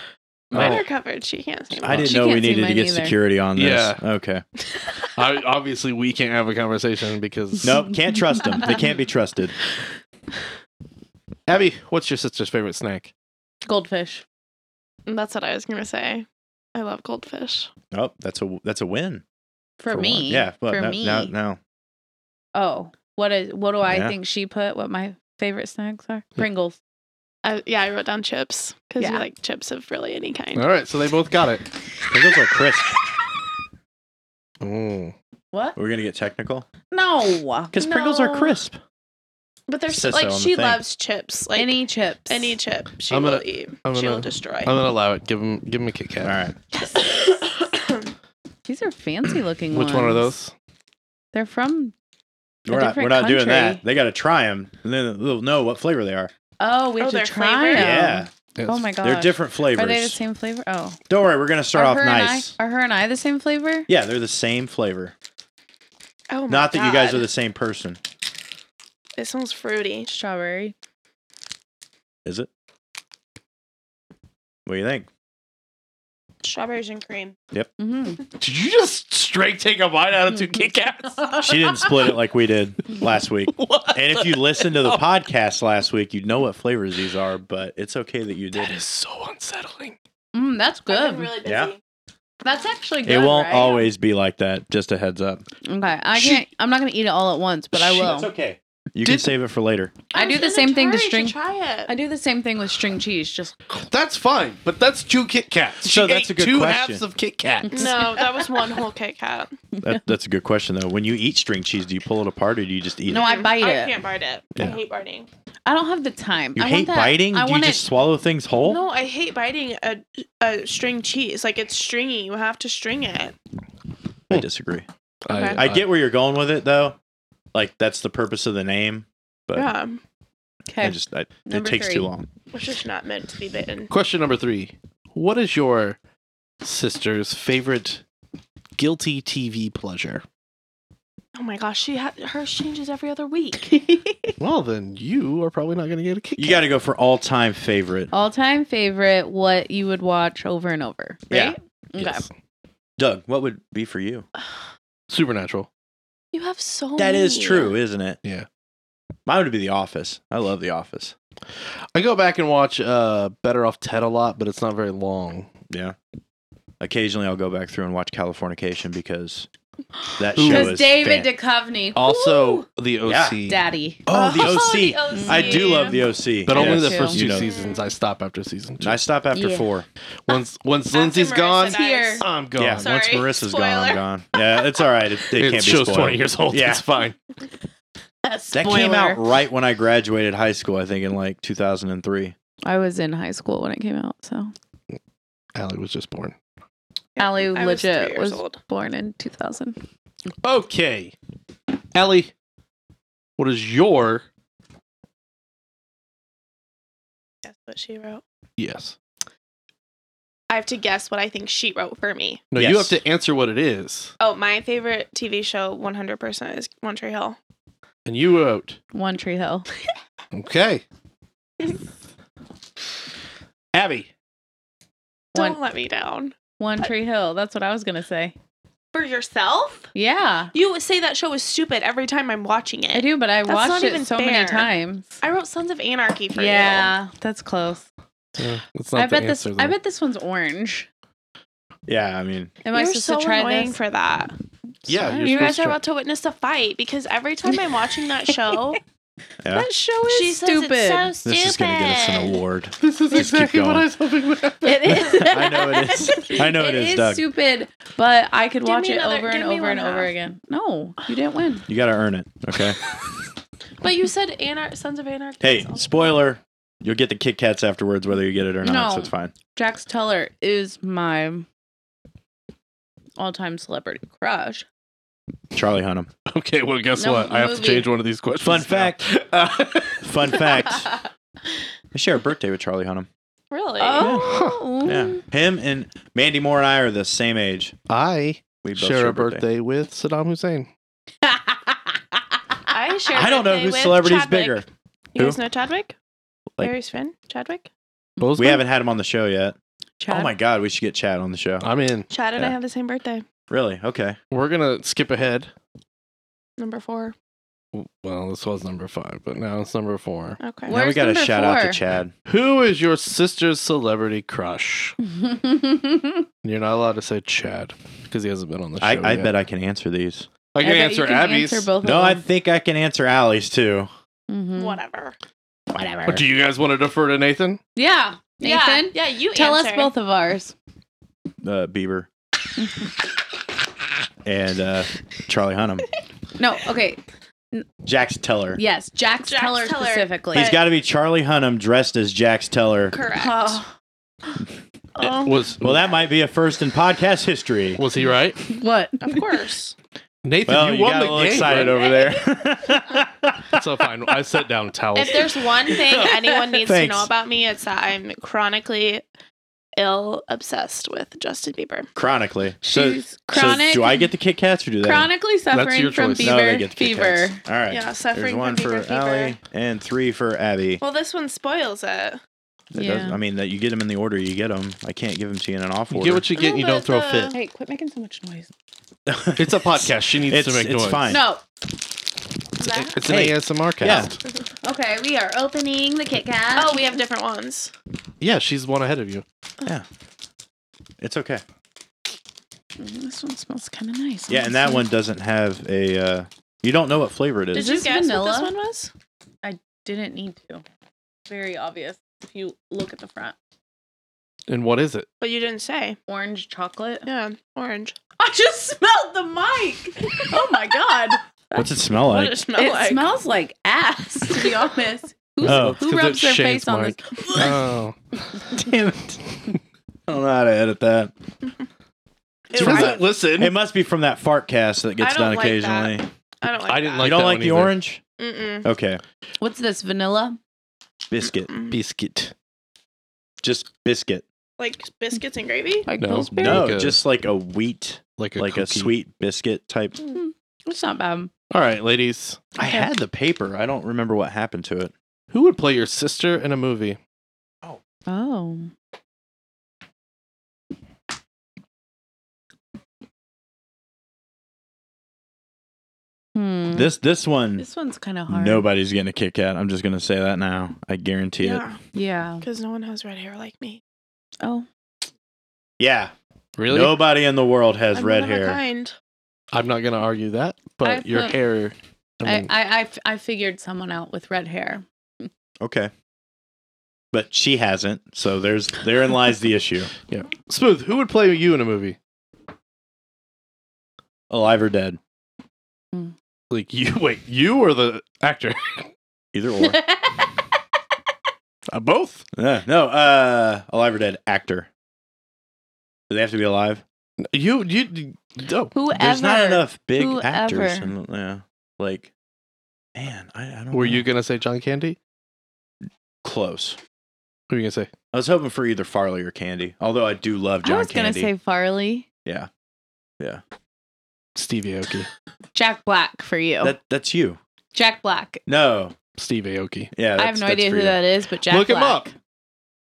Speaker 4: Mine
Speaker 1: Oh.
Speaker 4: are covered. She can't see.
Speaker 3: I
Speaker 4: mine.
Speaker 3: didn't
Speaker 2: She
Speaker 3: know we
Speaker 2: can't see
Speaker 3: needed to
Speaker 2: mine
Speaker 3: get
Speaker 2: either.
Speaker 3: security on this.
Speaker 1: Yeah.
Speaker 3: Okay.
Speaker 1: I, obviously, we can't have a conversation because.
Speaker 3: Nope. Can't trust them. They can't be trusted.
Speaker 1: Abby, what's your sister's favorite snack?
Speaker 2: Goldfish.
Speaker 4: That's what I was gonna say. I love goldfish.
Speaker 3: Oh, that's a that's a win
Speaker 2: For,
Speaker 3: one.
Speaker 2: me.
Speaker 3: Yeah. Well,
Speaker 2: for
Speaker 3: no,
Speaker 2: me.
Speaker 3: No, no.
Speaker 2: Oh. What is what do I
Speaker 3: Yeah.
Speaker 2: think she put? What my favorite snacks are? Pringles.
Speaker 4: I, yeah, I wrote down chips because
Speaker 2: Yeah.
Speaker 4: you like chips of really any kind.
Speaker 1: All right, so they both got it.
Speaker 3: Pringles are crisp.
Speaker 1: Mm.
Speaker 2: What?
Speaker 3: We're gonna get technical
Speaker 2: No.
Speaker 3: because Oh. Pringles are
Speaker 4: No.
Speaker 3: crisp.
Speaker 4: But there's
Speaker 3: Says so
Speaker 4: like
Speaker 3: on the
Speaker 4: she
Speaker 3: thing.
Speaker 4: loves chips. Like any
Speaker 2: any chips.
Speaker 4: any chip she
Speaker 1: I'm gonna-
Speaker 4: will eat.
Speaker 1: I'm
Speaker 4: she will
Speaker 1: gonna-
Speaker 4: destroy.
Speaker 1: I'm going to allow it. Give him, give him a Kit Kat.
Speaker 3: All right.
Speaker 4: Yes.
Speaker 2: These are fancy looking
Speaker 1: Which one are
Speaker 2: ones.
Speaker 1: those?
Speaker 2: They're from. a
Speaker 3: We're not, we're
Speaker 2: different
Speaker 3: not doing that.
Speaker 2: country.
Speaker 3: They got to try them, and then they'll know what flavor they are.
Speaker 2: Oh, we
Speaker 4: Oh,
Speaker 2: have
Speaker 4: they're
Speaker 2: to try
Speaker 4: flavored?
Speaker 2: them.
Speaker 3: yeah,
Speaker 2: Oh my god.
Speaker 3: they're different flavors.
Speaker 2: Are they the same flavor? Oh.
Speaker 3: Don't worry, we're gonna start
Speaker 2: are
Speaker 3: off
Speaker 2: her
Speaker 3: nice.
Speaker 2: And I, are her and I the same flavor?
Speaker 3: Yeah, they're the same flavor.
Speaker 4: Oh my
Speaker 3: Not that you guys
Speaker 4: God.
Speaker 3: are the same person,
Speaker 4: It smells fruity.
Speaker 2: Strawberry.
Speaker 3: is it? What do you think?
Speaker 4: Strawberries and cream.
Speaker 2: hmm
Speaker 1: Did you just straight take a bite out of two Kit Kats?
Speaker 3: She didn't split it like we did last week.
Speaker 1: What?
Speaker 3: And if you listened
Speaker 2: Oh.
Speaker 3: to the podcast last week, you'd know what flavors these are, but it's okay that you
Speaker 1: That
Speaker 3: did.
Speaker 1: is so unsettling.
Speaker 2: Mm, that's
Speaker 4: I've
Speaker 2: good.
Speaker 4: been really busy.
Speaker 3: Yeah.
Speaker 2: that's actually good.
Speaker 3: It won't
Speaker 2: right?
Speaker 3: always be like that. Just a heads up.
Speaker 2: Okay. I
Speaker 1: She-
Speaker 2: can't. I'm not gonna eat it all at once, but I
Speaker 1: She-
Speaker 2: will.
Speaker 3: okay. You can
Speaker 1: Did-
Speaker 3: save it for later.
Speaker 2: I do
Speaker 4: was
Speaker 2: the
Speaker 4: in
Speaker 2: same thing to
Speaker 4: Atari
Speaker 2: string-
Speaker 4: Try it.
Speaker 2: I do the same thing with string cheese. Just
Speaker 1: That's fine, but that's two Kit Kats. She
Speaker 3: So that's
Speaker 1: ate
Speaker 3: a good
Speaker 1: two
Speaker 3: question.
Speaker 1: halves of Kit Kats.
Speaker 4: No, that was one whole Kit Kat.
Speaker 3: That, that's a good question, though. When you eat string cheese, do you pull it apart or do you just eat
Speaker 2: no,
Speaker 3: it?
Speaker 2: I bite
Speaker 4: I
Speaker 2: it.
Speaker 4: can't bite it. I
Speaker 3: Yeah.
Speaker 4: hate biting.
Speaker 2: I don't have the time.
Speaker 3: You
Speaker 2: I
Speaker 3: hate
Speaker 2: want that,
Speaker 3: biting?
Speaker 2: I
Speaker 3: do you
Speaker 2: want
Speaker 3: just
Speaker 2: it.
Speaker 3: swallow things whole?
Speaker 4: No, I hate biting a, a string cheese. Like it's stringy. You have to string it.
Speaker 3: I disagree.
Speaker 4: Okay.
Speaker 3: I get where you're going with it, though. Like, that's the purpose of the name, but
Speaker 4: Yeah.
Speaker 2: Okay.
Speaker 3: I just, I, it
Speaker 2: Number
Speaker 3: takes
Speaker 2: three.
Speaker 3: too long.
Speaker 4: It's just not meant to be bitten.
Speaker 1: Question number three: What is your sister's favorite guilty TV pleasure?
Speaker 4: Oh my gosh, she ha- hers changes every other week.
Speaker 1: Well, then you are probably not going to get a Kit Kat.
Speaker 3: You got to go for all time favorite.
Speaker 2: all time favorite. What you would watch over and over.
Speaker 3: Yeah.
Speaker 2: Right? Oh, Okay.
Speaker 1: Yes.
Speaker 3: Doug, what would be for you?
Speaker 1: Supernatural.
Speaker 4: You have so.
Speaker 3: That is
Speaker 4: many.
Speaker 3: true, isn't it?
Speaker 1: Yeah.
Speaker 3: Mine would be The Office. I love The Office.
Speaker 1: I go back and watch uh, Better Off Ted a lot, but it's not very long.
Speaker 3: Yeah. Occasionally, I'll go back through and watch Californication because that
Speaker 1: Ooh.
Speaker 3: show
Speaker 2: Because
Speaker 3: is
Speaker 2: David
Speaker 3: fan-
Speaker 2: Duchovny.
Speaker 1: Also,
Speaker 2: Woo!
Speaker 1: the OC.
Speaker 2: Daddy.
Speaker 3: Oh, the
Speaker 4: Oh,
Speaker 3: OC.
Speaker 4: The OC.
Speaker 3: I do love the OC,
Speaker 1: But only
Speaker 2: Yes.
Speaker 1: the
Speaker 2: Two.
Speaker 1: first two
Speaker 3: You know.
Speaker 1: seasons. I stop after season two.
Speaker 3: I stop after
Speaker 2: Yeah.
Speaker 3: four.
Speaker 1: Once once
Speaker 4: After
Speaker 1: Lindsay's
Speaker 4: Marissa
Speaker 1: gone,
Speaker 4: dies.
Speaker 2: Here.
Speaker 1: I'm gone.
Speaker 3: yeah,
Speaker 4: Sorry.
Speaker 3: once Marissa's gone, I'm gone. Yeah, it's all right. It, it
Speaker 1: It
Speaker 3: can't be
Speaker 1: show's
Speaker 3: spoiled.
Speaker 1: 20 years old.
Speaker 3: Yeah.
Speaker 1: It's fine.
Speaker 3: That came out right when I graduated high school. I think in like 2003.
Speaker 2: I was in high school when it came out, so
Speaker 1: Allie was just born.
Speaker 2: Allie
Speaker 4: I was three
Speaker 2: legit
Speaker 4: years
Speaker 2: was,
Speaker 4: old.
Speaker 2: born in 2000.
Speaker 1: Okay. Allie, what is your.
Speaker 4: That's what she wrote.
Speaker 1: Yes.
Speaker 4: I have to guess what I think she wrote for me.
Speaker 1: No, you have
Speaker 3: Yes.
Speaker 1: to answer what it is.
Speaker 4: Oh, my favorite TV show, 100%, is One Tree Hill.
Speaker 1: And you wrote.
Speaker 2: One Tree Hill.
Speaker 1: Okay. Abby.
Speaker 4: Don't
Speaker 2: One-
Speaker 4: let me down.
Speaker 2: One Tree Hill. That's what I was gonna say.
Speaker 4: For yourself?
Speaker 2: Yeah,
Speaker 4: You say that show is stupid every time I'm watching it.
Speaker 2: I do, but I
Speaker 4: That's not
Speaker 2: watched
Speaker 4: even
Speaker 2: it so
Speaker 4: fair.
Speaker 2: many times.
Speaker 4: I wrote Sons of Anarchy for you.
Speaker 2: Yeah, that's close.
Speaker 1: That's
Speaker 2: I bet this. I bet this one's orange.
Speaker 3: Yeah, I mean,
Speaker 2: Am I
Speaker 4: You're
Speaker 2: supposed
Speaker 4: so
Speaker 2: to try
Speaker 4: annoying
Speaker 2: this?
Speaker 4: for that.
Speaker 1: Yeah,
Speaker 2: Sorry.
Speaker 1: you're
Speaker 4: you guys
Speaker 1: supposed to
Speaker 4: are
Speaker 1: try-
Speaker 4: about to witness a fight because every time I'm watching that show,
Speaker 3: Yeah.
Speaker 2: That show is
Speaker 4: she says
Speaker 2: stupid.
Speaker 4: it's so stupid.
Speaker 3: this is gonna get us an award.
Speaker 1: This is
Speaker 3: Just keep
Speaker 1: exactly what
Speaker 3: going.
Speaker 1: I was hoping would happen.
Speaker 2: It is.
Speaker 3: I know it is. I know it
Speaker 2: it
Speaker 3: is, Doug.
Speaker 2: stupid, but I could
Speaker 4: Give
Speaker 2: watch
Speaker 4: me
Speaker 2: it
Speaker 4: another-
Speaker 2: over and
Speaker 4: give me
Speaker 2: over and
Speaker 4: one
Speaker 2: over
Speaker 4: half.
Speaker 2: again. No, you didn't win.
Speaker 3: You got to earn it, okay?
Speaker 4: But you said anar- Sons of Anarchy.
Speaker 3: hey,
Speaker 4: is all-
Speaker 3: spoiler. You'll get the Kit Kats afterwards, whether you get it or not.
Speaker 2: No.
Speaker 3: So it's fine.
Speaker 2: Jax Teller is my all-time celebrity crush.
Speaker 3: Charlie Hunnam.
Speaker 1: Okay, well, guess
Speaker 2: No,
Speaker 1: what? I have to
Speaker 2: movie.
Speaker 1: change one of these questions.
Speaker 3: Fun
Speaker 1: now.
Speaker 3: fact.
Speaker 1: Uh,
Speaker 3: Fun fact. I share a birthday with Charlie Hunnam.
Speaker 4: Really?
Speaker 2: oh,
Speaker 3: Yeah. Him and Mandy Moore and I are the same age.
Speaker 1: I
Speaker 3: We both
Speaker 1: share a birthday with Saddam Hussein.
Speaker 4: I share.
Speaker 3: I don't know
Speaker 4: birthday
Speaker 3: whose
Speaker 4: with
Speaker 3: celebrity's
Speaker 4: Chadwick.
Speaker 3: bigger.
Speaker 4: You
Speaker 3: Who?
Speaker 4: guys know Chadwick?
Speaker 3: Like-
Speaker 4: Barry's Finn? Chadwick?
Speaker 3: We haven't had him on the show yet.
Speaker 2: Chad.
Speaker 3: Oh my God, we should get Chad on the show.
Speaker 1: I'm in.
Speaker 4: Chad and I
Speaker 3: Yeah.
Speaker 4: have the same birthday.
Speaker 3: Really? Okay.
Speaker 1: We're gonna skip ahead.
Speaker 4: Number four.
Speaker 1: Well, this was number five, but now it's number four.
Speaker 4: Okay.
Speaker 2: Where's
Speaker 3: now we got to
Speaker 2: number
Speaker 3: shout out to
Speaker 2: four?
Speaker 3: Chad.
Speaker 1: Who is your sister's celebrity crush? You're not allowed to say Chad because he hasn't been on the show.
Speaker 3: I, I
Speaker 1: yet.
Speaker 3: bet I can answer these.
Speaker 1: I can
Speaker 2: bet you
Speaker 1: answer Abby's.
Speaker 2: answer both
Speaker 3: No, I
Speaker 2: of them.
Speaker 3: think I can answer Allie's too.
Speaker 4: Mm-hmm.
Speaker 2: Mhm.
Speaker 4: Whatever.
Speaker 3: Whatever.
Speaker 1: Do you guys want to defer to Nathan?
Speaker 2: Yeah, Nathan.
Speaker 4: Yeah, yeah you
Speaker 2: Tell us
Speaker 4: answer.
Speaker 2: both of ours.
Speaker 3: Uh, Bieber. and uh, Charlie Hunnam.
Speaker 2: No, okay.
Speaker 3: Jax Teller.
Speaker 2: Yes, Jax,
Speaker 4: Jax
Speaker 2: Teller,
Speaker 4: Teller.
Speaker 2: specifically.
Speaker 3: He's got to be Charlie Hunnam dressed as Jax Teller.
Speaker 4: Correct.
Speaker 2: Oh,
Speaker 4: Oh,
Speaker 1: Was
Speaker 3: Well, that might be a first in podcast history.
Speaker 1: was he right?
Speaker 2: What?
Speaker 4: of course.
Speaker 1: Nathan,
Speaker 3: Well,
Speaker 1: you,
Speaker 3: you,
Speaker 1: won
Speaker 3: got a
Speaker 1: the
Speaker 3: little
Speaker 1: game.
Speaker 3: excited
Speaker 1: right?
Speaker 3: over there.
Speaker 1: It's all fine. I set down towels.
Speaker 4: If there's one thing anyone needs to
Speaker 3: Thanks.
Speaker 4: know about me, it's that I'm chronically ill obsessed with Justin Bieber.
Speaker 3: Chronically. So,
Speaker 2: She's
Speaker 3: so
Speaker 2: chronic.
Speaker 3: do I get the Kit Kats or do they?
Speaker 2: chronically
Speaker 1: your
Speaker 2: suffering from
Speaker 1: choice.
Speaker 2: fever?
Speaker 3: no, they get the Kit
Speaker 2: fever.
Speaker 3: Kats. All right.
Speaker 4: Yeah, suffering
Speaker 3: There's
Speaker 4: from
Speaker 3: one for
Speaker 4: fever fever.
Speaker 3: Allie and three for Abby.
Speaker 4: Well, this one spoils it.
Speaker 3: That
Speaker 2: Yeah.
Speaker 3: does, I mean, that you get them in the order you get them. I can't give them to you in an off
Speaker 1: you
Speaker 3: order.
Speaker 1: get what you get, and you don't throw a fit.
Speaker 2: Hey, quit making so much noise.
Speaker 1: It's a podcast. She needs
Speaker 3: it's
Speaker 1: to make
Speaker 3: it's
Speaker 1: noise.
Speaker 3: fine.
Speaker 2: No.
Speaker 1: It's, it's
Speaker 3: Hey.
Speaker 1: an ASMR cast. Yeah.
Speaker 2: Okay, we are opening the Kit Kat.
Speaker 4: Oh, we have different ones.
Speaker 1: she's one ahead of you.
Speaker 3: It's okay.
Speaker 2: Mm, This one smells kind of nice.
Speaker 3: Yeah, and that
Speaker 2: honestly.
Speaker 3: one doesn't have a. Uh, you don't know what flavor it
Speaker 4: Did
Speaker 3: is.
Speaker 4: you
Speaker 2: this
Speaker 4: guess what this
Speaker 2: vanilla?
Speaker 4: one was?
Speaker 2: didn't need to. Very obvious. If you look at the front,
Speaker 1: And what is it?
Speaker 4: But you didn't say.
Speaker 2: orange chocolate.
Speaker 4: Yeah, orange.
Speaker 2: I just smelled the mic. Oh my god!
Speaker 3: What's it smell
Speaker 4: What
Speaker 3: like?
Speaker 4: does it smell
Speaker 2: it
Speaker 4: like?
Speaker 2: smells like ass. To be honest, who,
Speaker 3: Oh.
Speaker 1: 'Cause
Speaker 2: who
Speaker 1: it
Speaker 2: rubs their
Speaker 1: shaves
Speaker 2: face on
Speaker 1: mine.
Speaker 2: this?
Speaker 1: Oh,
Speaker 3: Damn it! I don't know how to edit that.
Speaker 1: she
Speaker 4: Ew, I,
Speaker 1: doesn't
Speaker 4: don't-
Speaker 1: listen.
Speaker 3: It must be from that fart cast that
Speaker 4: I
Speaker 3: gets
Speaker 4: don't
Speaker 3: done
Speaker 4: like that.
Speaker 3: occasionally.
Speaker 4: I don't like.
Speaker 1: I didn't
Speaker 4: that.
Speaker 1: like
Speaker 3: you don't
Speaker 1: that
Speaker 3: like
Speaker 1: one
Speaker 3: the
Speaker 1: either.
Speaker 3: orange?
Speaker 4: Mm-mm.
Speaker 3: Okay,
Speaker 2: What's this? Vanilla?
Speaker 3: biscuit,
Speaker 4: Mm-mm.
Speaker 3: biscuit, just biscuit.
Speaker 4: Like biscuits and gravy.
Speaker 2: Like
Speaker 1: No.
Speaker 2: Pillsbury?
Speaker 1: Very
Speaker 3: No,
Speaker 1: good.
Speaker 3: just like a wheat,
Speaker 1: like
Speaker 3: like a
Speaker 1: cookie.
Speaker 3: sweet biscuit type.
Speaker 2: Hmm, It's not bad.
Speaker 1: All right, ladies.
Speaker 3: I had the paper. I don't remember what happened to it.
Speaker 1: Who would play your sister in a movie?
Speaker 2: Oh.
Speaker 4: Mm.
Speaker 2: Hmm.
Speaker 3: This this one,
Speaker 2: This one's kind of hard.
Speaker 3: nobody's getting a Kit Kat. I'm just gonna say that now. I guarantee it.
Speaker 4: Yeah,
Speaker 2: Yeah.
Speaker 4: because no one has red hair like me.
Speaker 2: Oh.
Speaker 3: Yeah,
Speaker 1: Really?
Speaker 3: Nobody in the world has
Speaker 4: I'm
Speaker 3: red
Speaker 4: one of a
Speaker 3: hair.
Speaker 4: kind.
Speaker 1: I'm not going to argue that, but
Speaker 2: I
Speaker 1: your
Speaker 2: put-
Speaker 1: hair. I
Speaker 2: I,
Speaker 1: mean,
Speaker 2: I, I f- I figured someone out with red hair.
Speaker 3: Okay. But she hasn't, so there's therein lies the issue.
Speaker 1: Smooth, who would play you in a movie?
Speaker 3: Alive or dead.
Speaker 1: Like you? Wait, you or the actor?
Speaker 3: Either or.
Speaker 1: Uh, both?
Speaker 3: Yeah, no, uh alive or dead actor. Do they have to be alive?
Speaker 1: You? You? oh. No.
Speaker 2: Whoever.
Speaker 3: There's not enough big actors.
Speaker 2: whoever.
Speaker 3: In, yeah. Like man, I, I don't
Speaker 1: Were
Speaker 3: know.
Speaker 1: you going to say John Candy?
Speaker 3: close.
Speaker 1: Who are you going to say?
Speaker 3: I was hoping for either Farley or Candy, although I do love John
Speaker 2: I was going to say
Speaker 3: Candy.
Speaker 2: Farley.
Speaker 3: yeah.
Speaker 1: Steve Aoki.
Speaker 2: Jack Black for you.
Speaker 3: That that's you.
Speaker 2: Jack Black.
Speaker 3: No.
Speaker 1: Steve Aoki.
Speaker 3: Yeah.
Speaker 2: I
Speaker 3: that's-
Speaker 2: have no
Speaker 3: that's
Speaker 2: idea
Speaker 3: for
Speaker 2: who
Speaker 3: you.
Speaker 2: that is, but Jack
Speaker 1: Look him
Speaker 2: Black.
Speaker 1: up.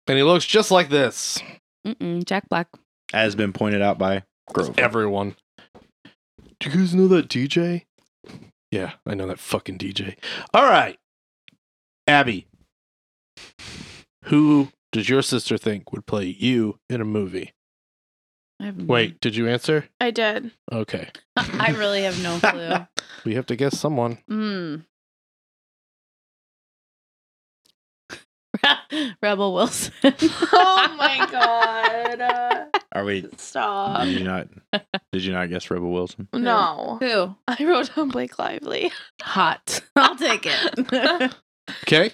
Speaker 1: And he looks just like this.
Speaker 2: Mm-mm, Jack Black.
Speaker 3: Has been pointed out by Grover.
Speaker 1: Everyone. Do you guys know that DJ? Yeah, I know that fucking DJ. All right. Abby. Who does your sister think would play you in a movie?
Speaker 2: I have no-
Speaker 3: Mm-hmm.
Speaker 1: Wait, did you answer?
Speaker 4: I did.
Speaker 1: Okay.
Speaker 2: I really have no clue.
Speaker 1: We have to guess someone.
Speaker 2: Mm. Rebel Wilson.
Speaker 4: oh my god! Uh,
Speaker 3: Are we
Speaker 2: Uh,
Speaker 4: stop.
Speaker 3: Did you not? Did you not guess Rebel Wilson?
Speaker 4: No,
Speaker 2: Who?
Speaker 4: I wrote down Blake Lively.
Speaker 2: Hot. I'll take it.
Speaker 1: Okay.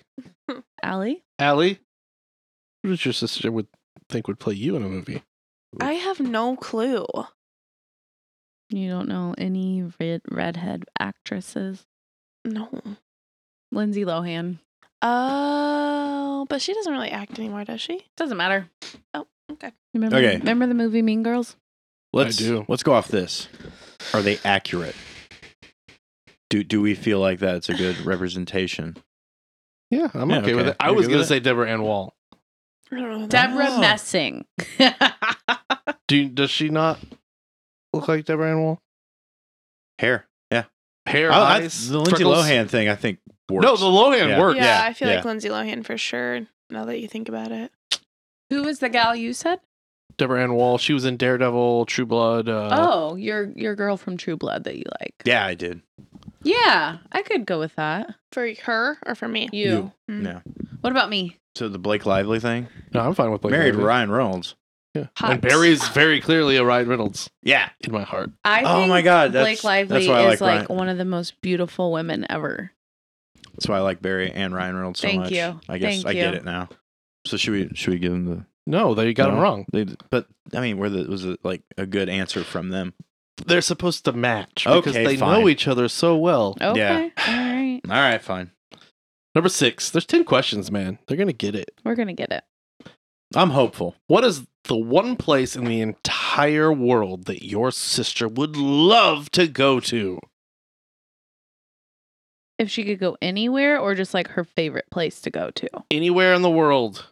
Speaker 2: Allie?
Speaker 1: Allie. Who does your sister would think would play you in a movie?
Speaker 4: I have no clue.
Speaker 2: You don't know any red redhead actresses?
Speaker 4: No.
Speaker 2: Lindsay Lohan.
Speaker 4: Oh, but she doesn't really act anymore, does she?
Speaker 2: Doesn't matter.
Speaker 4: Oh, okay.
Speaker 2: Remember,
Speaker 3: Okay.
Speaker 2: Remember the movie Mean Girls?
Speaker 3: Let's
Speaker 1: do.
Speaker 3: let's go off this. Are they accurate? Do do we feel like that's a good representation?
Speaker 1: Yeah, I'm
Speaker 3: Yeah,
Speaker 1: okay, with
Speaker 3: okay.
Speaker 1: it. I
Speaker 3: You're
Speaker 1: was
Speaker 3: good
Speaker 1: gonna
Speaker 3: with
Speaker 1: say Deborah Ann Wall.
Speaker 4: I don't know. who that
Speaker 2: Deborah
Speaker 3: Oh.
Speaker 2: Messing.
Speaker 1: Do you, does she not look like Deborah Ann Wall?
Speaker 3: Hair. Yeah.
Speaker 1: Hair,
Speaker 3: I- I-
Speaker 1: eyes,
Speaker 3: Oh, the Lindsay
Speaker 1: freckles?
Speaker 3: Lohan thing, I think. Works.
Speaker 1: No, the Lohan
Speaker 3: Yeah.
Speaker 1: works.
Speaker 4: is. Yeah,
Speaker 3: Yeah,
Speaker 4: I feel like
Speaker 3: yeah.
Speaker 4: Lindsay Lohan for sure. Now that you think about it.
Speaker 2: Who was the gal you said?
Speaker 1: Deborah Ann Wall. She was in Daredevil, True Blood. Uh,
Speaker 2: oh, your your girl from True Blood that you like.
Speaker 3: yeah, I did.
Speaker 2: Yeah, I could go with that.
Speaker 4: For her or for me?
Speaker 2: You.
Speaker 3: You.
Speaker 4: Mm.
Speaker 3: No.
Speaker 2: What about me?
Speaker 3: So the Blake Lively thing.
Speaker 1: no, I'm fine with Blake
Speaker 3: Married
Speaker 1: Lively.
Speaker 3: Ryan Reynolds.
Speaker 1: Yeah.
Speaker 2: Hot.
Speaker 1: And Barry's very clearly a Ryan Reynolds
Speaker 3: Yeah.
Speaker 1: in my heart.
Speaker 2: I
Speaker 3: Oh
Speaker 2: think
Speaker 3: my God, that's-
Speaker 2: Blake Lively
Speaker 3: that's why I
Speaker 2: is
Speaker 3: like Ryan.
Speaker 2: like one of the most beautiful women ever.
Speaker 3: That's why I like Barry and Ryan Reynolds so
Speaker 2: Thank
Speaker 3: much.
Speaker 2: you.
Speaker 3: I guess
Speaker 2: Thank
Speaker 3: I get
Speaker 2: you.
Speaker 3: it now. So should we should we give him the
Speaker 1: No, they got
Speaker 3: No.
Speaker 1: them wrong.
Speaker 3: They, but I mean, where the, was it like a good answer from them?
Speaker 1: They're supposed to match because
Speaker 3: Okay,
Speaker 1: they
Speaker 3: fine.
Speaker 1: know each other so well.
Speaker 2: Okay.
Speaker 3: Yeah.
Speaker 2: All right.
Speaker 3: All right, fine.
Speaker 1: Number six. There's ten questions, man. They're gonna get it.
Speaker 2: We're going to get it.
Speaker 3: I'm hopeful.
Speaker 1: What is the one place in the entire world that your sister would love to go to?
Speaker 2: If she could go anywhere or just like her favorite place to go to.
Speaker 1: Anywhere in the world.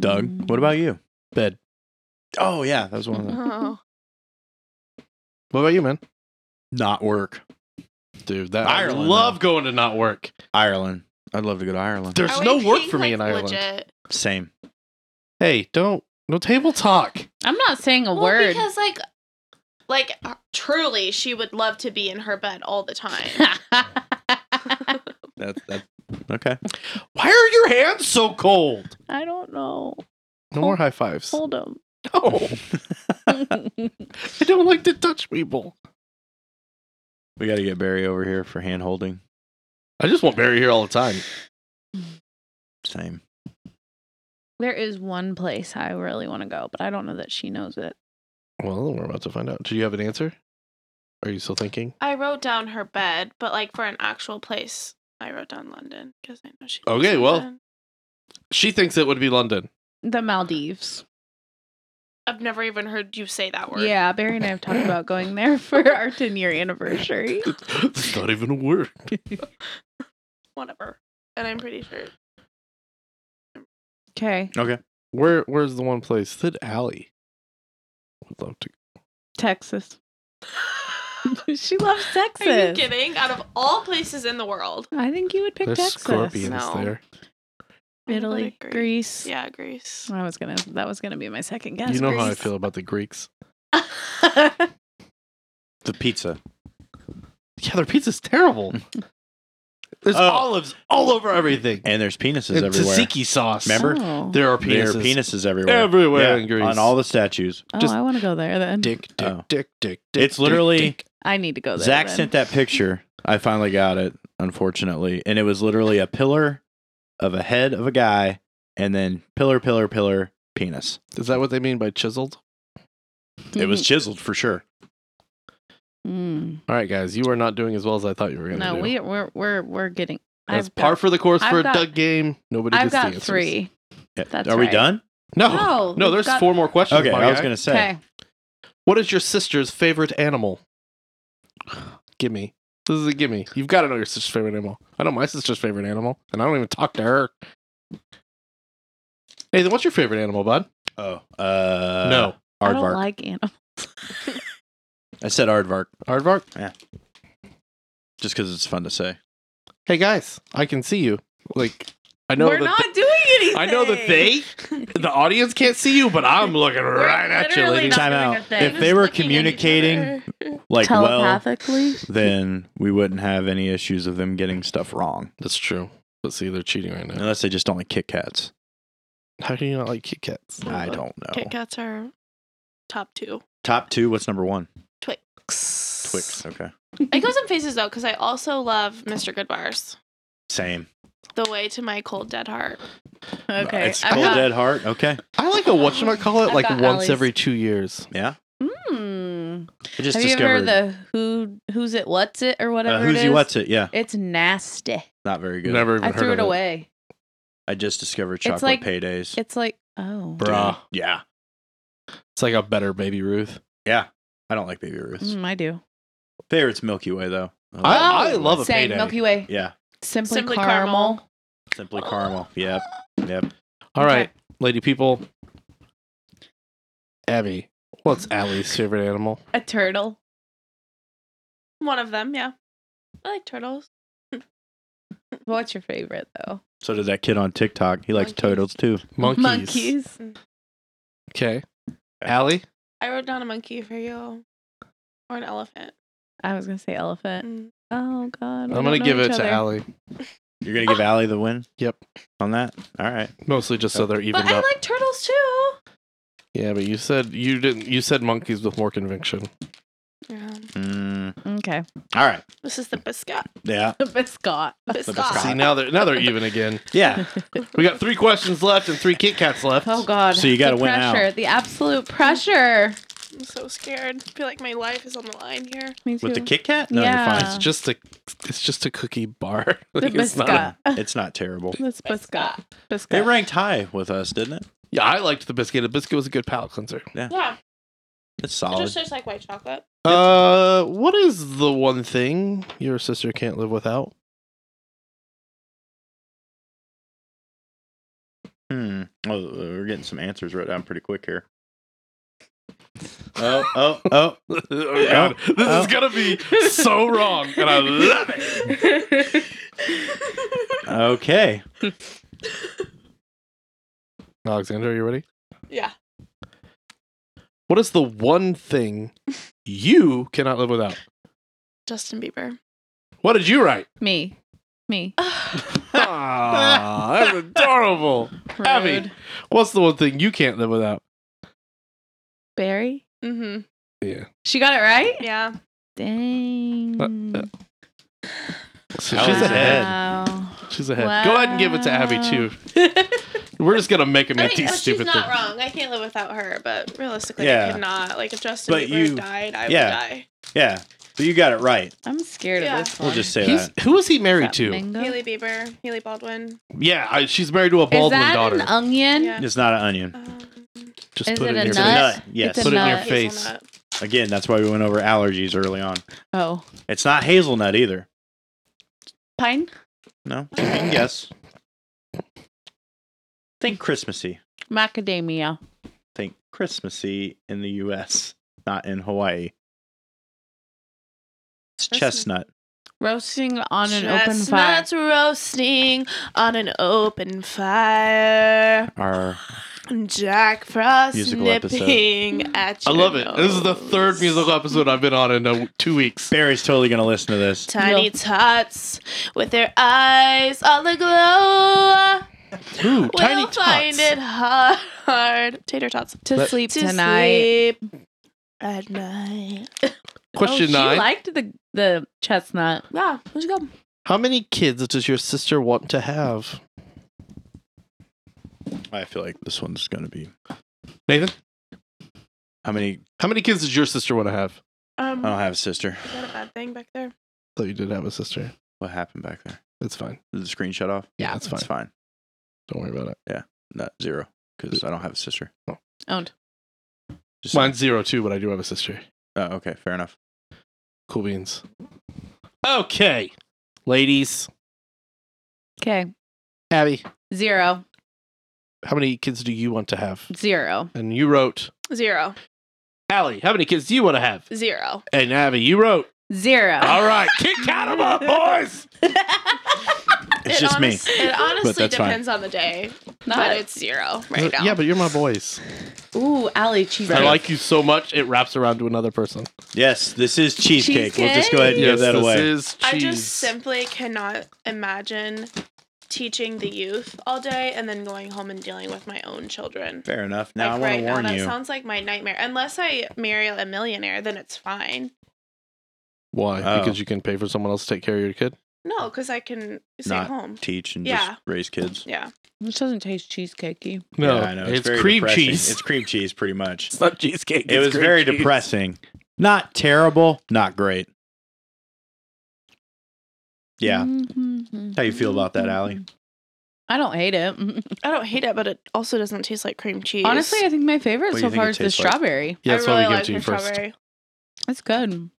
Speaker 3: Doug,
Speaker 2: Mm. Mm-hmm.
Speaker 3: what about you?
Speaker 1: Bed.
Speaker 3: Oh yeah, that was one of them.
Speaker 4: Oh,
Speaker 1: What about you, man?
Speaker 3: Not work.
Speaker 1: Dude, that I
Speaker 3: Ireland,
Speaker 1: love
Speaker 3: though.
Speaker 1: going to not work.
Speaker 3: Ireland. I'd love to go to Ireland.
Speaker 1: There's
Speaker 4: Are
Speaker 1: no
Speaker 4: we
Speaker 1: work
Speaker 4: being,
Speaker 1: for me
Speaker 4: like,
Speaker 1: in Ireland.
Speaker 4: legit?
Speaker 3: Same.
Speaker 1: Hey, don't no table talk.
Speaker 2: I'm not saying a
Speaker 4: Well,
Speaker 2: word.
Speaker 4: because like, like uh, truly, she would love to be in her bed all the time.
Speaker 3: That, that, okay.
Speaker 1: Why are your hands so cold?
Speaker 2: I don't know.
Speaker 1: No more high fives.
Speaker 4: Oh.
Speaker 2: Hold them.
Speaker 1: No, I don't like to touch people.
Speaker 3: We got to get Barry over here for hand holding.
Speaker 1: I just want Barry here all the time.
Speaker 3: Same.
Speaker 2: there is one place I really want to go, but I don't know that she knows it.
Speaker 1: Well, we're about to find out. Do you have an answer? Are you still thinking?
Speaker 4: I wrote down her bed, but like for an actual place, I wrote down London because I know she. lives
Speaker 1: Okay,
Speaker 4: in
Speaker 1: well-
Speaker 4: London.
Speaker 1: She thinks it would be London.
Speaker 2: The Maldives.
Speaker 4: I've never even heard you say that word.
Speaker 2: Yeah, Barry and I have talked about going there for our 10 year anniversary.
Speaker 1: it's not even a word.
Speaker 4: whatever. And I'm pretty sure
Speaker 2: Okay.
Speaker 1: Where where's the one place that Allie would love to
Speaker 2: Texas. she loves Texas.
Speaker 4: Are you kidding? Out of all places in the world,
Speaker 2: I think you would pick
Speaker 1: There's
Speaker 2: Texas.
Speaker 1: scorpions
Speaker 4: No.
Speaker 1: there.
Speaker 2: Italy,
Speaker 4: Greece.
Speaker 2: Greece.
Speaker 4: yeah, Greece.
Speaker 2: I was gonna. That was gonna be my second guess.
Speaker 1: you know how I
Speaker 2: Greece.
Speaker 1: feel about the Greeks.
Speaker 3: The pizza.
Speaker 1: Yeah, their pizza's terrible. There's
Speaker 3: Oh.
Speaker 1: olives all over everything.
Speaker 3: And there's penises
Speaker 1: And
Speaker 3: everywhere.
Speaker 1: tzatziki sauce.
Speaker 3: Remember?
Speaker 2: Oh,
Speaker 1: There are
Speaker 3: There are
Speaker 1: penises.
Speaker 3: penises everywhere.
Speaker 1: Everywhere in Greece.
Speaker 3: On all the statues.
Speaker 2: Oh,
Speaker 1: just-
Speaker 2: I want to go there then.
Speaker 1: dick, dick,
Speaker 3: Oh.
Speaker 1: dick, dick, dick.
Speaker 3: It's literally
Speaker 1: dick, dick.
Speaker 2: I need to go there.
Speaker 3: Zach
Speaker 2: then.
Speaker 3: sent that picture. I finally got it, unfortunately. And it was literally a pillar of a head of a guy and then pillar, pillar, pillar, penis.
Speaker 1: Is that what they mean by chiseled?
Speaker 3: It
Speaker 2: Mm-hmm.
Speaker 3: was chiseled for sure.
Speaker 2: Mm.
Speaker 1: All right, guys, you are not doing as well as I thought you were going to
Speaker 2: No,
Speaker 1: do.
Speaker 2: we we're we're we're getting.
Speaker 1: That's
Speaker 2: I've
Speaker 1: par
Speaker 2: got,
Speaker 1: for the course
Speaker 2: I've
Speaker 1: for a
Speaker 2: got-
Speaker 1: Doug game. Nobody gets
Speaker 2: I've
Speaker 1: the
Speaker 2: got
Speaker 1: answers.
Speaker 2: three.
Speaker 3: Yeah.
Speaker 2: That's
Speaker 3: Are we
Speaker 2: right.
Speaker 3: done?
Speaker 1: No, Oh, no,
Speaker 2: No, we've
Speaker 1: there's
Speaker 2: got-
Speaker 1: four more questions.
Speaker 3: Okay,
Speaker 1: my
Speaker 3: I was
Speaker 1: guy.
Speaker 3: going to say.
Speaker 2: Okay.
Speaker 1: What is your sister's favorite animal? gimme. This is a gimme. You've got to know your sister's favorite animal. I know my sister's favorite animal, and I don't even talk to her. Hey, then what's your favorite animal, bud?
Speaker 3: Oh. Uh,
Speaker 2: I don't
Speaker 3: Aardvark.
Speaker 2: like animals.
Speaker 3: I said aardvark
Speaker 1: Aardvark?
Speaker 3: just because it's fun to say.
Speaker 1: Hey, guys, I can see you. Like, I know
Speaker 2: we're
Speaker 1: that
Speaker 2: not doing anything.
Speaker 1: I know that they, the audience can't see you, but I'm looking right at you,
Speaker 2: literally
Speaker 1: lady.
Speaker 2: not
Speaker 3: Time
Speaker 2: doing
Speaker 3: out.
Speaker 2: a thing.
Speaker 3: If they were communicating like well,
Speaker 2: telepathically.
Speaker 3: then we wouldn't have any issues of them getting stuff wrong.
Speaker 1: That's true. But see, they're cheating right now.
Speaker 3: Unless they just don't like Kit Kats.
Speaker 1: How do you not like Kit Kats?
Speaker 4: Oh,
Speaker 3: I
Speaker 4: look.
Speaker 3: don't know.
Speaker 4: Kit Kats are top two.
Speaker 3: Top two, what's number one?
Speaker 4: Twix.
Speaker 3: Twix. Okay.
Speaker 4: It goes in phases though, because I also love Mr. Goodbars.
Speaker 3: Same.
Speaker 4: The way to my cold dead heart.
Speaker 2: okay.
Speaker 3: It's
Speaker 2: I've
Speaker 3: cold
Speaker 2: got-
Speaker 3: dead heart. Okay.
Speaker 1: I like a whatchamacallit
Speaker 2: I've
Speaker 1: like
Speaker 2: got
Speaker 1: once
Speaker 2: Ollie's.
Speaker 1: every two years.
Speaker 3: Yeah.
Speaker 2: Mm.
Speaker 3: I just
Speaker 2: Have you ever heard
Speaker 3: discovered
Speaker 2: the who who's it what's it or
Speaker 3: uh,
Speaker 2: whatever
Speaker 3: who's
Speaker 2: it
Speaker 3: you
Speaker 2: is?
Speaker 3: what's it? Yeah.
Speaker 2: It's nasty.
Speaker 3: Not very good.
Speaker 1: Never even
Speaker 2: I
Speaker 1: heard
Speaker 2: threw
Speaker 1: of
Speaker 2: it away.
Speaker 3: I just discovered chocolate
Speaker 2: like-
Speaker 3: paydays.
Speaker 2: It's like oh,
Speaker 1: Bruh. Bruh.
Speaker 3: Yeah.
Speaker 1: It's like a better Baby Ruth.
Speaker 3: Yeah. I don't like baby Ruths.
Speaker 2: mm, I do.
Speaker 3: Favorite's Milky Way though.
Speaker 1: I- I love a
Speaker 2: Oh, Same
Speaker 1: payday.
Speaker 2: Milky Way.
Speaker 3: yeah.
Speaker 2: Simply,
Speaker 4: Simply
Speaker 2: caramel.
Speaker 4: caramel.
Speaker 3: Simply caramel. Yep. Yep.
Speaker 1: All
Speaker 2: Okay.
Speaker 1: right, lady people. Abby, what's Allie's favorite animal?
Speaker 2: A turtle.
Speaker 4: One of them, yeah. I like turtles.
Speaker 2: What's your favorite though?
Speaker 3: So does that kid on TikTok. He likes
Speaker 4: Monkeys.
Speaker 3: turtles too.
Speaker 1: Monkeys.
Speaker 2: Monkeys.
Speaker 1: Okay. Allie?
Speaker 4: I wrote down a monkey for you. Or an elephant.
Speaker 2: I was gonna say elephant.
Speaker 4: Mm.
Speaker 2: Oh God. we
Speaker 1: I'm going
Speaker 2: don't
Speaker 1: to
Speaker 2: know
Speaker 1: give
Speaker 2: each
Speaker 1: it to
Speaker 2: other.
Speaker 1: Allie.
Speaker 3: You're gonna
Speaker 2: Ah.
Speaker 3: give Allie the win?
Speaker 1: Yep.
Speaker 3: On that? All right.
Speaker 1: Mostly just so they're
Speaker 4: But
Speaker 1: evened
Speaker 4: I
Speaker 1: up.
Speaker 4: like turtles too.
Speaker 1: yeah, but you said you didn't you said monkeys with more conviction.
Speaker 4: Um,
Speaker 3: Mm,
Speaker 2: Okay.
Speaker 3: all right.
Speaker 4: this is the biscuit.
Speaker 3: Yeah.
Speaker 2: Biscott. Ah.
Speaker 1: See,
Speaker 4: Biscuit.
Speaker 1: now they're now they're even again.
Speaker 3: Yeah.
Speaker 1: We got three questions left and three Kit Kats left.
Speaker 2: Oh God.
Speaker 3: So you gotta
Speaker 2: the
Speaker 3: win out.
Speaker 2: pressure, The absolute pressure.
Speaker 4: I'm so scared. I feel like my life is on the line here.
Speaker 2: Me too.
Speaker 3: With the Kit Kat? No, you're
Speaker 2: Yeah.
Speaker 3: fine.
Speaker 1: It's just a it's just a cookie bar.
Speaker 2: The
Speaker 1: It's not a-
Speaker 2: biscuit.
Speaker 3: It's not terrible.
Speaker 2: That's biscuit.
Speaker 3: It
Speaker 2: Biscuit.
Speaker 3: ranked high with us, didn't it?
Speaker 1: yeah, I liked the biscuit. The biscuit was a good palate cleanser.
Speaker 4: Yeah,
Speaker 3: It's
Speaker 4: it
Speaker 3: solid.
Speaker 4: just tastes like white chocolate.
Speaker 1: Uh, what is the one thing your sister can't live without?
Speaker 3: Hmm. Oh, we're getting some answers wrote down pretty quick here. Oh, oh, oh.
Speaker 1: oh, God. This
Speaker 3: Oh.
Speaker 1: is gonna be so wrong, and I love it.
Speaker 3: oh. Okay.
Speaker 1: Alexander, are you ready?
Speaker 4: Yeah.
Speaker 1: What is the one thing you cannot live without?
Speaker 4: Justin Bieber.
Speaker 1: What did you write?
Speaker 2: Me. Me.
Speaker 1: Ah, that's adorable. Abby.
Speaker 2: Rude.
Speaker 1: What's the one thing you can't live without?
Speaker 2: Barry.
Speaker 4: Mm-hmm.
Speaker 1: Yeah.
Speaker 2: She got it right.
Speaker 4: Yeah.
Speaker 2: Dang.
Speaker 1: Uh, So
Speaker 3: Wow.
Speaker 1: she's ahead.
Speaker 2: Wow.
Speaker 1: She's ahead. Go ahead and give it to Abby too. We're just gonna make him
Speaker 4: I
Speaker 1: at
Speaker 4: mean,
Speaker 1: these
Speaker 4: oh, she's
Speaker 1: stupid
Speaker 4: not
Speaker 1: things.
Speaker 4: wrong. I can't live without her, but realistically,
Speaker 3: Yeah.
Speaker 4: I could not. Like, if Justin
Speaker 3: But
Speaker 4: Bieber
Speaker 3: you-
Speaker 4: died, I
Speaker 3: yeah.
Speaker 4: would die.
Speaker 3: Yeah. So you got it right.
Speaker 2: I'm scared
Speaker 4: Yeah.
Speaker 2: of this one.
Speaker 3: We'll just say
Speaker 1: He's,
Speaker 3: that.
Speaker 1: who is he
Speaker 2: Is
Speaker 1: married
Speaker 2: that
Speaker 1: to?
Speaker 2: mango?
Speaker 4: Haley Bieber, Haley Baldwin.
Speaker 1: Yeah, I, she's married to a Baldwin
Speaker 2: Is that
Speaker 1: daughter.
Speaker 2: an onion?
Speaker 4: Yeah.
Speaker 3: It's not an onion.
Speaker 4: Um,
Speaker 1: Just
Speaker 2: Is
Speaker 1: put
Speaker 2: it
Speaker 1: it, in
Speaker 2: a
Speaker 1: your
Speaker 3: It's
Speaker 2: nut?
Speaker 3: a
Speaker 1: face.
Speaker 3: nut. Yes.
Speaker 2: It's a
Speaker 1: Put it in your
Speaker 2: nut.
Speaker 1: face.
Speaker 4: hazelnut.
Speaker 3: Again, that's why we went over allergies early on.
Speaker 2: Oh,
Speaker 3: It's not hazelnut either.
Speaker 2: pine.
Speaker 3: No. Yes. Think Christmassy.
Speaker 2: Macadamia.
Speaker 3: Think Christmassy in the U.S., not in Hawaii. It's chestnut.
Speaker 2: Roasting on an open fire.
Speaker 4: Chestnuts roasting on an open fire.
Speaker 3: Our
Speaker 4: Jack Frost
Speaker 3: Musical episode.
Speaker 4: nipping at
Speaker 1: I
Speaker 4: your
Speaker 1: love it. This is the
Speaker 4: nose.
Speaker 1: third musical episode I've been on in uh, two weeks.
Speaker 3: Barry's totally gonna listen to this.
Speaker 4: Tiny
Speaker 2: Yeah.
Speaker 4: tots with their eyes all aglow.
Speaker 1: Ooh, tiny
Speaker 4: will find
Speaker 1: tots.
Speaker 2: Oh,
Speaker 4: it hard. Tater tots.
Speaker 2: to
Speaker 1: But-
Speaker 2: sleep
Speaker 4: To
Speaker 2: tonight.
Speaker 4: sleep at night.
Speaker 1: Question
Speaker 2: oh,
Speaker 1: nine:
Speaker 2: She liked the the chestnut.
Speaker 4: Yeah, let's go.
Speaker 1: How many kids does your sister want to have?
Speaker 3: I feel like this one's gonna be
Speaker 1: Nathan,
Speaker 3: how many?
Speaker 1: how many kids does your sister want to have?
Speaker 4: Um,
Speaker 1: Oh.
Speaker 3: I don't have a sister.
Speaker 4: is that a bad thing back there?
Speaker 1: Though you did have a sister.
Speaker 3: What happened back there?
Speaker 1: It's fine.
Speaker 3: Did the screen shut off?
Speaker 1: Yeah, it's fine.
Speaker 3: It's fine.
Speaker 1: Don't worry about it.
Speaker 3: Not zero because I don't have a sister.
Speaker 2: Owned.
Speaker 3: Just
Speaker 1: Mine's zero too, but I do have a sister.
Speaker 3: Oh, okay, fair enough.
Speaker 1: Cool beans. Okay, ladies.
Speaker 2: Okay.
Speaker 1: Abby,
Speaker 2: Zero.
Speaker 1: how many kids do you want to have?
Speaker 2: Zero.
Speaker 1: And you wrote,
Speaker 4: Zero.
Speaker 1: Allie, how many kids do you want to have?
Speaker 4: Zero.
Speaker 1: And Abby, you wrote,
Speaker 2: Zero.
Speaker 1: all right, kick count 'em up, boys.
Speaker 3: It's
Speaker 4: It
Speaker 3: just me.
Speaker 4: honest- It honestly
Speaker 3: that's fine.
Speaker 4: depends on the day,
Speaker 2: Not-
Speaker 4: but it's zero right now.
Speaker 1: Uh, Yeah, but you're my boys.
Speaker 2: Ooh, Allie cheesecake.
Speaker 1: I like you so much, it wraps around to another person.
Speaker 3: Yes, this is cheesecake. We'll just go ahead and give that
Speaker 1: this
Speaker 3: away.
Speaker 1: is cheese.
Speaker 4: I just simply cannot imagine teaching the youth all day and then going home and dealing with my own children.
Speaker 3: fair enough. Now
Speaker 4: like
Speaker 3: I want to
Speaker 4: right now,
Speaker 3: warn
Speaker 4: that
Speaker 3: you.
Speaker 4: sounds like my nightmare. Unless I marry a millionaire, then it's fine.
Speaker 1: Why?
Speaker 3: Oh.
Speaker 1: Because you can pay for someone else to take care of your kid.
Speaker 4: No, because I can stay
Speaker 3: Not-
Speaker 4: home.
Speaker 3: Teach and
Speaker 4: Yeah.
Speaker 3: just raise kids.
Speaker 4: Yeah.
Speaker 2: This doesn't taste cheesecakey.
Speaker 1: No,
Speaker 3: Yeah, I know.
Speaker 1: it's,
Speaker 3: very
Speaker 1: cream
Speaker 3: depressing.
Speaker 1: cheese.
Speaker 3: It's cream cheese, pretty much.
Speaker 1: not cheesecake.
Speaker 3: it was very depressing. Not terrible. Not great. Yeah. How you feel about that, Allie?
Speaker 2: Mm-hmm. I don't hate it.
Speaker 4: I don't hate it, but it also doesn't taste like cream cheese.
Speaker 2: Honestly, I think my favorite
Speaker 3: What do you
Speaker 2: so
Speaker 3: think
Speaker 2: far
Speaker 3: it
Speaker 2: is the
Speaker 3: tastes like?
Speaker 2: strawberry.
Speaker 1: Yeah,
Speaker 4: I
Speaker 1: that's why
Speaker 4: really
Speaker 1: we give
Speaker 4: like
Speaker 1: it to
Speaker 4: the
Speaker 1: you first.
Speaker 4: strawberry.
Speaker 2: It's good.
Speaker 4: Mm.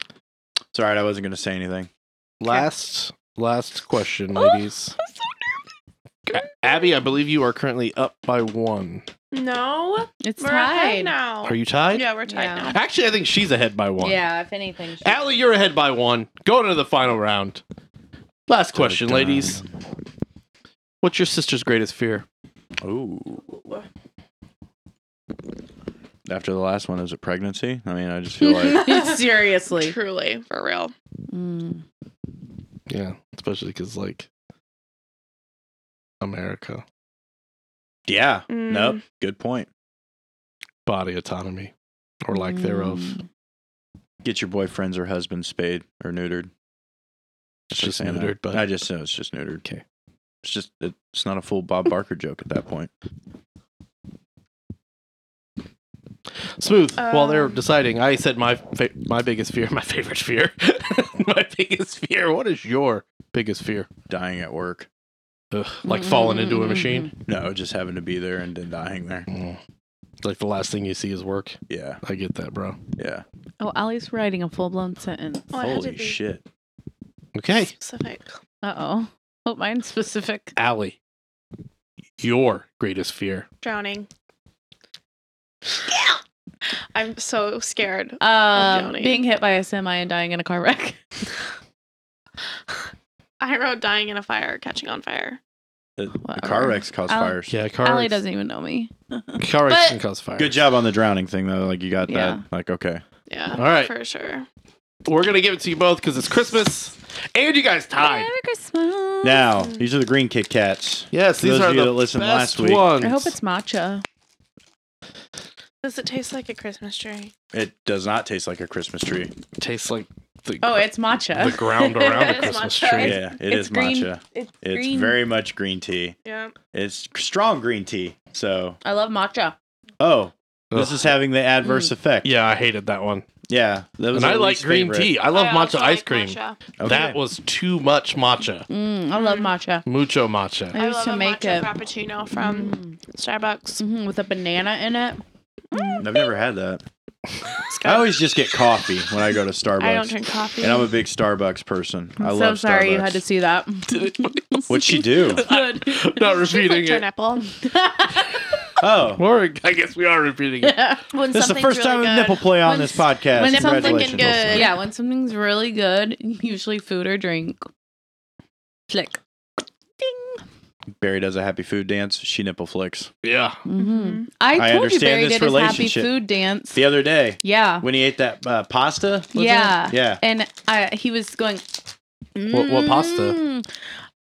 Speaker 3: It's all right. I wasn't going to say anything.
Speaker 1: Last, last question,
Speaker 4: Oh,
Speaker 1: ladies. A- Abby, I believe you are currently up by one.
Speaker 4: No,
Speaker 2: It's
Speaker 4: we're ahead
Speaker 2: tied.
Speaker 4: now.
Speaker 1: Are you tied?
Speaker 4: Oh, Yeah, we're tied
Speaker 2: Yeah.
Speaker 4: now.
Speaker 1: Actually, I think she's ahead by one.
Speaker 2: Yeah, if anything. she-
Speaker 1: Allie, you're ahead by one. Going into the final round. Last
Speaker 3: uh,
Speaker 1: question, ladies. What's your sister's greatest fear?
Speaker 3: Ooh. After the last one, is it pregnancy? I mean, I just feel like
Speaker 2: Seriously.
Speaker 4: Truly, for real.
Speaker 2: Mm.
Speaker 1: Yeah, especially because like America,
Speaker 3: Yeah.
Speaker 4: Mm.
Speaker 3: Nope. Good point.
Speaker 1: body autonomy or lack thereof.
Speaker 2: Mm.
Speaker 3: Get your boyfriends or husbands spayed or neutered.
Speaker 1: It's
Speaker 3: Just
Speaker 1: just
Speaker 3: saying that.
Speaker 1: neutered, but
Speaker 3: I just know it's just neutered.
Speaker 1: Okay.
Speaker 3: It's just it's not a full Bob Barker joke at that point.
Speaker 1: smooth. While they're
Speaker 4: Um,
Speaker 1: deciding, I said my fa- my biggest fear, my favorite fear, my biggest fear. What is your biggest fear?
Speaker 3: Dying at work.
Speaker 1: Ugh, like falling into a machine.
Speaker 3: No, just having to be there and then dying there.
Speaker 1: Mm. Like the last thing you see is work.
Speaker 3: Yeah.
Speaker 1: I get that, bro.
Speaker 3: Yeah.
Speaker 2: Oh, Ali's writing a full blown sentence.
Speaker 4: Oh, I had to
Speaker 3: Holy
Speaker 4: be
Speaker 3: shit.
Speaker 1: Okay,
Speaker 4: Specific.
Speaker 2: Uh oh. Oh, mine's specific.
Speaker 1: Allie, your greatest fear.
Speaker 4: Drowning. I'm so scared.
Speaker 2: Um,
Speaker 4: Johnny.
Speaker 2: being hit by a semi and dying in a car wreck.
Speaker 4: I wrote dying in a fire, catching on fire.
Speaker 3: The, the
Speaker 2: Whatever.
Speaker 3: car wrecks cause
Speaker 2: I'll-
Speaker 3: fires.
Speaker 1: Yeah, car
Speaker 2: Ali
Speaker 1: wrecks-
Speaker 2: doesn't even know me.
Speaker 1: Car wrecks
Speaker 2: But-
Speaker 1: can cause fire.
Speaker 3: Good job on the drowning thing though. Like you got
Speaker 2: Yeah.
Speaker 3: that. Like okay.
Speaker 4: Yeah.
Speaker 1: All right.
Speaker 4: For sure.
Speaker 1: We're gonna give it to you both because it's Christmas and you guys tied.
Speaker 2: Merry
Speaker 4: Mm.
Speaker 2: Christmas.
Speaker 3: Now these are the green Kit Kats.
Speaker 1: Yes,
Speaker 3: For
Speaker 1: these
Speaker 3: those
Speaker 1: are
Speaker 3: of you
Speaker 1: the
Speaker 3: that listened
Speaker 1: best
Speaker 3: last week-
Speaker 1: ones.
Speaker 2: I hope it's matcha.
Speaker 4: Does it taste like a Christmas tree?
Speaker 3: It does not taste like a Christmas tree.
Speaker 1: tastes like the,
Speaker 2: Oh, it's matcha.
Speaker 1: the ground around the
Speaker 4: It's
Speaker 1: Christmas
Speaker 4: matcha.
Speaker 1: tree.
Speaker 2: It's-
Speaker 3: yeah, it is
Speaker 2: green.
Speaker 3: matcha.
Speaker 2: It's,
Speaker 3: It's
Speaker 2: green.
Speaker 3: very much green tea.
Speaker 4: Yeah.
Speaker 3: It's strong green tea. So
Speaker 2: I love matcha.
Speaker 3: oh, this
Speaker 1: Ugh.
Speaker 3: is having the
Speaker 2: Mm.
Speaker 3: adverse effect.
Speaker 1: Yeah, I hated that one.
Speaker 3: yeah. That was
Speaker 1: And I
Speaker 3: our
Speaker 1: like
Speaker 3: least
Speaker 1: green
Speaker 3: favorite.
Speaker 1: tea. I love matcha
Speaker 4: also
Speaker 1: ice
Speaker 4: like
Speaker 1: cream.
Speaker 4: matcha.
Speaker 3: Okay.
Speaker 1: That was too much matcha.
Speaker 2: Mm, I love matcha.
Speaker 1: Mucho matcha.
Speaker 2: I,
Speaker 4: I
Speaker 2: used
Speaker 4: love
Speaker 2: to
Speaker 4: a
Speaker 2: make
Speaker 4: matcha
Speaker 2: it
Speaker 4: frappuccino from
Speaker 2: Mm,
Speaker 4: Starbucks.
Speaker 2: mhm, with a banana in it.
Speaker 3: I've never had that.
Speaker 4: It's good.
Speaker 3: I always just get coffee when I go to Starbucks.
Speaker 4: I don't drink coffee.
Speaker 3: And I'm a big Starbucks person.
Speaker 2: I'm
Speaker 3: I
Speaker 2: so
Speaker 3: love
Speaker 2: sorry
Speaker 3: Starbucks.
Speaker 2: you had to see that.
Speaker 3: What'd she do?
Speaker 2: Good.
Speaker 1: Not
Speaker 4: Tastes like
Speaker 1: repeating it.
Speaker 4: pineapple.
Speaker 3: Oh,
Speaker 1: Or I guess we are repeating it.
Speaker 4: When
Speaker 3: this is the
Speaker 4: something's
Speaker 3: first
Speaker 4: really
Speaker 3: time
Speaker 4: good.
Speaker 3: of nipple play on
Speaker 2: When-
Speaker 3: this podcast.
Speaker 2: when it's something
Speaker 3: Congratulations.
Speaker 4: good.
Speaker 2: yeah, when something's really good, usually food or drink. Flick.
Speaker 3: Barry does a happy food dance. She nipple flicks.
Speaker 1: Yeah.
Speaker 4: Mm-hmm.
Speaker 2: hmm I
Speaker 3: I
Speaker 2: told you
Speaker 3: understand
Speaker 2: Barry
Speaker 3: this
Speaker 2: did his happy
Speaker 3: relationship.
Speaker 2: food dance.
Speaker 3: The other day
Speaker 2: Yeah.
Speaker 3: when he ate that uh, pasta. was it?
Speaker 2: Yeah.
Speaker 3: Yeah.
Speaker 2: And I, he was going.
Speaker 1: What- what pasta?
Speaker 2: "Mm."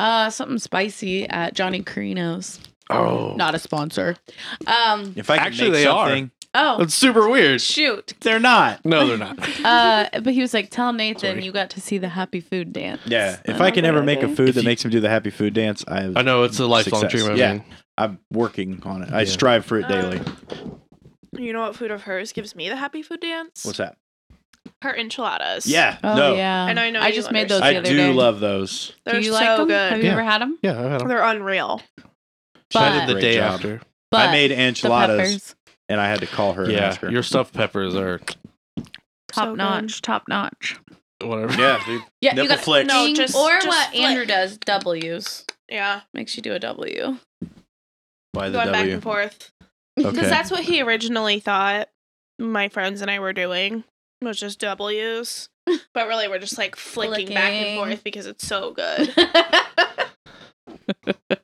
Speaker 2: Uh, something spicy at Johnny Carino's.
Speaker 1: Oh.
Speaker 2: Not a sponsor. Um.
Speaker 3: If I could
Speaker 1: Actually,
Speaker 3: make
Speaker 1: they are.
Speaker 3: something-
Speaker 2: Oh
Speaker 1: That's super weird.
Speaker 2: shoot.
Speaker 3: they're not.
Speaker 1: No, they're not.
Speaker 2: Uh, but he was like, "Tell Nathan
Speaker 1: Sorry.
Speaker 2: you got to see the happy food dance."
Speaker 3: Yeah, if
Speaker 2: And
Speaker 3: I
Speaker 2: was like,
Speaker 3: can ever make a
Speaker 2: "Okay."
Speaker 3: food
Speaker 1: If
Speaker 3: that
Speaker 1: you-
Speaker 3: makes him do the happy food dance, I,
Speaker 1: I know it's a lifelong
Speaker 3: Success.
Speaker 1: dream. I
Speaker 3: Yeah.
Speaker 1: mean,
Speaker 3: I'm working on it. I
Speaker 1: Yeah.
Speaker 3: strive for
Speaker 2: Oh,
Speaker 3: it daily.
Speaker 4: Um, you know what food of hers gives me the happy food dance?
Speaker 3: What's that?
Speaker 4: Her enchiladas.
Speaker 3: Yeah,
Speaker 2: Oh
Speaker 3: no,
Speaker 2: yeah.
Speaker 4: And I know
Speaker 2: I
Speaker 4: you
Speaker 2: just made those
Speaker 3: I
Speaker 2: the
Speaker 3: do
Speaker 2: other day.
Speaker 3: love those.
Speaker 4: They're
Speaker 2: do you
Speaker 4: so
Speaker 2: like them?
Speaker 4: good.
Speaker 2: Have you
Speaker 1: Yeah.
Speaker 2: ever had them?
Speaker 1: yeah, I had 'em.
Speaker 4: They're unreal.
Speaker 3: She
Speaker 2: But-
Speaker 1: I did the
Speaker 3: Great
Speaker 1: day
Speaker 3: job.
Speaker 1: after.
Speaker 2: But
Speaker 3: I made
Speaker 2: the
Speaker 3: enchiladas,
Speaker 2: peppers,
Speaker 3: and I had to call her. and
Speaker 1: Yeah,
Speaker 3: ask her.
Speaker 1: your stuffed peppers are
Speaker 2: top
Speaker 4: So good.
Speaker 2: notch, top notch.
Speaker 1: whatever.
Speaker 3: yeah, dude.
Speaker 2: Yeah,
Speaker 3: Nipple flicks.
Speaker 4: No,
Speaker 2: ding,
Speaker 4: just-
Speaker 2: or
Speaker 4: just
Speaker 2: what
Speaker 4: flick.
Speaker 2: Andrew does, W's
Speaker 4: Yeah.
Speaker 2: makes you do a W.
Speaker 3: By the
Speaker 4: Going back
Speaker 3: W.
Speaker 4: and forth.
Speaker 3: Okay.
Speaker 4: Because that's what he originally thought my friends and I were doing, was just W's. But really, we're just like flicking, back and
Speaker 2: Flicking.
Speaker 4: forth because it's so good.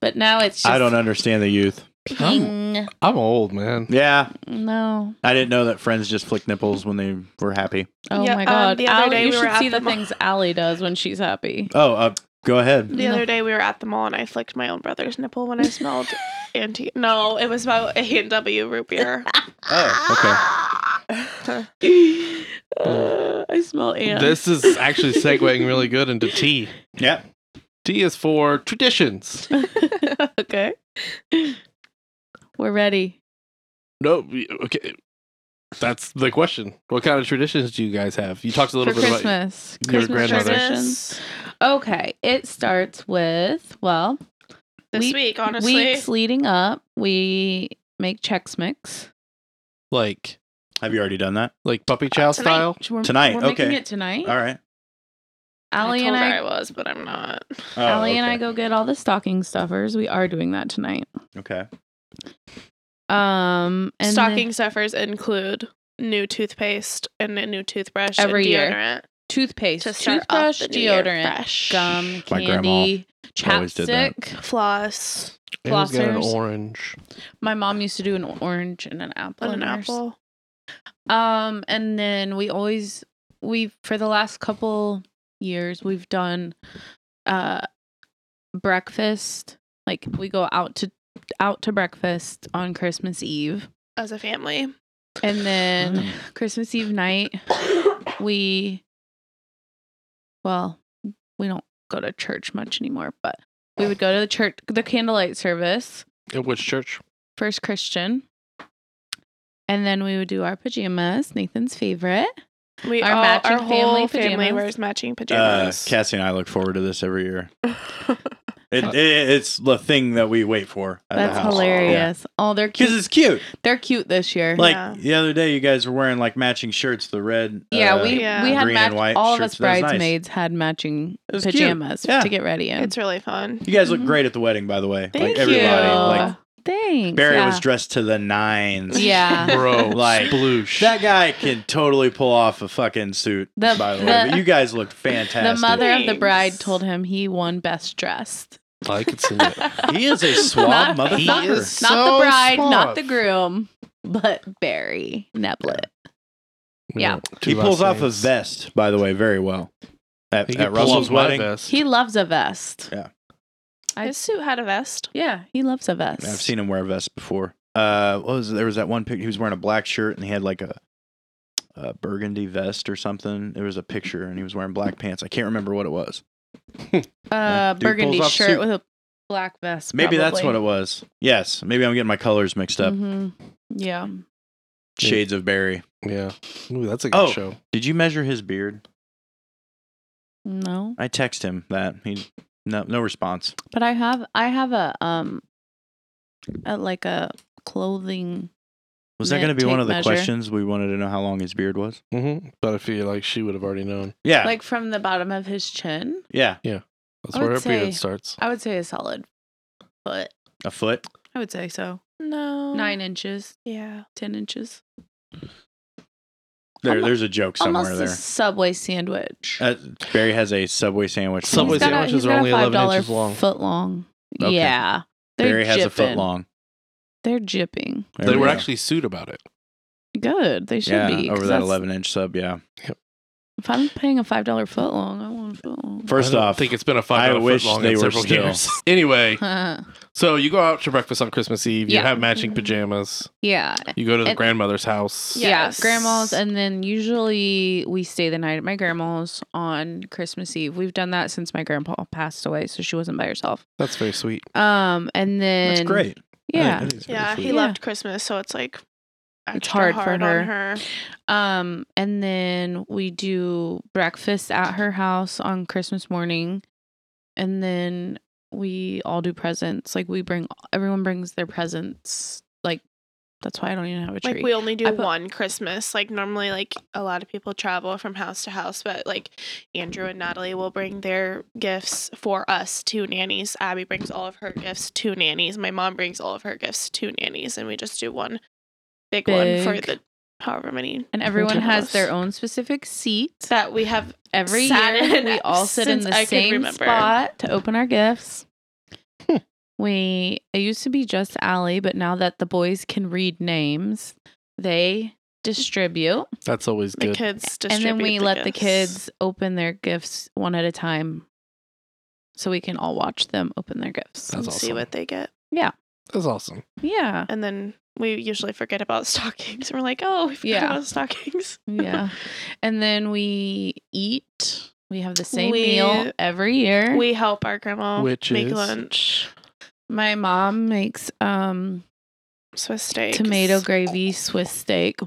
Speaker 2: but now it's just
Speaker 3: I don't understand the youth.
Speaker 2: ping.
Speaker 1: I'm old, man.
Speaker 3: Yeah,
Speaker 2: No.
Speaker 3: I didn't know that friends just flick nipples when they were happy.
Speaker 2: Oh
Speaker 4: Yeah,
Speaker 2: my
Speaker 4: um,
Speaker 2: god.
Speaker 4: the other
Speaker 2: Ally-
Speaker 4: day
Speaker 2: you
Speaker 4: we were
Speaker 2: should
Speaker 4: at
Speaker 2: see the
Speaker 4: the mall.
Speaker 2: things Allie does when she's happy.
Speaker 3: Oh, uh, go ahead.
Speaker 4: The
Speaker 2: No.
Speaker 4: other day, we were at the mall and I flicked my own brother's nipple when I smelled anti. No, it was about A and W root beer.
Speaker 2: Ah.
Speaker 3: Oh,
Speaker 2: Uh, I smell ants.
Speaker 1: This is actually segueing really good into tea.
Speaker 3: okay. Yeah.
Speaker 1: Tea is for traditions.
Speaker 2: okay. We're ready.
Speaker 1: No, we- okay. That's the question. What kind of traditions do you guys have? You talked a little
Speaker 2: For
Speaker 1: bit about
Speaker 2: Christmas.
Speaker 1: your
Speaker 2: Christmas
Speaker 1: grandmother.
Speaker 2: traditions. Okay. It starts with, well,
Speaker 4: This
Speaker 2: Week-
Speaker 4: week, honestly.
Speaker 2: weeks leading up, we make Chex Mix.
Speaker 1: like
Speaker 3: Have you already done that?
Speaker 1: like puppy
Speaker 2: Uh,
Speaker 1: chow
Speaker 4: Tonight.
Speaker 1: style.
Speaker 2: We're,
Speaker 3: Tonight,
Speaker 2: We're making
Speaker 3: okay.
Speaker 2: it tonight.
Speaker 3: All right.
Speaker 2: Allie
Speaker 4: I
Speaker 2: and
Speaker 4: told
Speaker 2: I
Speaker 4: her I was, but I'm not.
Speaker 3: Oh,
Speaker 2: Allie and
Speaker 3: okay.
Speaker 2: I go get all the stocking stuffers. We are doing that tonight.
Speaker 3: Okay.
Speaker 2: Um, and
Speaker 4: Stocking
Speaker 2: then
Speaker 4: stuffers include new toothpaste and a new toothbrush
Speaker 2: Every
Speaker 4: and
Speaker 2: year.
Speaker 4: deodorant
Speaker 2: toothpaste,
Speaker 4: to start off
Speaker 2: toothbrush,
Speaker 4: the new year
Speaker 2: deodorant,
Speaker 4: fresh.
Speaker 2: gum,
Speaker 3: My grandma
Speaker 2: candy,
Speaker 3: always did that.
Speaker 2: chapstick.
Speaker 4: floss
Speaker 1: Anyone's got an
Speaker 2: Flossers.
Speaker 1: orange.
Speaker 2: My mom used to do an orange and an apple.
Speaker 4: and an
Speaker 2: in hers.
Speaker 4: apple.
Speaker 2: Um, and then we always we for the last couple years we've done uh breakfast. Like we go out to out to breakfast on Christmas Eve.
Speaker 4: as a family.
Speaker 2: And then Christmas Eve night, we, well, we don't go to church much anymore, but we would go to the church, the candlelight service,
Speaker 5: At which church?
Speaker 2: first Christian. And then we would do our pajamas, Nathan's favorite.
Speaker 4: We
Speaker 2: Our
Speaker 4: all,
Speaker 2: matching
Speaker 4: our whole
Speaker 2: family
Speaker 4: family
Speaker 2: pajamas.
Speaker 4: wears matching
Speaker 3: Uh,
Speaker 4: pajamas.
Speaker 3: Cassie and I look forward to this every year. It, it, it's the thing that we wait for. At
Speaker 2: That's
Speaker 3: the house.
Speaker 2: hilarious. Oh, they're
Speaker 3: Because
Speaker 2: cute.
Speaker 3: it's cute.
Speaker 2: They're cute this year.
Speaker 3: Like
Speaker 4: Yeah.
Speaker 3: the other day, you guys were wearing like matching shirts, the red.
Speaker 2: yeah,
Speaker 3: uh,
Speaker 2: we
Speaker 4: Yeah.
Speaker 2: we had
Speaker 3: green
Speaker 2: match-
Speaker 3: and white
Speaker 2: all of us
Speaker 3: shirts. That was nice.
Speaker 2: bridesmaids had matching
Speaker 3: It was cute.
Speaker 2: pajamas
Speaker 3: Yeah.
Speaker 2: to get ready in.
Speaker 4: it's really fun.
Speaker 3: You guys look
Speaker 2: Mhm.
Speaker 3: great at the wedding, by the way. like
Speaker 4: Thank
Speaker 3: everybody.
Speaker 4: you.
Speaker 3: Like
Speaker 2: Thanks.
Speaker 3: Barry
Speaker 2: yeah.
Speaker 3: was dressed to the nines.
Speaker 2: Yeah.
Speaker 5: Bro,
Speaker 3: Like,
Speaker 5: sploosh.
Speaker 3: That guy can totally pull off a fucking suit,
Speaker 2: The-
Speaker 3: by the,
Speaker 2: the-
Speaker 3: way. But you guys look
Speaker 2: The
Speaker 3: fantastic.
Speaker 2: mother of the
Speaker 4: Thanks.
Speaker 2: bride told him he won best dressed.
Speaker 5: I could see it.
Speaker 3: he is a suave
Speaker 2: Not-
Speaker 3: motherfucker.
Speaker 2: not,
Speaker 5: He is
Speaker 2: not
Speaker 5: so
Speaker 2: the bride, not
Speaker 5: suave.
Speaker 2: the groom, but Barry Neblett.
Speaker 5: We
Speaker 2: Yeah.
Speaker 5: don't do
Speaker 3: he pulls
Speaker 5: last
Speaker 3: off a
Speaker 5: names.
Speaker 3: vest, by the way, very well. At,
Speaker 5: He
Speaker 3: at
Speaker 5: pulls
Speaker 3: Russell's
Speaker 5: off my
Speaker 3: wedding,
Speaker 5: vest.
Speaker 2: He loves a vest. I-
Speaker 4: His suit had a vest.
Speaker 2: Yeah, he loves a vest.
Speaker 3: I've seen him wear a vest before. Uh, what was it? there was that one picture? He was wearing a black shirt and he had like a, a burgundy vest or something. There was a picture and he was wearing black pants. I can't remember what it was.
Speaker 2: uh,
Speaker 3: Dude pulls
Speaker 2: burgundy
Speaker 3: off
Speaker 2: shirt
Speaker 3: suit.
Speaker 2: with a black vest.
Speaker 3: Maybe that's what it was. Yes, maybe I'm getting my colors mixed up.
Speaker 2: hmm Yeah. Mm-hmm.
Speaker 3: Shades of Barry.
Speaker 5: Yeah. Ooh, that's a good
Speaker 3: Oh.
Speaker 5: show.
Speaker 3: Did you measure his beard?
Speaker 2: No.
Speaker 3: I text him that he no no response.
Speaker 2: But I have I have a um a, like a clothing
Speaker 3: Was that
Speaker 2: Me-
Speaker 3: going to be one
Speaker 2: tape
Speaker 3: of the
Speaker 2: measure.
Speaker 3: questions we wanted to know how long his beard was?
Speaker 5: Mm-hmm. But I feel like she would have already known.
Speaker 3: Yeah,
Speaker 2: like from the bottom of his chin.
Speaker 3: yeah,
Speaker 5: That's
Speaker 2: I
Speaker 5: where
Speaker 2: would
Speaker 5: her
Speaker 2: say-
Speaker 5: period starts.
Speaker 2: I would say a solid foot.
Speaker 3: a foot.
Speaker 2: I would say so.
Speaker 4: No.
Speaker 2: Nine inches,
Speaker 4: Yeah.
Speaker 2: ten inches.
Speaker 3: There,
Speaker 2: Almo-
Speaker 3: there's a joke somewhere
Speaker 2: Almost a subway sandwich.
Speaker 3: there. Uh, Barry has a Subway sandwich.
Speaker 5: Subway
Speaker 2: He's got a-
Speaker 5: sandwiches
Speaker 2: he's
Speaker 5: are
Speaker 2: got a
Speaker 5: only 11
Speaker 2: $5
Speaker 5: inches long.
Speaker 2: Foot long.
Speaker 3: Okay.
Speaker 2: Yeah. They're
Speaker 3: Barry has a foot
Speaker 2: jipping.
Speaker 3: long.
Speaker 2: They're jipping.
Speaker 3: There
Speaker 5: they
Speaker 3: we
Speaker 5: were
Speaker 3: go.
Speaker 5: actually sued about it.
Speaker 2: Good. They should
Speaker 3: yeah
Speaker 2: be. 'cause
Speaker 3: over that
Speaker 2: that's-
Speaker 3: 11 inch sub. Yeah.
Speaker 2: If I'm paying a five dollar foot long, I want a foot long.
Speaker 3: First
Speaker 5: I don't
Speaker 3: off,
Speaker 5: think it's been a five.
Speaker 3: I wish
Speaker 5: long
Speaker 3: they
Speaker 5: in
Speaker 3: were
Speaker 5: several
Speaker 3: still-
Speaker 5: years. anyway,
Speaker 2: Huh.
Speaker 5: so you go out to breakfast on Christmas Eve. You
Speaker 2: Yeah.
Speaker 5: have matching pajamas.
Speaker 2: yeah.
Speaker 5: You go to the
Speaker 2: And-
Speaker 5: grandmother's house.
Speaker 4: Yes.
Speaker 2: Yeah, grandma's, and then usually we stay the night at my grandma's on Christmas Eve. We've done that since my grandpa passed away, so she wasn't by herself.
Speaker 5: That's very sweet.
Speaker 2: Um, and then
Speaker 3: that's great. I
Speaker 2: Yeah,
Speaker 3: think that is very
Speaker 4: Yeah. He
Speaker 3: sweet.
Speaker 2: Yeah.
Speaker 4: loved Christmas, so it's like extra
Speaker 2: hard
Speaker 4: hard,
Speaker 2: for her.
Speaker 4: on her.
Speaker 2: Um, and then we do breakfast at her house on Christmas morning, and then we all do presents. Like we bring everyone brings their presents. Like that's why I don't even have a tree.
Speaker 4: Like we only do
Speaker 2: I put-
Speaker 4: one Christmas. Like normally, like a lot of people travel from house to house, but like Andrew and Natalie will bring their gifts for us to nannies. Abby brings all of her gifts to nannies. My mom brings all of her gifts to nannies, and we just do one big, one for
Speaker 2: Big.
Speaker 4: the however many
Speaker 2: and everyone
Speaker 4: of
Speaker 2: has
Speaker 4: us.
Speaker 2: their own specific seat.
Speaker 4: that we have.
Speaker 2: Every
Speaker 4: sat
Speaker 2: year
Speaker 4: in
Speaker 2: we all sit in
Speaker 4: since
Speaker 2: the
Speaker 4: I can
Speaker 2: same
Speaker 4: remember.
Speaker 2: spot to open our gifts.
Speaker 5: Hmm.
Speaker 2: We it used to be just Allie, but now that the boys can read names, they distribute.
Speaker 5: That's always
Speaker 4: The
Speaker 5: good.
Speaker 4: kids
Speaker 2: and
Speaker 4: distribute
Speaker 2: then we
Speaker 4: the
Speaker 2: let
Speaker 4: gifts.
Speaker 2: the kids open their gifts one at a time so we can all watch them open their gifts
Speaker 5: That's
Speaker 4: and see
Speaker 5: awesome.
Speaker 4: what they get.
Speaker 5: That's awesome.
Speaker 2: yeah
Speaker 4: And then we usually forget about stockings. And we're like, oh, we forgot
Speaker 2: Yeah.
Speaker 4: about stockings.
Speaker 2: yeah and then we eat we have the same
Speaker 4: We-
Speaker 2: meal every year
Speaker 4: We help our grandma
Speaker 5: Which
Speaker 4: make
Speaker 5: is?
Speaker 4: lunch.
Speaker 2: my mom makes um
Speaker 4: Swiss steak.
Speaker 2: tomato gravy swiss steak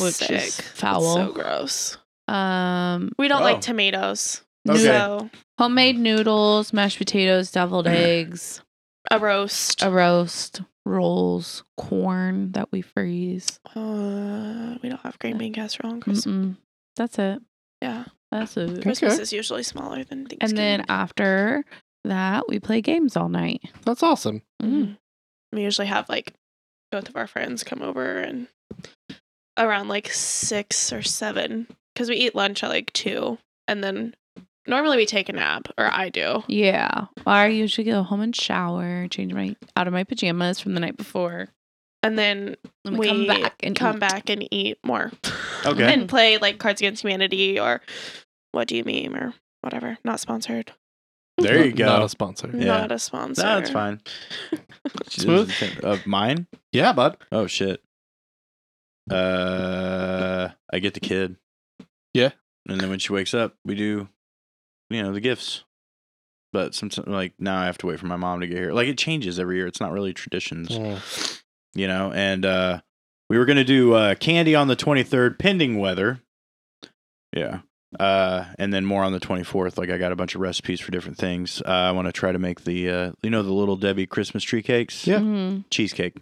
Speaker 2: which is
Speaker 4: Sick.
Speaker 2: foul
Speaker 4: So gross.
Speaker 2: um
Speaker 4: We don't like
Speaker 3: Oh.
Speaker 4: tomatoes.
Speaker 3: Okay.
Speaker 4: So
Speaker 2: homemade noodles mashed potatoes deviled eggs
Speaker 4: a roast.
Speaker 2: a roast rolls corn that we freeze
Speaker 4: uh, we don't have green bean casserole on Christmas.
Speaker 2: Mm-mm. that's it
Speaker 4: Yeah.
Speaker 2: That's it.
Speaker 4: Christmas is usually smaller than Thanksgiving.
Speaker 2: And then after that, we play games all night.
Speaker 5: That's awesome.
Speaker 2: Mm.
Speaker 4: Mhm. we usually have like both of our friends come over and around like six or seven because we eat lunch at like two. And then normally we take a nap, or I do.
Speaker 2: Yeah. I usually go home and shower, change my out of my pajamas from the night before.
Speaker 4: And then
Speaker 2: And
Speaker 4: we
Speaker 2: come back and
Speaker 4: come
Speaker 2: eat.
Speaker 4: back and eat more.
Speaker 3: Okay.
Speaker 4: and play like Cards Against Humanity or What Do You Meme or whatever. Not sponsored.
Speaker 3: There you
Speaker 5: Not- Not
Speaker 3: go.
Speaker 5: a sponsor.
Speaker 2: Mm.
Speaker 3: Yeah.
Speaker 4: Not a sponsor.
Speaker 3: No, it's fine.
Speaker 5: Smooth.
Speaker 3: Of mine?
Speaker 5: Yeah, bud.
Speaker 3: Oh, shit. Uh, I get the kid.
Speaker 1: Yeah.
Speaker 3: And then when she wakes up, we do, you know, the gifts. But sometimes, like now, I have to wait for my mom to get here. Like it changes every year. It's not really traditions,
Speaker 5: Mm.
Speaker 3: you know. And uh, we were gonna do uh, candy on the twenty third, pending weather. Yeah. Uh, and then more on the twenty fourth. Like I got a bunch of recipes for different things. Uh, I want to try to make the, uh, you know, the little Debbie Christmas tree cakes.
Speaker 1: Yeah.
Speaker 2: Mhm.
Speaker 3: Cheesecake.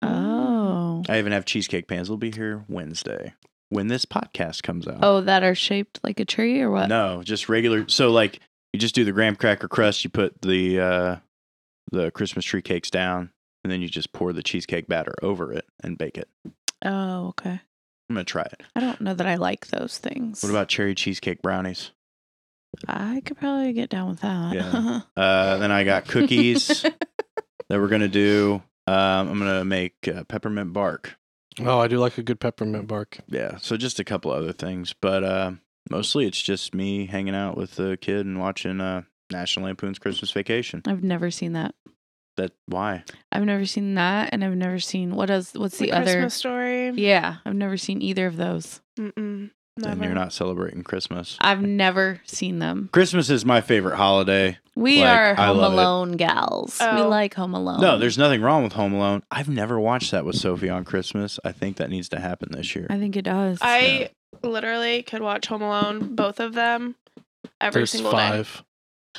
Speaker 2: Oh.
Speaker 3: I even have cheesecake pans. They'll be here Wednesday when this podcast comes out.
Speaker 2: Oh, that are shaped like a tree or what?
Speaker 3: No, just regular. So like you just do the graham cracker crust. You put the uh, the Christmas tree cakes down, and then you just pour the cheesecake batter over it and bake it.
Speaker 2: Oh, okay.
Speaker 3: I'm gonna try it.
Speaker 2: I don't know that I like those things.
Speaker 3: What about cherry cheesecake brownies?
Speaker 2: I could probably get down with that.
Speaker 3: Yeah. Uh, then I got cookies that we're gonna do. Um, I'm gonna make uh, peppermint bark.
Speaker 1: Oh, I do like a good peppermint bark.
Speaker 3: Yeah, so just a couple other things, but uh, mostly it's just me hanging out with the kid and watching uh, National Lampoon's Christmas Vacation.
Speaker 2: I've never seen that.
Speaker 3: That why?
Speaker 2: I've never seen that, and I've never seen what else? What's the,
Speaker 4: the
Speaker 2: other?
Speaker 4: Christmas story.
Speaker 2: Yeah, I've never seen either of those.
Speaker 4: Mm-mm.
Speaker 3: Then
Speaker 4: Never.
Speaker 3: you're not celebrating Christmas.
Speaker 2: I've never seen them.
Speaker 3: Christmas is my favorite holiday.
Speaker 2: We
Speaker 3: Like,
Speaker 2: are
Speaker 3: I
Speaker 2: Home
Speaker 3: love it.
Speaker 2: Alone gals. We
Speaker 4: Oh.
Speaker 2: like Home Alone.
Speaker 3: No, there's nothing wrong with Home Alone. I've never watched that with Sophie on Christmas. I think that needs to happen this year.
Speaker 2: I think it does.
Speaker 4: I literally could watch Home Alone, both of them, every
Speaker 1: There's
Speaker 4: single day.
Speaker 1: five.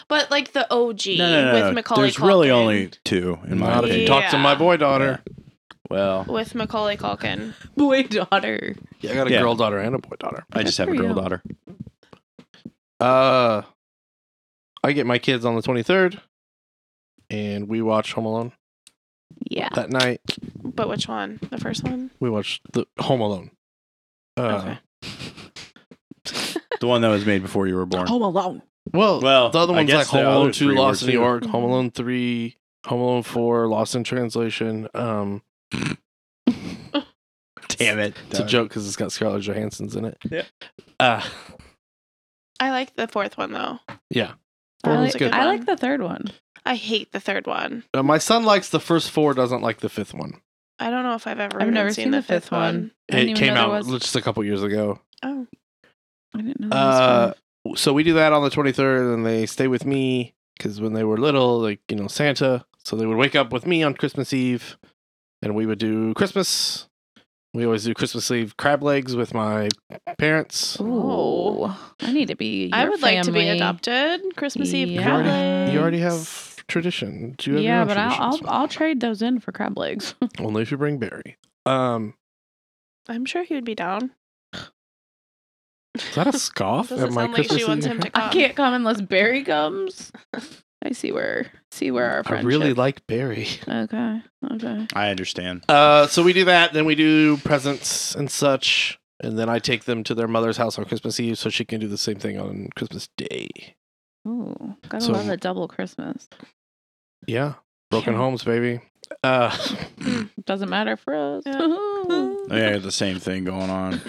Speaker 4: But like the OG
Speaker 3: no, no, no,
Speaker 4: with
Speaker 3: no.
Speaker 4: Macaulay.
Speaker 3: There's really
Speaker 4: Culkin.
Speaker 3: only two in my
Speaker 1: Not if you
Speaker 3: opinion.
Speaker 1: talk to my
Speaker 4: Yeah.
Speaker 1: boy daughter.
Speaker 3: Well,
Speaker 4: with Macaulay Culkin.
Speaker 2: boy daughter.
Speaker 1: Yeah, I got a
Speaker 3: Yeah.
Speaker 1: girl daughter and a boy daughter.
Speaker 3: I just have a
Speaker 2: for you.
Speaker 3: girl daughter.
Speaker 1: Uh, I get my kids on the 23rd, and we watch Home Alone
Speaker 2: Yeah.
Speaker 1: that night.
Speaker 4: But which one? The first one?
Speaker 1: We watched the Home Alone. Uh,
Speaker 3: The one that was made before you were born.
Speaker 2: Alone.
Speaker 1: Well,
Speaker 3: Well,
Speaker 1: the other
Speaker 3: I
Speaker 1: ones
Speaker 3: guess
Speaker 1: like Home
Speaker 3: the
Speaker 1: Alone
Speaker 3: other
Speaker 1: Two,
Speaker 3: three were
Speaker 1: Lost in New
Speaker 3: too.
Speaker 1: York, Home
Speaker 2: Mm-hmm.
Speaker 1: Alone Three, Home Alone Four, Lost in Translation. Um,
Speaker 3: Damn it.
Speaker 1: it's a joke because it's got Scarlett Johansson's in it.
Speaker 3: Yeah.
Speaker 1: Uh,
Speaker 4: I like the fourth one though.
Speaker 1: yeah.
Speaker 2: I
Speaker 1: Four
Speaker 4: That
Speaker 1: was
Speaker 4: one's
Speaker 2: like,
Speaker 1: good.
Speaker 2: I
Speaker 4: one.
Speaker 2: like the third one.
Speaker 4: I hate the third one.
Speaker 1: Uh, my son likes the first four, doesn't like the fifth one.
Speaker 4: I don't know if I've ever.
Speaker 2: I've
Speaker 4: even
Speaker 2: never seen the fifth one. I didn't
Speaker 1: It
Speaker 2: even
Speaker 1: came
Speaker 2: know there
Speaker 1: out
Speaker 2: was-
Speaker 1: just a couple years ago.
Speaker 4: Oh,
Speaker 2: I didn't know. There was
Speaker 1: Uh,
Speaker 2: five.
Speaker 1: so we do that on the 23rd, and they stay with me because when they were little, like, you know, Santa. So they would wake up with me on Christmas Eve, and we would do Christmas. We always do Christmas Eve crab legs with my parents.
Speaker 2: Ooh, Oh. I need to be.
Speaker 4: I
Speaker 2: your
Speaker 4: would like to be
Speaker 2: family.
Speaker 4: adopted. Christmas Eve.
Speaker 2: Yeah.
Speaker 1: You already-
Speaker 4: crab
Speaker 1: You
Speaker 4: legs.
Speaker 1: already have tradition. Do you have your
Speaker 2: Yeah,
Speaker 1: own
Speaker 2: but I'll, I'll
Speaker 1: traditions?
Speaker 2: I'll trade those in for crab legs.
Speaker 1: only if you bring Barry. Um,
Speaker 4: I'm sure he would be down.
Speaker 1: is that a scoff?
Speaker 4: Doesn't
Speaker 1: at my
Speaker 4: sound like she
Speaker 1: Christmas
Speaker 4: wants
Speaker 1: Eve?
Speaker 4: him to
Speaker 2: I can't come unless Barry comes. Um, I see where see where our
Speaker 1: I
Speaker 2: friendship.
Speaker 1: really like Barry.
Speaker 2: Okay. Okay.
Speaker 3: I understand.
Speaker 1: Uh, so we do that, then we do presents and such, and then I take them to their mother's house on Christmas Eve so she can do the same thing on Christmas Day.
Speaker 2: Ooh, gotta
Speaker 1: So-
Speaker 2: love a double Christmas.
Speaker 1: Yeah, broken
Speaker 2: Yeah.
Speaker 1: homes, baby. Uh,
Speaker 2: Doesn't matter for us.
Speaker 4: Yeah.
Speaker 3: Yeah, I got the same thing going on.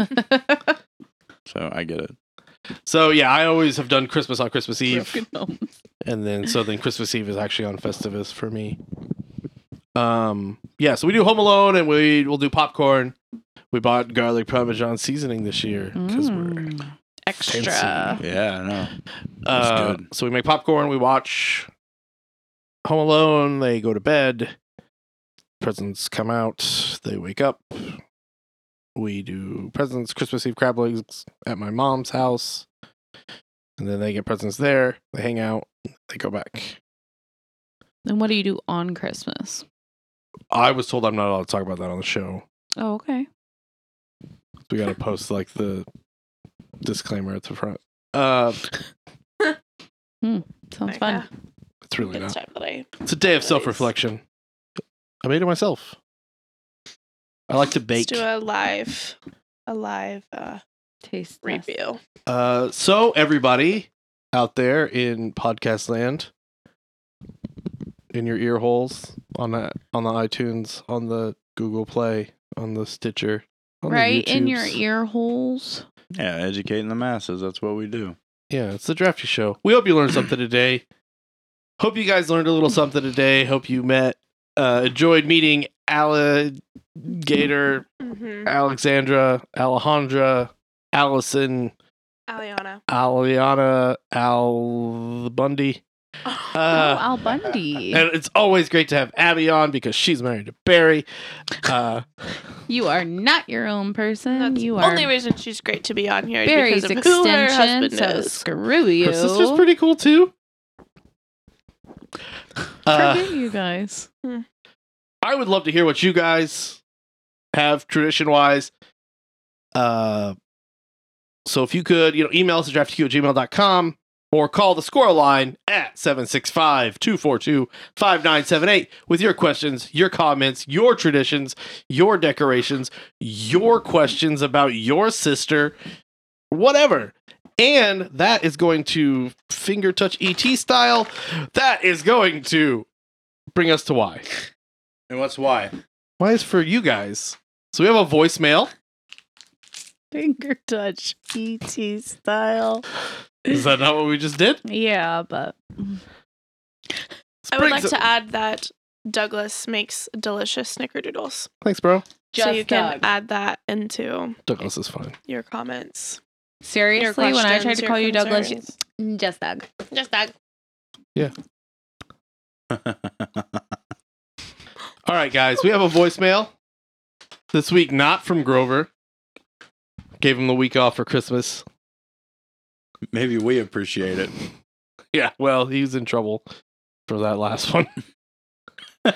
Speaker 3: So I get it.
Speaker 1: so yeah, I always have done Christmas on Christmas Eve,
Speaker 2: Broken homes.
Speaker 1: and then so then Christmas Eve is actually on Festivus for me. Um, yeah, so we do Home Alone, and we will do popcorn. We bought garlic parmesan seasoning this year because we're
Speaker 2: Mm. Extra.
Speaker 1: fancy.
Speaker 3: Yeah, I know. That's
Speaker 1: Uh,
Speaker 3: good.
Speaker 1: so we make popcorn. We watch Home Alone. They go to bed. Presents come out. They wake up. We do presents, Christmas Eve crab legs at my mom's house, and then they get presents there. They hang out. They go back.
Speaker 2: Then what do you do on Christmas?
Speaker 1: I was told I'm not allowed to talk about that on the show.
Speaker 2: Oh, okay.
Speaker 1: We got to post like the disclaimer at the front. Uh,
Speaker 2: Sounds
Speaker 4: Okay.
Speaker 2: fun.
Speaker 1: it's really
Speaker 4: It's
Speaker 1: not.
Speaker 4: time that I
Speaker 1: It's a day of self reflection. I made it myself. I like to
Speaker 4: let's
Speaker 1: bake.
Speaker 4: do a live, a live uh,
Speaker 2: Taste test.
Speaker 4: review.
Speaker 1: Uh, so everybody out there in podcast land, in your ear holes, on the on the iTunes, on the Google Play, on the Stitcher, on the
Speaker 2: Right in your
Speaker 1: YouTubes.
Speaker 2: ear holes.
Speaker 3: Yeah, educating the masses. That's what we do.
Speaker 1: Yeah, it's the Drafty Show. We hope you learned something today. Hope you guys learned a little something today. Hope you met, uh, enjoyed meeting alligator,
Speaker 4: Mm-hmm.
Speaker 1: Alexandra, Alejandra, Allison,
Speaker 4: Aliana.
Speaker 1: Aliana, Al Bundy.
Speaker 2: oh,
Speaker 1: Uh,
Speaker 2: Al Bundy.
Speaker 1: and it's always great to have Abby on because she's married to Barry. Uh,
Speaker 2: you are not your own person.
Speaker 4: That's
Speaker 2: you
Speaker 4: the
Speaker 2: are
Speaker 4: only reason she's great to be on here is
Speaker 2: Barry's
Speaker 4: because of who her
Speaker 2: extension.
Speaker 4: husband
Speaker 2: So
Speaker 4: is.
Speaker 2: screw you.
Speaker 1: her sister's pretty cool too. Uh,
Speaker 2: Forget you guys.
Speaker 1: I would love to hear what you guys have tradition wise. Uh, so if you could, you know, email us at draftq at gmail.com or call the score line at 765 242 5978 with your questions, your comments, your traditions, your decorations, your questions about your sister, whatever. And that is going to finger touch ET style. That is going to bring us to why.
Speaker 3: And what's why?
Speaker 1: Why is for you guys? So we have a voicemail.
Speaker 2: Finger touch,
Speaker 4: E
Speaker 2: ET style.
Speaker 1: Is that not what we just did?
Speaker 2: Yeah, but
Speaker 1: This
Speaker 4: I would like
Speaker 1: brings-
Speaker 4: to add that Douglas makes delicious snickerdoodles.
Speaker 1: Thanks, bro.
Speaker 4: so you can add that into
Speaker 1: Douglas is fine.
Speaker 4: your comments. Your
Speaker 2: Seriously, when I tried
Speaker 4: questions,
Speaker 2: to
Speaker 4: your
Speaker 2: call you Douglas,
Speaker 4: concerns.
Speaker 2: you- just Doug.
Speaker 4: Just Doug.
Speaker 1: All right, guys, we have a voicemail this week, not from Grover. Gave him the week off for Christmas.
Speaker 3: Maybe we appreciate it.
Speaker 1: Yeah, well, he was in trouble for that last one. All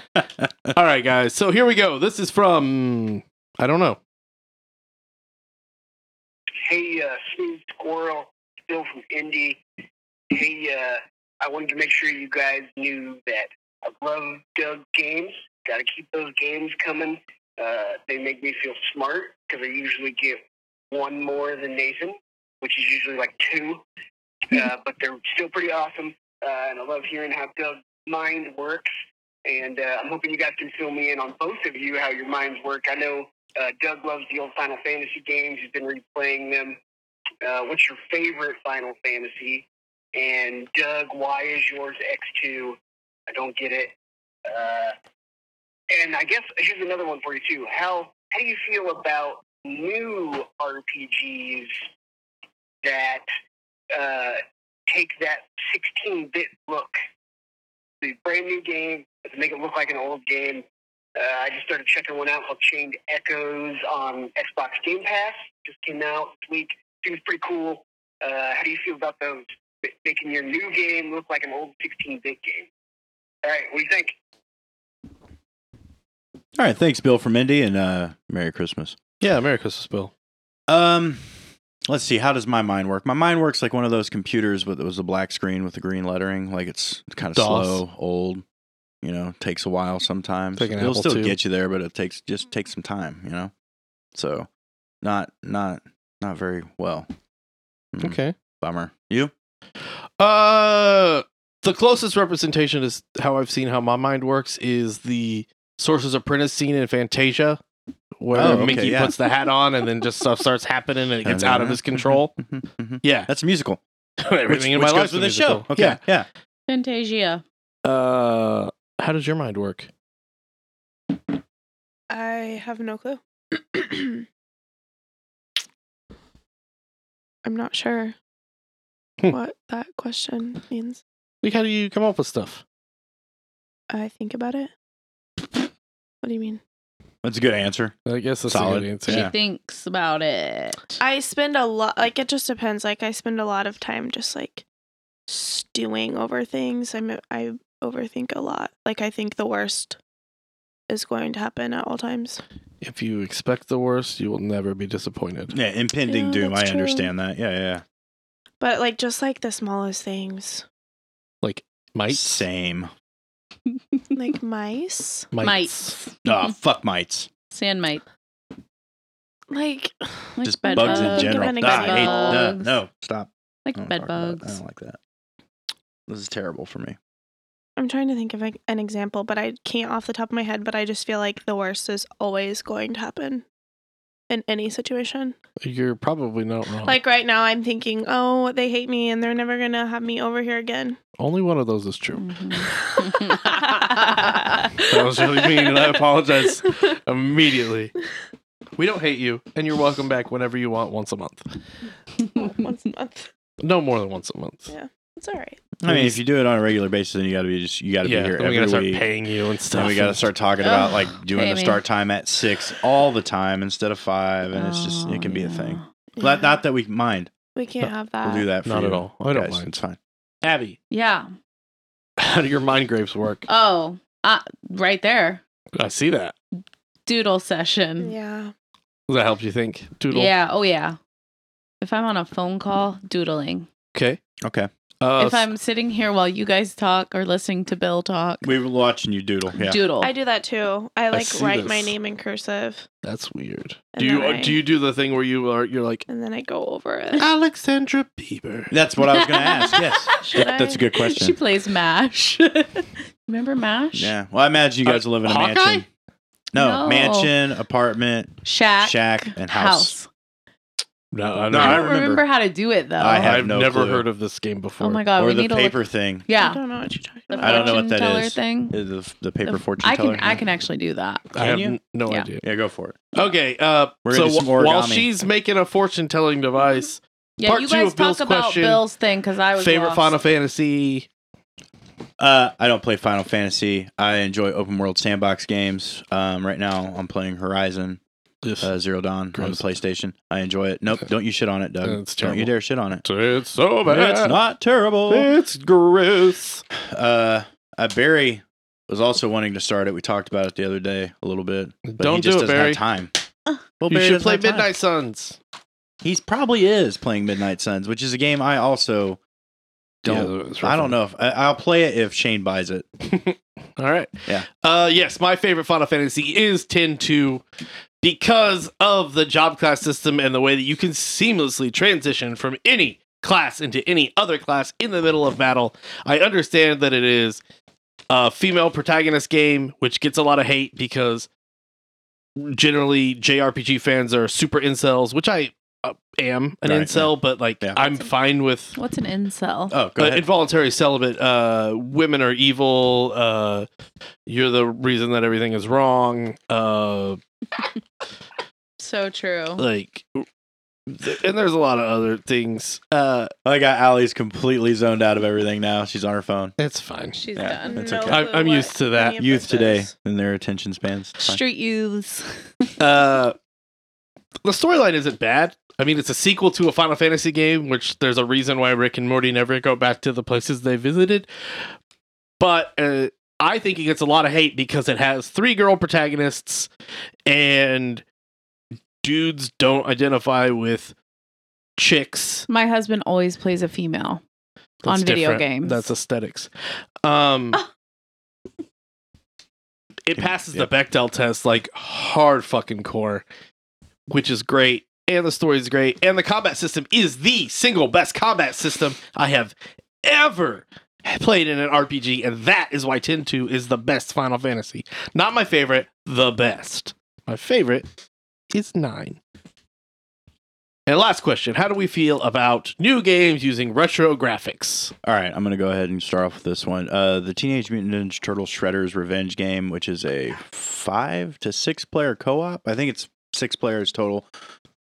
Speaker 1: right, guys. So here we go. This is from I don't know.
Speaker 6: Hey, uh, Smooth Squirrel, Bill from Indy. Hey, uh, I wanted to make sure you guys knew that I love Doug games. Got to keep those games coming. Uh, they make me feel smart because I usually get one more than Nathan, which is usually like two. Uh, but they're still pretty awesome, uh, and I love hearing how Doug's mind works. And uh, I'm hoping you guys can fill me in on both of you how your minds work. I know uh, Doug loves the old Final Fantasy games. He's been replaying them. Uh, what's your favorite Final Fantasy? And Doug, why is yours X2? I don't get it. Uh, and I guess here's another one for you too. How how do you feel about new RPGs that uh, take that 16-bit look? The brand new game, but to make it look like an old game, uh, I just started checking one out called Chained Echoes on Xbox Game Pass. Just came out this week. Seems pretty cool. Uh, how do you feel about those? Ma- Making your new game look like an old 16 bit game. All right, what do you think?
Speaker 3: All right, thanks, Bill from Indy, and uh, Merry Christmas.
Speaker 1: Yeah, Merry Christmas, Bill.
Speaker 3: Um, let's see. How does my mind work? My mind works like one of those computers with it was a black screen with the green lettering. Like it's kind of
Speaker 1: DOS.
Speaker 3: slow, old. You know, takes a while sometimes.
Speaker 1: Like an
Speaker 3: It'll
Speaker 1: Apple
Speaker 3: still
Speaker 1: II.
Speaker 3: get you there, but it takes just takes some time. You know, so not not not very well. Mm,
Speaker 1: Okay.
Speaker 3: bummer. You?
Speaker 1: Uh the closest representation is how I've seen how my mind works is the Sources Apprentice scene in Fantasia, where
Speaker 3: Oh, okay,
Speaker 1: Mickey
Speaker 3: yeah.
Speaker 1: puts the hat on and then just stuff starts happening and it gets out of his control.
Speaker 3: Mhm, mhm.
Speaker 1: Yeah,
Speaker 3: That's a musical.
Speaker 1: everything in my life
Speaker 3: with the show. Okay. Yeah. yeah.
Speaker 2: Fantasia.
Speaker 1: Uh, how does your mind work?
Speaker 4: I have no clue. I'm not sure
Speaker 1: Hmm.
Speaker 4: what that question means.
Speaker 1: Like, how do you come up with stuff?
Speaker 4: I think about it. What do you mean?
Speaker 3: That's a good answer.
Speaker 1: I guess
Speaker 3: that's a Solid. good
Speaker 1: answer.
Speaker 2: She
Speaker 3: Yeah.
Speaker 2: thinks about it.
Speaker 4: I spend a lot, like, it just depends. Like, I spend a lot of time just like stewing over things. I'm, I overthink a lot. Like, I think the worst is going to happen at all times.
Speaker 1: If you expect the worst, you will never be disappointed.
Speaker 3: Yeah, impending
Speaker 4: Yeah,
Speaker 3: doom. I
Speaker 4: that's true.
Speaker 3: understand that. Yeah, yeah.
Speaker 4: But, like, just like the smallest things,
Speaker 3: yeah.
Speaker 1: Mites,
Speaker 3: Same.
Speaker 4: like mice,
Speaker 1: mites.
Speaker 2: Mites.
Speaker 3: Oh, fuck mites.
Speaker 2: Sand mite.
Speaker 4: like,
Speaker 2: Like
Speaker 3: just
Speaker 2: bed
Speaker 3: bugs in
Speaker 4: bugs.
Speaker 3: general.
Speaker 4: Give an
Speaker 3: Ah, I hate-
Speaker 4: example.
Speaker 3: no,
Speaker 2: Bugs.
Speaker 3: no, stop. I
Speaker 2: Like
Speaker 3: don't
Speaker 2: bed
Speaker 3: talk about it.
Speaker 2: bugs.
Speaker 3: I don't like that. This is terrible for me.
Speaker 4: I'm trying to think of like, an example, but I can't off the top of my head, but I just feel like the worst is always going to happen. in any situation.
Speaker 1: You're probably not
Speaker 2: Oh.
Speaker 1: wrong.
Speaker 4: Like right now, I'm thinking, oh, they hate me and they're never gonna have me over here again.
Speaker 1: Only one of those is true.
Speaker 2: Mhm.
Speaker 1: That was really mean, and I apologize immediately. We don't hate you, and you're welcome back whenever you want, once a month.
Speaker 2: Mm-hmm.
Speaker 4: Once a month.
Speaker 1: No more than once a month.
Speaker 4: Yeah. It's all right.
Speaker 3: I mean, if you do it on a regular basis, then you got to be just you got to be here
Speaker 1: then we gotta
Speaker 3: every
Speaker 1: start
Speaker 3: week.
Speaker 1: paying you and stuff.
Speaker 3: Then we got to
Speaker 1: and-
Speaker 3: start talking
Speaker 2: Ugh,
Speaker 3: about like doing
Speaker 2: pay
Speaker 3: the
Speaker 2: me.
Speaker 3: start time at six all the time instead of five, and it's just
Speaker 2: Oh,
Speaker 3: it can be a thing.
Speaker 2: yeah. Uh,
Speaker 3: Not, not that we mind.
Speaker 4: we can't have that.
Speaker 3: We'll do that. For
Speaker 1: Not
Speaker 3: you
Speaker 1: at all. I don't
Speaker 3: guys.
Speaker 1: mind.
Speaker 3: It's fine.
Speaker 1: Abby,
Speaker 2: Yeah.
Speaker 1: how do your mind grapes work?
Speaker 2: Oh, uh, right there.
Speaker 1: I see that.
Speaker 2: Doodle session.
Speaker 4: Yeah.
Speaker 1: Does that help you think? Doodle.
Speaker 2: Yeah. Oh, yeah. If I'm on a phone call, doodling.
Speaker 1: Okay.
Speaker 3: Okay,
Speaker 1: Uh,
Speaker 2: if I'm sitting here while you guys talk or listening to Bill talk,
Speaker 3: we were watching you doodle. Yeah,
Speaker 2: doodle.
Speaker 4: I do that too. I like
Speaker 1: see
Speaker 4: write my
Speaker 1: this.
Speaker 4: name in cursive
Speaker 1: that's weird.
Speaker 4: And
Speaker 1: Do you uh,
Speaker 4: then I-
Speaker 1: do you do the thing where you are you're like
Speaker 4: and then I go over it.
Speaker 2: Ah,
Speaker 1: Alexandra Bieber?
Speaker 3: that's what I was going to ask. Yes,
Speaker 4: Should
Speaker 3: That- that's
Speaker 4: I?
Speaker 3: a good
Speaker 2: she
Speaker 3: question.
Speaker 2: plays MASH. Remember MASH?
Speaker 3: Yeah. Well, I imagine you guys live in a
Speaker 1: Hawkeye?
Speaker 3: mansion. No,
Speaker 2: No.
Speaker 3: mansion, apartment,
Speaker 2: Shack.
Speaker 3: shack, and house.
Speaker 1: No, I, don't
Speaker 3: No,
Speaker 1: know.
Speaker 2: I don't
Speaker 3: I remember.
Speaker 2: remember. how to do it though.
Speaker 3: I have
Speaker 1: I've
Speaker 3: no
Speaker 1: never
Speaker 3: clue.
Speaker 1: heard of this game before.
Speaker 2: oh my god,
Speaker 3: or
Speaker 2: we
Speaker 3: the
Speaker 2: need to
Speaker 3: paper
Speaker 2: look.
Speaker 3: thing.
Speaker 4: I
Speaker 2: Yeah,
Speaker 4: don't know what you're talking
Speaker 2: the
Speaker 4: about.
Speaker 3: I don't know what
Speaker 2: fortune
Speaker 3: that
Speaker 2: teller
Speaker 3: is.
Speaker 2: thing.
Speaker 3: Uh, The, the paper
Speaker 2: The-
Speaker 3: fortune
Speaker 2: I can
Speaker 3: teller.
Speaker 2: I can actually do that.
Speaker 1: I have
Speaker 3: Can you?
Speaker 1: n- no
Speaker 2: Yeah.
Speaker 1: idea.
Speaker 3: Yeah, go for it.
Speaker 1: Okay, uh,
Speaker 3: We're
Speaker 1: so
Speaker 3: gonna do some
Speaker 1: wh- while
Speaker 3: origami.
Speaker 1: she's making a fortune telling device,
Speaker 2: Yeah,
Speaker 1: Part
Speaker 2: you
Speaker 1: two
Speaker 2: guys
Speaker 1: of
Speaker 2: talk
Speaker 1: Bill's
Speaker 2: about
Speaker 1: question.
Speaker 2: Bill's thing because I was
Speaker 1: favorite
Speaker 2: lost.
Speaker 1: Final Fantasy.
Speaker 3: Uh, I don't play Final Fantasy. I enjoy open world sandbox games. Um, right now, I'm playing Horizon uh, Zero Dawn on the
Speaker 1: Gross.
Speaker 3: PlayStation. I enjoy it. Nope, don't you shit on it, Doug.
Speaker 1: Uh, it's
Speaker 3: Don't you
Speaker 1: terrible.
Speaker 3: dare shit on it.
Speaker 1: it's so bad.
Speaker 3: It's not terrible.
Speaker 1: It's gross.
Speaker 3: Uh, uh, Barry was also wanting to start it. We talked about it the other day a little bit, but
Speaker 1: Don't
Speaker 3: he just
Speaker 1: do it,
Speaker 3: doesn't
Speaker 1: Barry.
Speaker 3: have time. Well,
Speaker 1: You
Speaker 3: Barry
Speaker 1: should
Speaker 3: doesn't
Speaker 1: play
Speaker 3: have time.
Speaker 1: Midnight Suns.
Speaker 3: He's probably is playing Midnight Suns, which is a game I also don't. I don't know if I, I'll play it if Shane buys it.
Speaker 1: All right.
Speaker 3: Yeah.
Speaker 1: Uh, yes, my favorite Final Fantasy is 10 2 because of the job class system and the way that you can seamlessly transition from any class into any other class in the middle of battle. I understand that it is a female protagonist game, which gets a lot of hate because generally JRPG fans are super incels, which I uh, am an
Speaker 3: Right,
Speaker 1: incel, but like
Speaker 3: Yeah.
Speaker 1: I'm fine with
Speaker 2: What's an incel?
Speaker 3: Oh, go
Speaker 1: uh,
Speaker 3: ahead.
Speaker 1: involuntary celibate. Uh, women are evil. Uh, you're the reason that everything is wrong. Uh,
Speaker 2: so true.
Speaker 1: like, th- and there's a lot of other things. Uh,
Speaker 3: I got Allie's completely zoned out of everything now. She's on her phone.
Speaker 1: it's fine.
Speaker 2: She's
Speaker 3: Yeah,
Speaker 2: done.
Speaker 3: that's
Speaker 4: No
Speaker 3: okay.
Speaker 4: clue
Speaker 1: I'm- I'm
Speaker 4: what
Speaker 1: used to that.
Speaker 4: any of
Speaker 3: Youth
Speaker 4: this
Speaker 3: today
Speaker 4: is.
Speaker 3: and their attention spans. It's fine.
Speaker 2: Street youths.
Speaker 1: Uh, the storyline isn't bad. I mean, it's a sequel to a Final Fantasy game, which there's a reason why Rick and Morty never go back to the places they visited. But uh, I think it gets a lot of hate because it has three girl protagonists, and dudes don't identify with chicks
Speaker 2: My husband always plays a female.
Speaker 1: That's
Speaker 2: on video
Speaker 1: different.
Speaker 2: games.
Speaker 1: That's aesthetics. Um, it passes the Bechdel test like hard fucking core, which is great. And the story is great. And the combat system is the single best combat system I have ever played in an RPG. And that is why 10 2 is the best Final Fantasy. Not my favorite, the best. My favorite is 9. And last question How do we feel about new games using retro graphics?
Speaker 3: All right, I'm going to go ahead and start off with this one. Uh, the Teenage Mutant Ninja Turtles Shredder's Revenge game, which is a five to six player co op. I think it's six players total,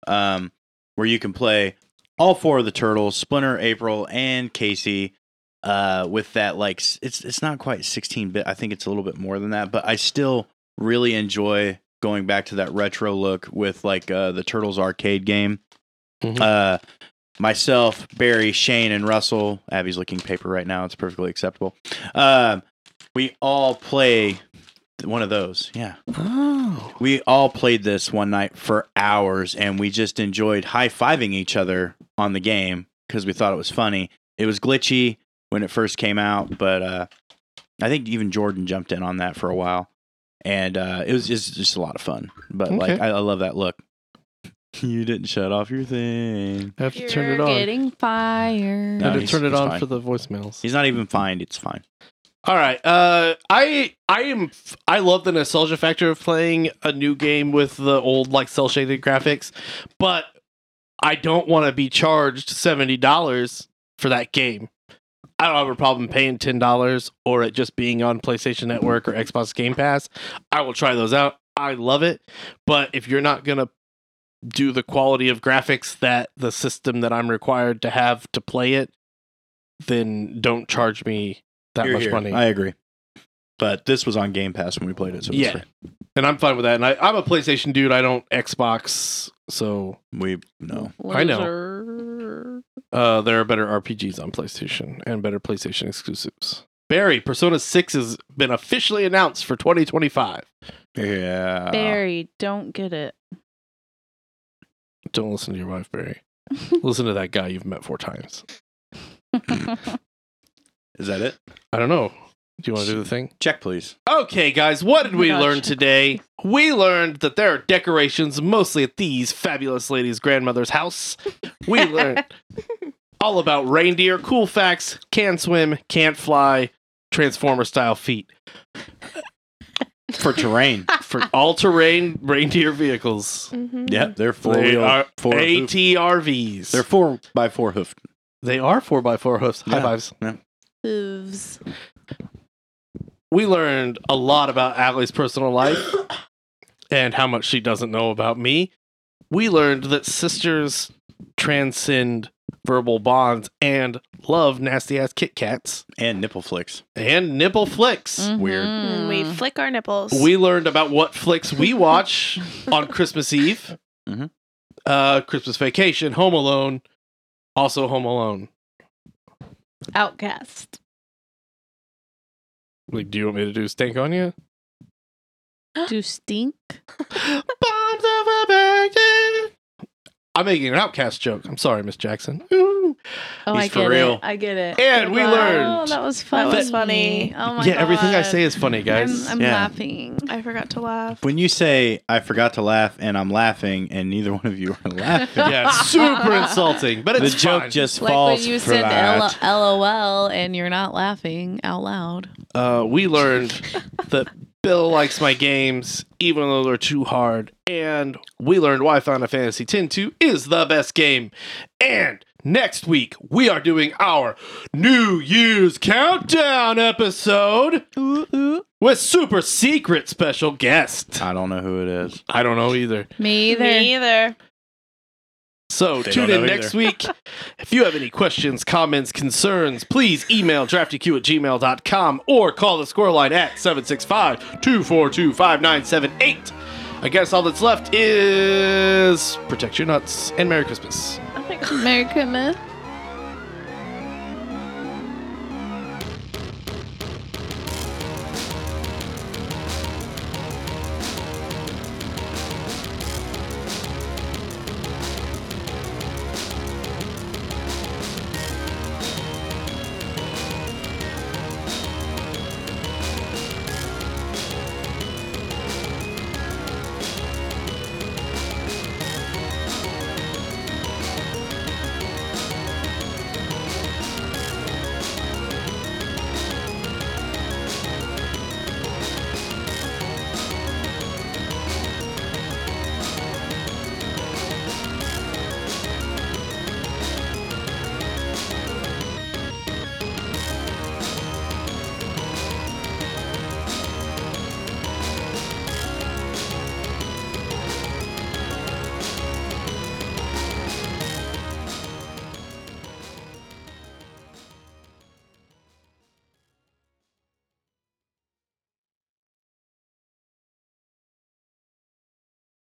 Speaker 3: um, where you can play all four of the turtles Splinter, April, and Casey. Uh, with that, like s- it's it's not quite 16 bit. I think it's a little bit more than that, but I still really enjoy going back to that retro look with like uh, the Turtles arcade game.
Speaker 1: Mhm.
Speaker 3: Uh, myself, Barry, Shane, and Russell. Abby's looking paper right now. It's perfectly acceptable. Um, we all play one of those. Yeah.
Speaker 2: Ah.
Speaker 1: Oh.
Speaker 3: We all played this one night for hours and we just enjoyed high fiving each other on the game because we thought it was funny. It was glitchy when it first came out, but uh, I think even Jordan jumped in on that for a while. And uh, it was just, just a lot of fun. But like,
Speaker 1: Okay.
Speaker 3: I, I love that look. You didn't shut off your thing.
Speaker 1: I have
Speaker 2: You're
Speaker 1: to turn it on.
Speaker 2: getting fired.
Speaker 3: No,
Speaker 1: I had to
Speaker 3: he's-
Speaker 1: turn it
Speaker 3: he's
Speaker 1: on
Speaker 3: fine.
Speaker 1: for the voicemails.
Speaker 3: He's not even fined. It's fine.
Speaker 1: All right. Uh, I I am f- I love the nostalgia factor of playing a new game with the old like cell shaded graphics, but I don't want to be charged seventy dollars for that game. I don't have a problem paying ten dollars or it just being on PlayStation Network or Xbox Game Pass. I will try those out. I love it, but if you're not gonna do the quality of graphics that the system that I'm required to have to play it, then don't charge me that
Speaker 3: Here,
Speaker 1: much
Speaker 3: here.
Speaker 1: money.
Speaker 3: I agree. But this was on Game Pass when we played it, so it's
Speaker 1: Yeah.
Speaker 3: free.
Speaker 1: and I'm fine with that. And I, I'm a PlayStation dude. I don't Xbox, so
Speaker 3: we no.
Speaker 1: I know.
Speaker 2: Loser.
Speaker 1: uh, there are better RPGs on PlayStation and better PlayStation exclusives. Barry, Persona Six has been officially announced for 2025. Uh.
Speaker 3: Yeah,
Speaker 2: Barry, don't get it.
Speaker 1: Don't listen to your wife, Barry. listen to that guy you've met four times.
Speaker 3: is that it?
Speaker 1: I don't know. Do you want to do the thing?
Speaker 3: Check, please.
Speaker 1: Okay, guys, what did
Speaker 2: Oh my
Speaker 1: we
Speaker 2: gosh.
Speaker 1: learn today? We learned that there are decorations mostly at these fabulous ladies' grandmother's house. We learned all about reindeer, cool facts, can swim, can't fly, transformer style feet
Speaker 3: For terrain.
Speaker 1: for all terrain reindeer vehicles.
Speaker 4: Mm-hmm.
Speaker 3: yep, they're four
Speaker 1: They
Speaker 3: wheel
Speaker 1: are
Speaker 3: four. hoof-
Speaker 1: ATRVs.
Speaker 3: They're four by four hoofed.
Speaker 1: they are 4x4 hoofs. High
Speaker 3: Yeah.
Speaker 1: fives.
Speaker 2: Hooves.
Speaker 1: we learned a lot about Allie's personal life and how much she doesn't know about me. We learned that sisters transcend verbal bonds and love nasty ass Kit Kats
Speaker 3: and nipple flicks.
Speaker 1: and nipple flicks.
Speaker 2: Mm-hmm.
Speaker 3: weird.
Speaker 4: And Mm, we
Speaker 2: Mhm.
Speaker 4: flick our nipples.
Speaker 1: We learned about what flicks we watch on Christmas Eve,
Speaker 3: Mhm.
Speaker 1: uh, Christmas Vacation, Home Alone, also Home Alone.
Speaker 2: Outcast.
Speaker 1: Like, do you want me to do stank on you?
Speaker 2: Do stink?
Speaker 1: Bombs of a virgin. I'm making an outcast joke. I'm sorry, Miss Jackson. Ooh.
Speaker 2: Oh,
Speaker 1: He's
Speaker 2: I
Speaker 1: for
Speaker 2: get
Speaker 1: real.
Speaker 2: it. I get it.
Speaker 1: And we
Speaker 2: Wow,
Speaker 1: learned
Speaker 2: that was funny.
Speaker 4: That was funny.
Speaker 2: Oh my
Speaker 1: yeah, everything I
Speaker 2: God.
Speaker 1: say is funny, guys.
Speaker 2: I'm, I'm
Speaker 3: Yeah.
Speaker 2: laughing.
Speaker 4: I forgot to laugh.
Speaker 3: When you say I forgot to laugh and I'm laughing and neither one of you are laughing,
Speaker 1: yeah, super insulting, but
Speaker 3: the
Speaker 1: it's
Speaker 3: joke
Speaker 1: fine.
Speaker 3: just
Speaker 2: Like
Speaker 3: falls
Speaker 2: when you said L-
Speaker 3: flat.
Speaker 2: LOL and you're not laughing out loud.
Speaker 1: Uh, we learned that Bill likes my games, even though they're too hard, and we learned why Final Fantasy X 2 is the best game. And next week we are doing our New Year's countdown episode with super secret special guest.
Speaker 3: I don't know who it is.
Speaker 1: I don't know either.
Speaker 2: Me either.
Speaker 4: Me either.
Speaker 1: So
Speaker 3: They
Speaker 1: tune
Speaker 3: don't
Speaker 1: in
Speaker 3: know
Speaker 1: next
Speaker 3: either.
Speaker 1: week. if you have any questions, comments, concerns, please email draftyq at gmail.com or call the score line at 765-242-5978. I guess all that's left is protect your nuts and Merry Christmas.
Speaker 4: Oh my God.
Speaker 2: Merry Christmas.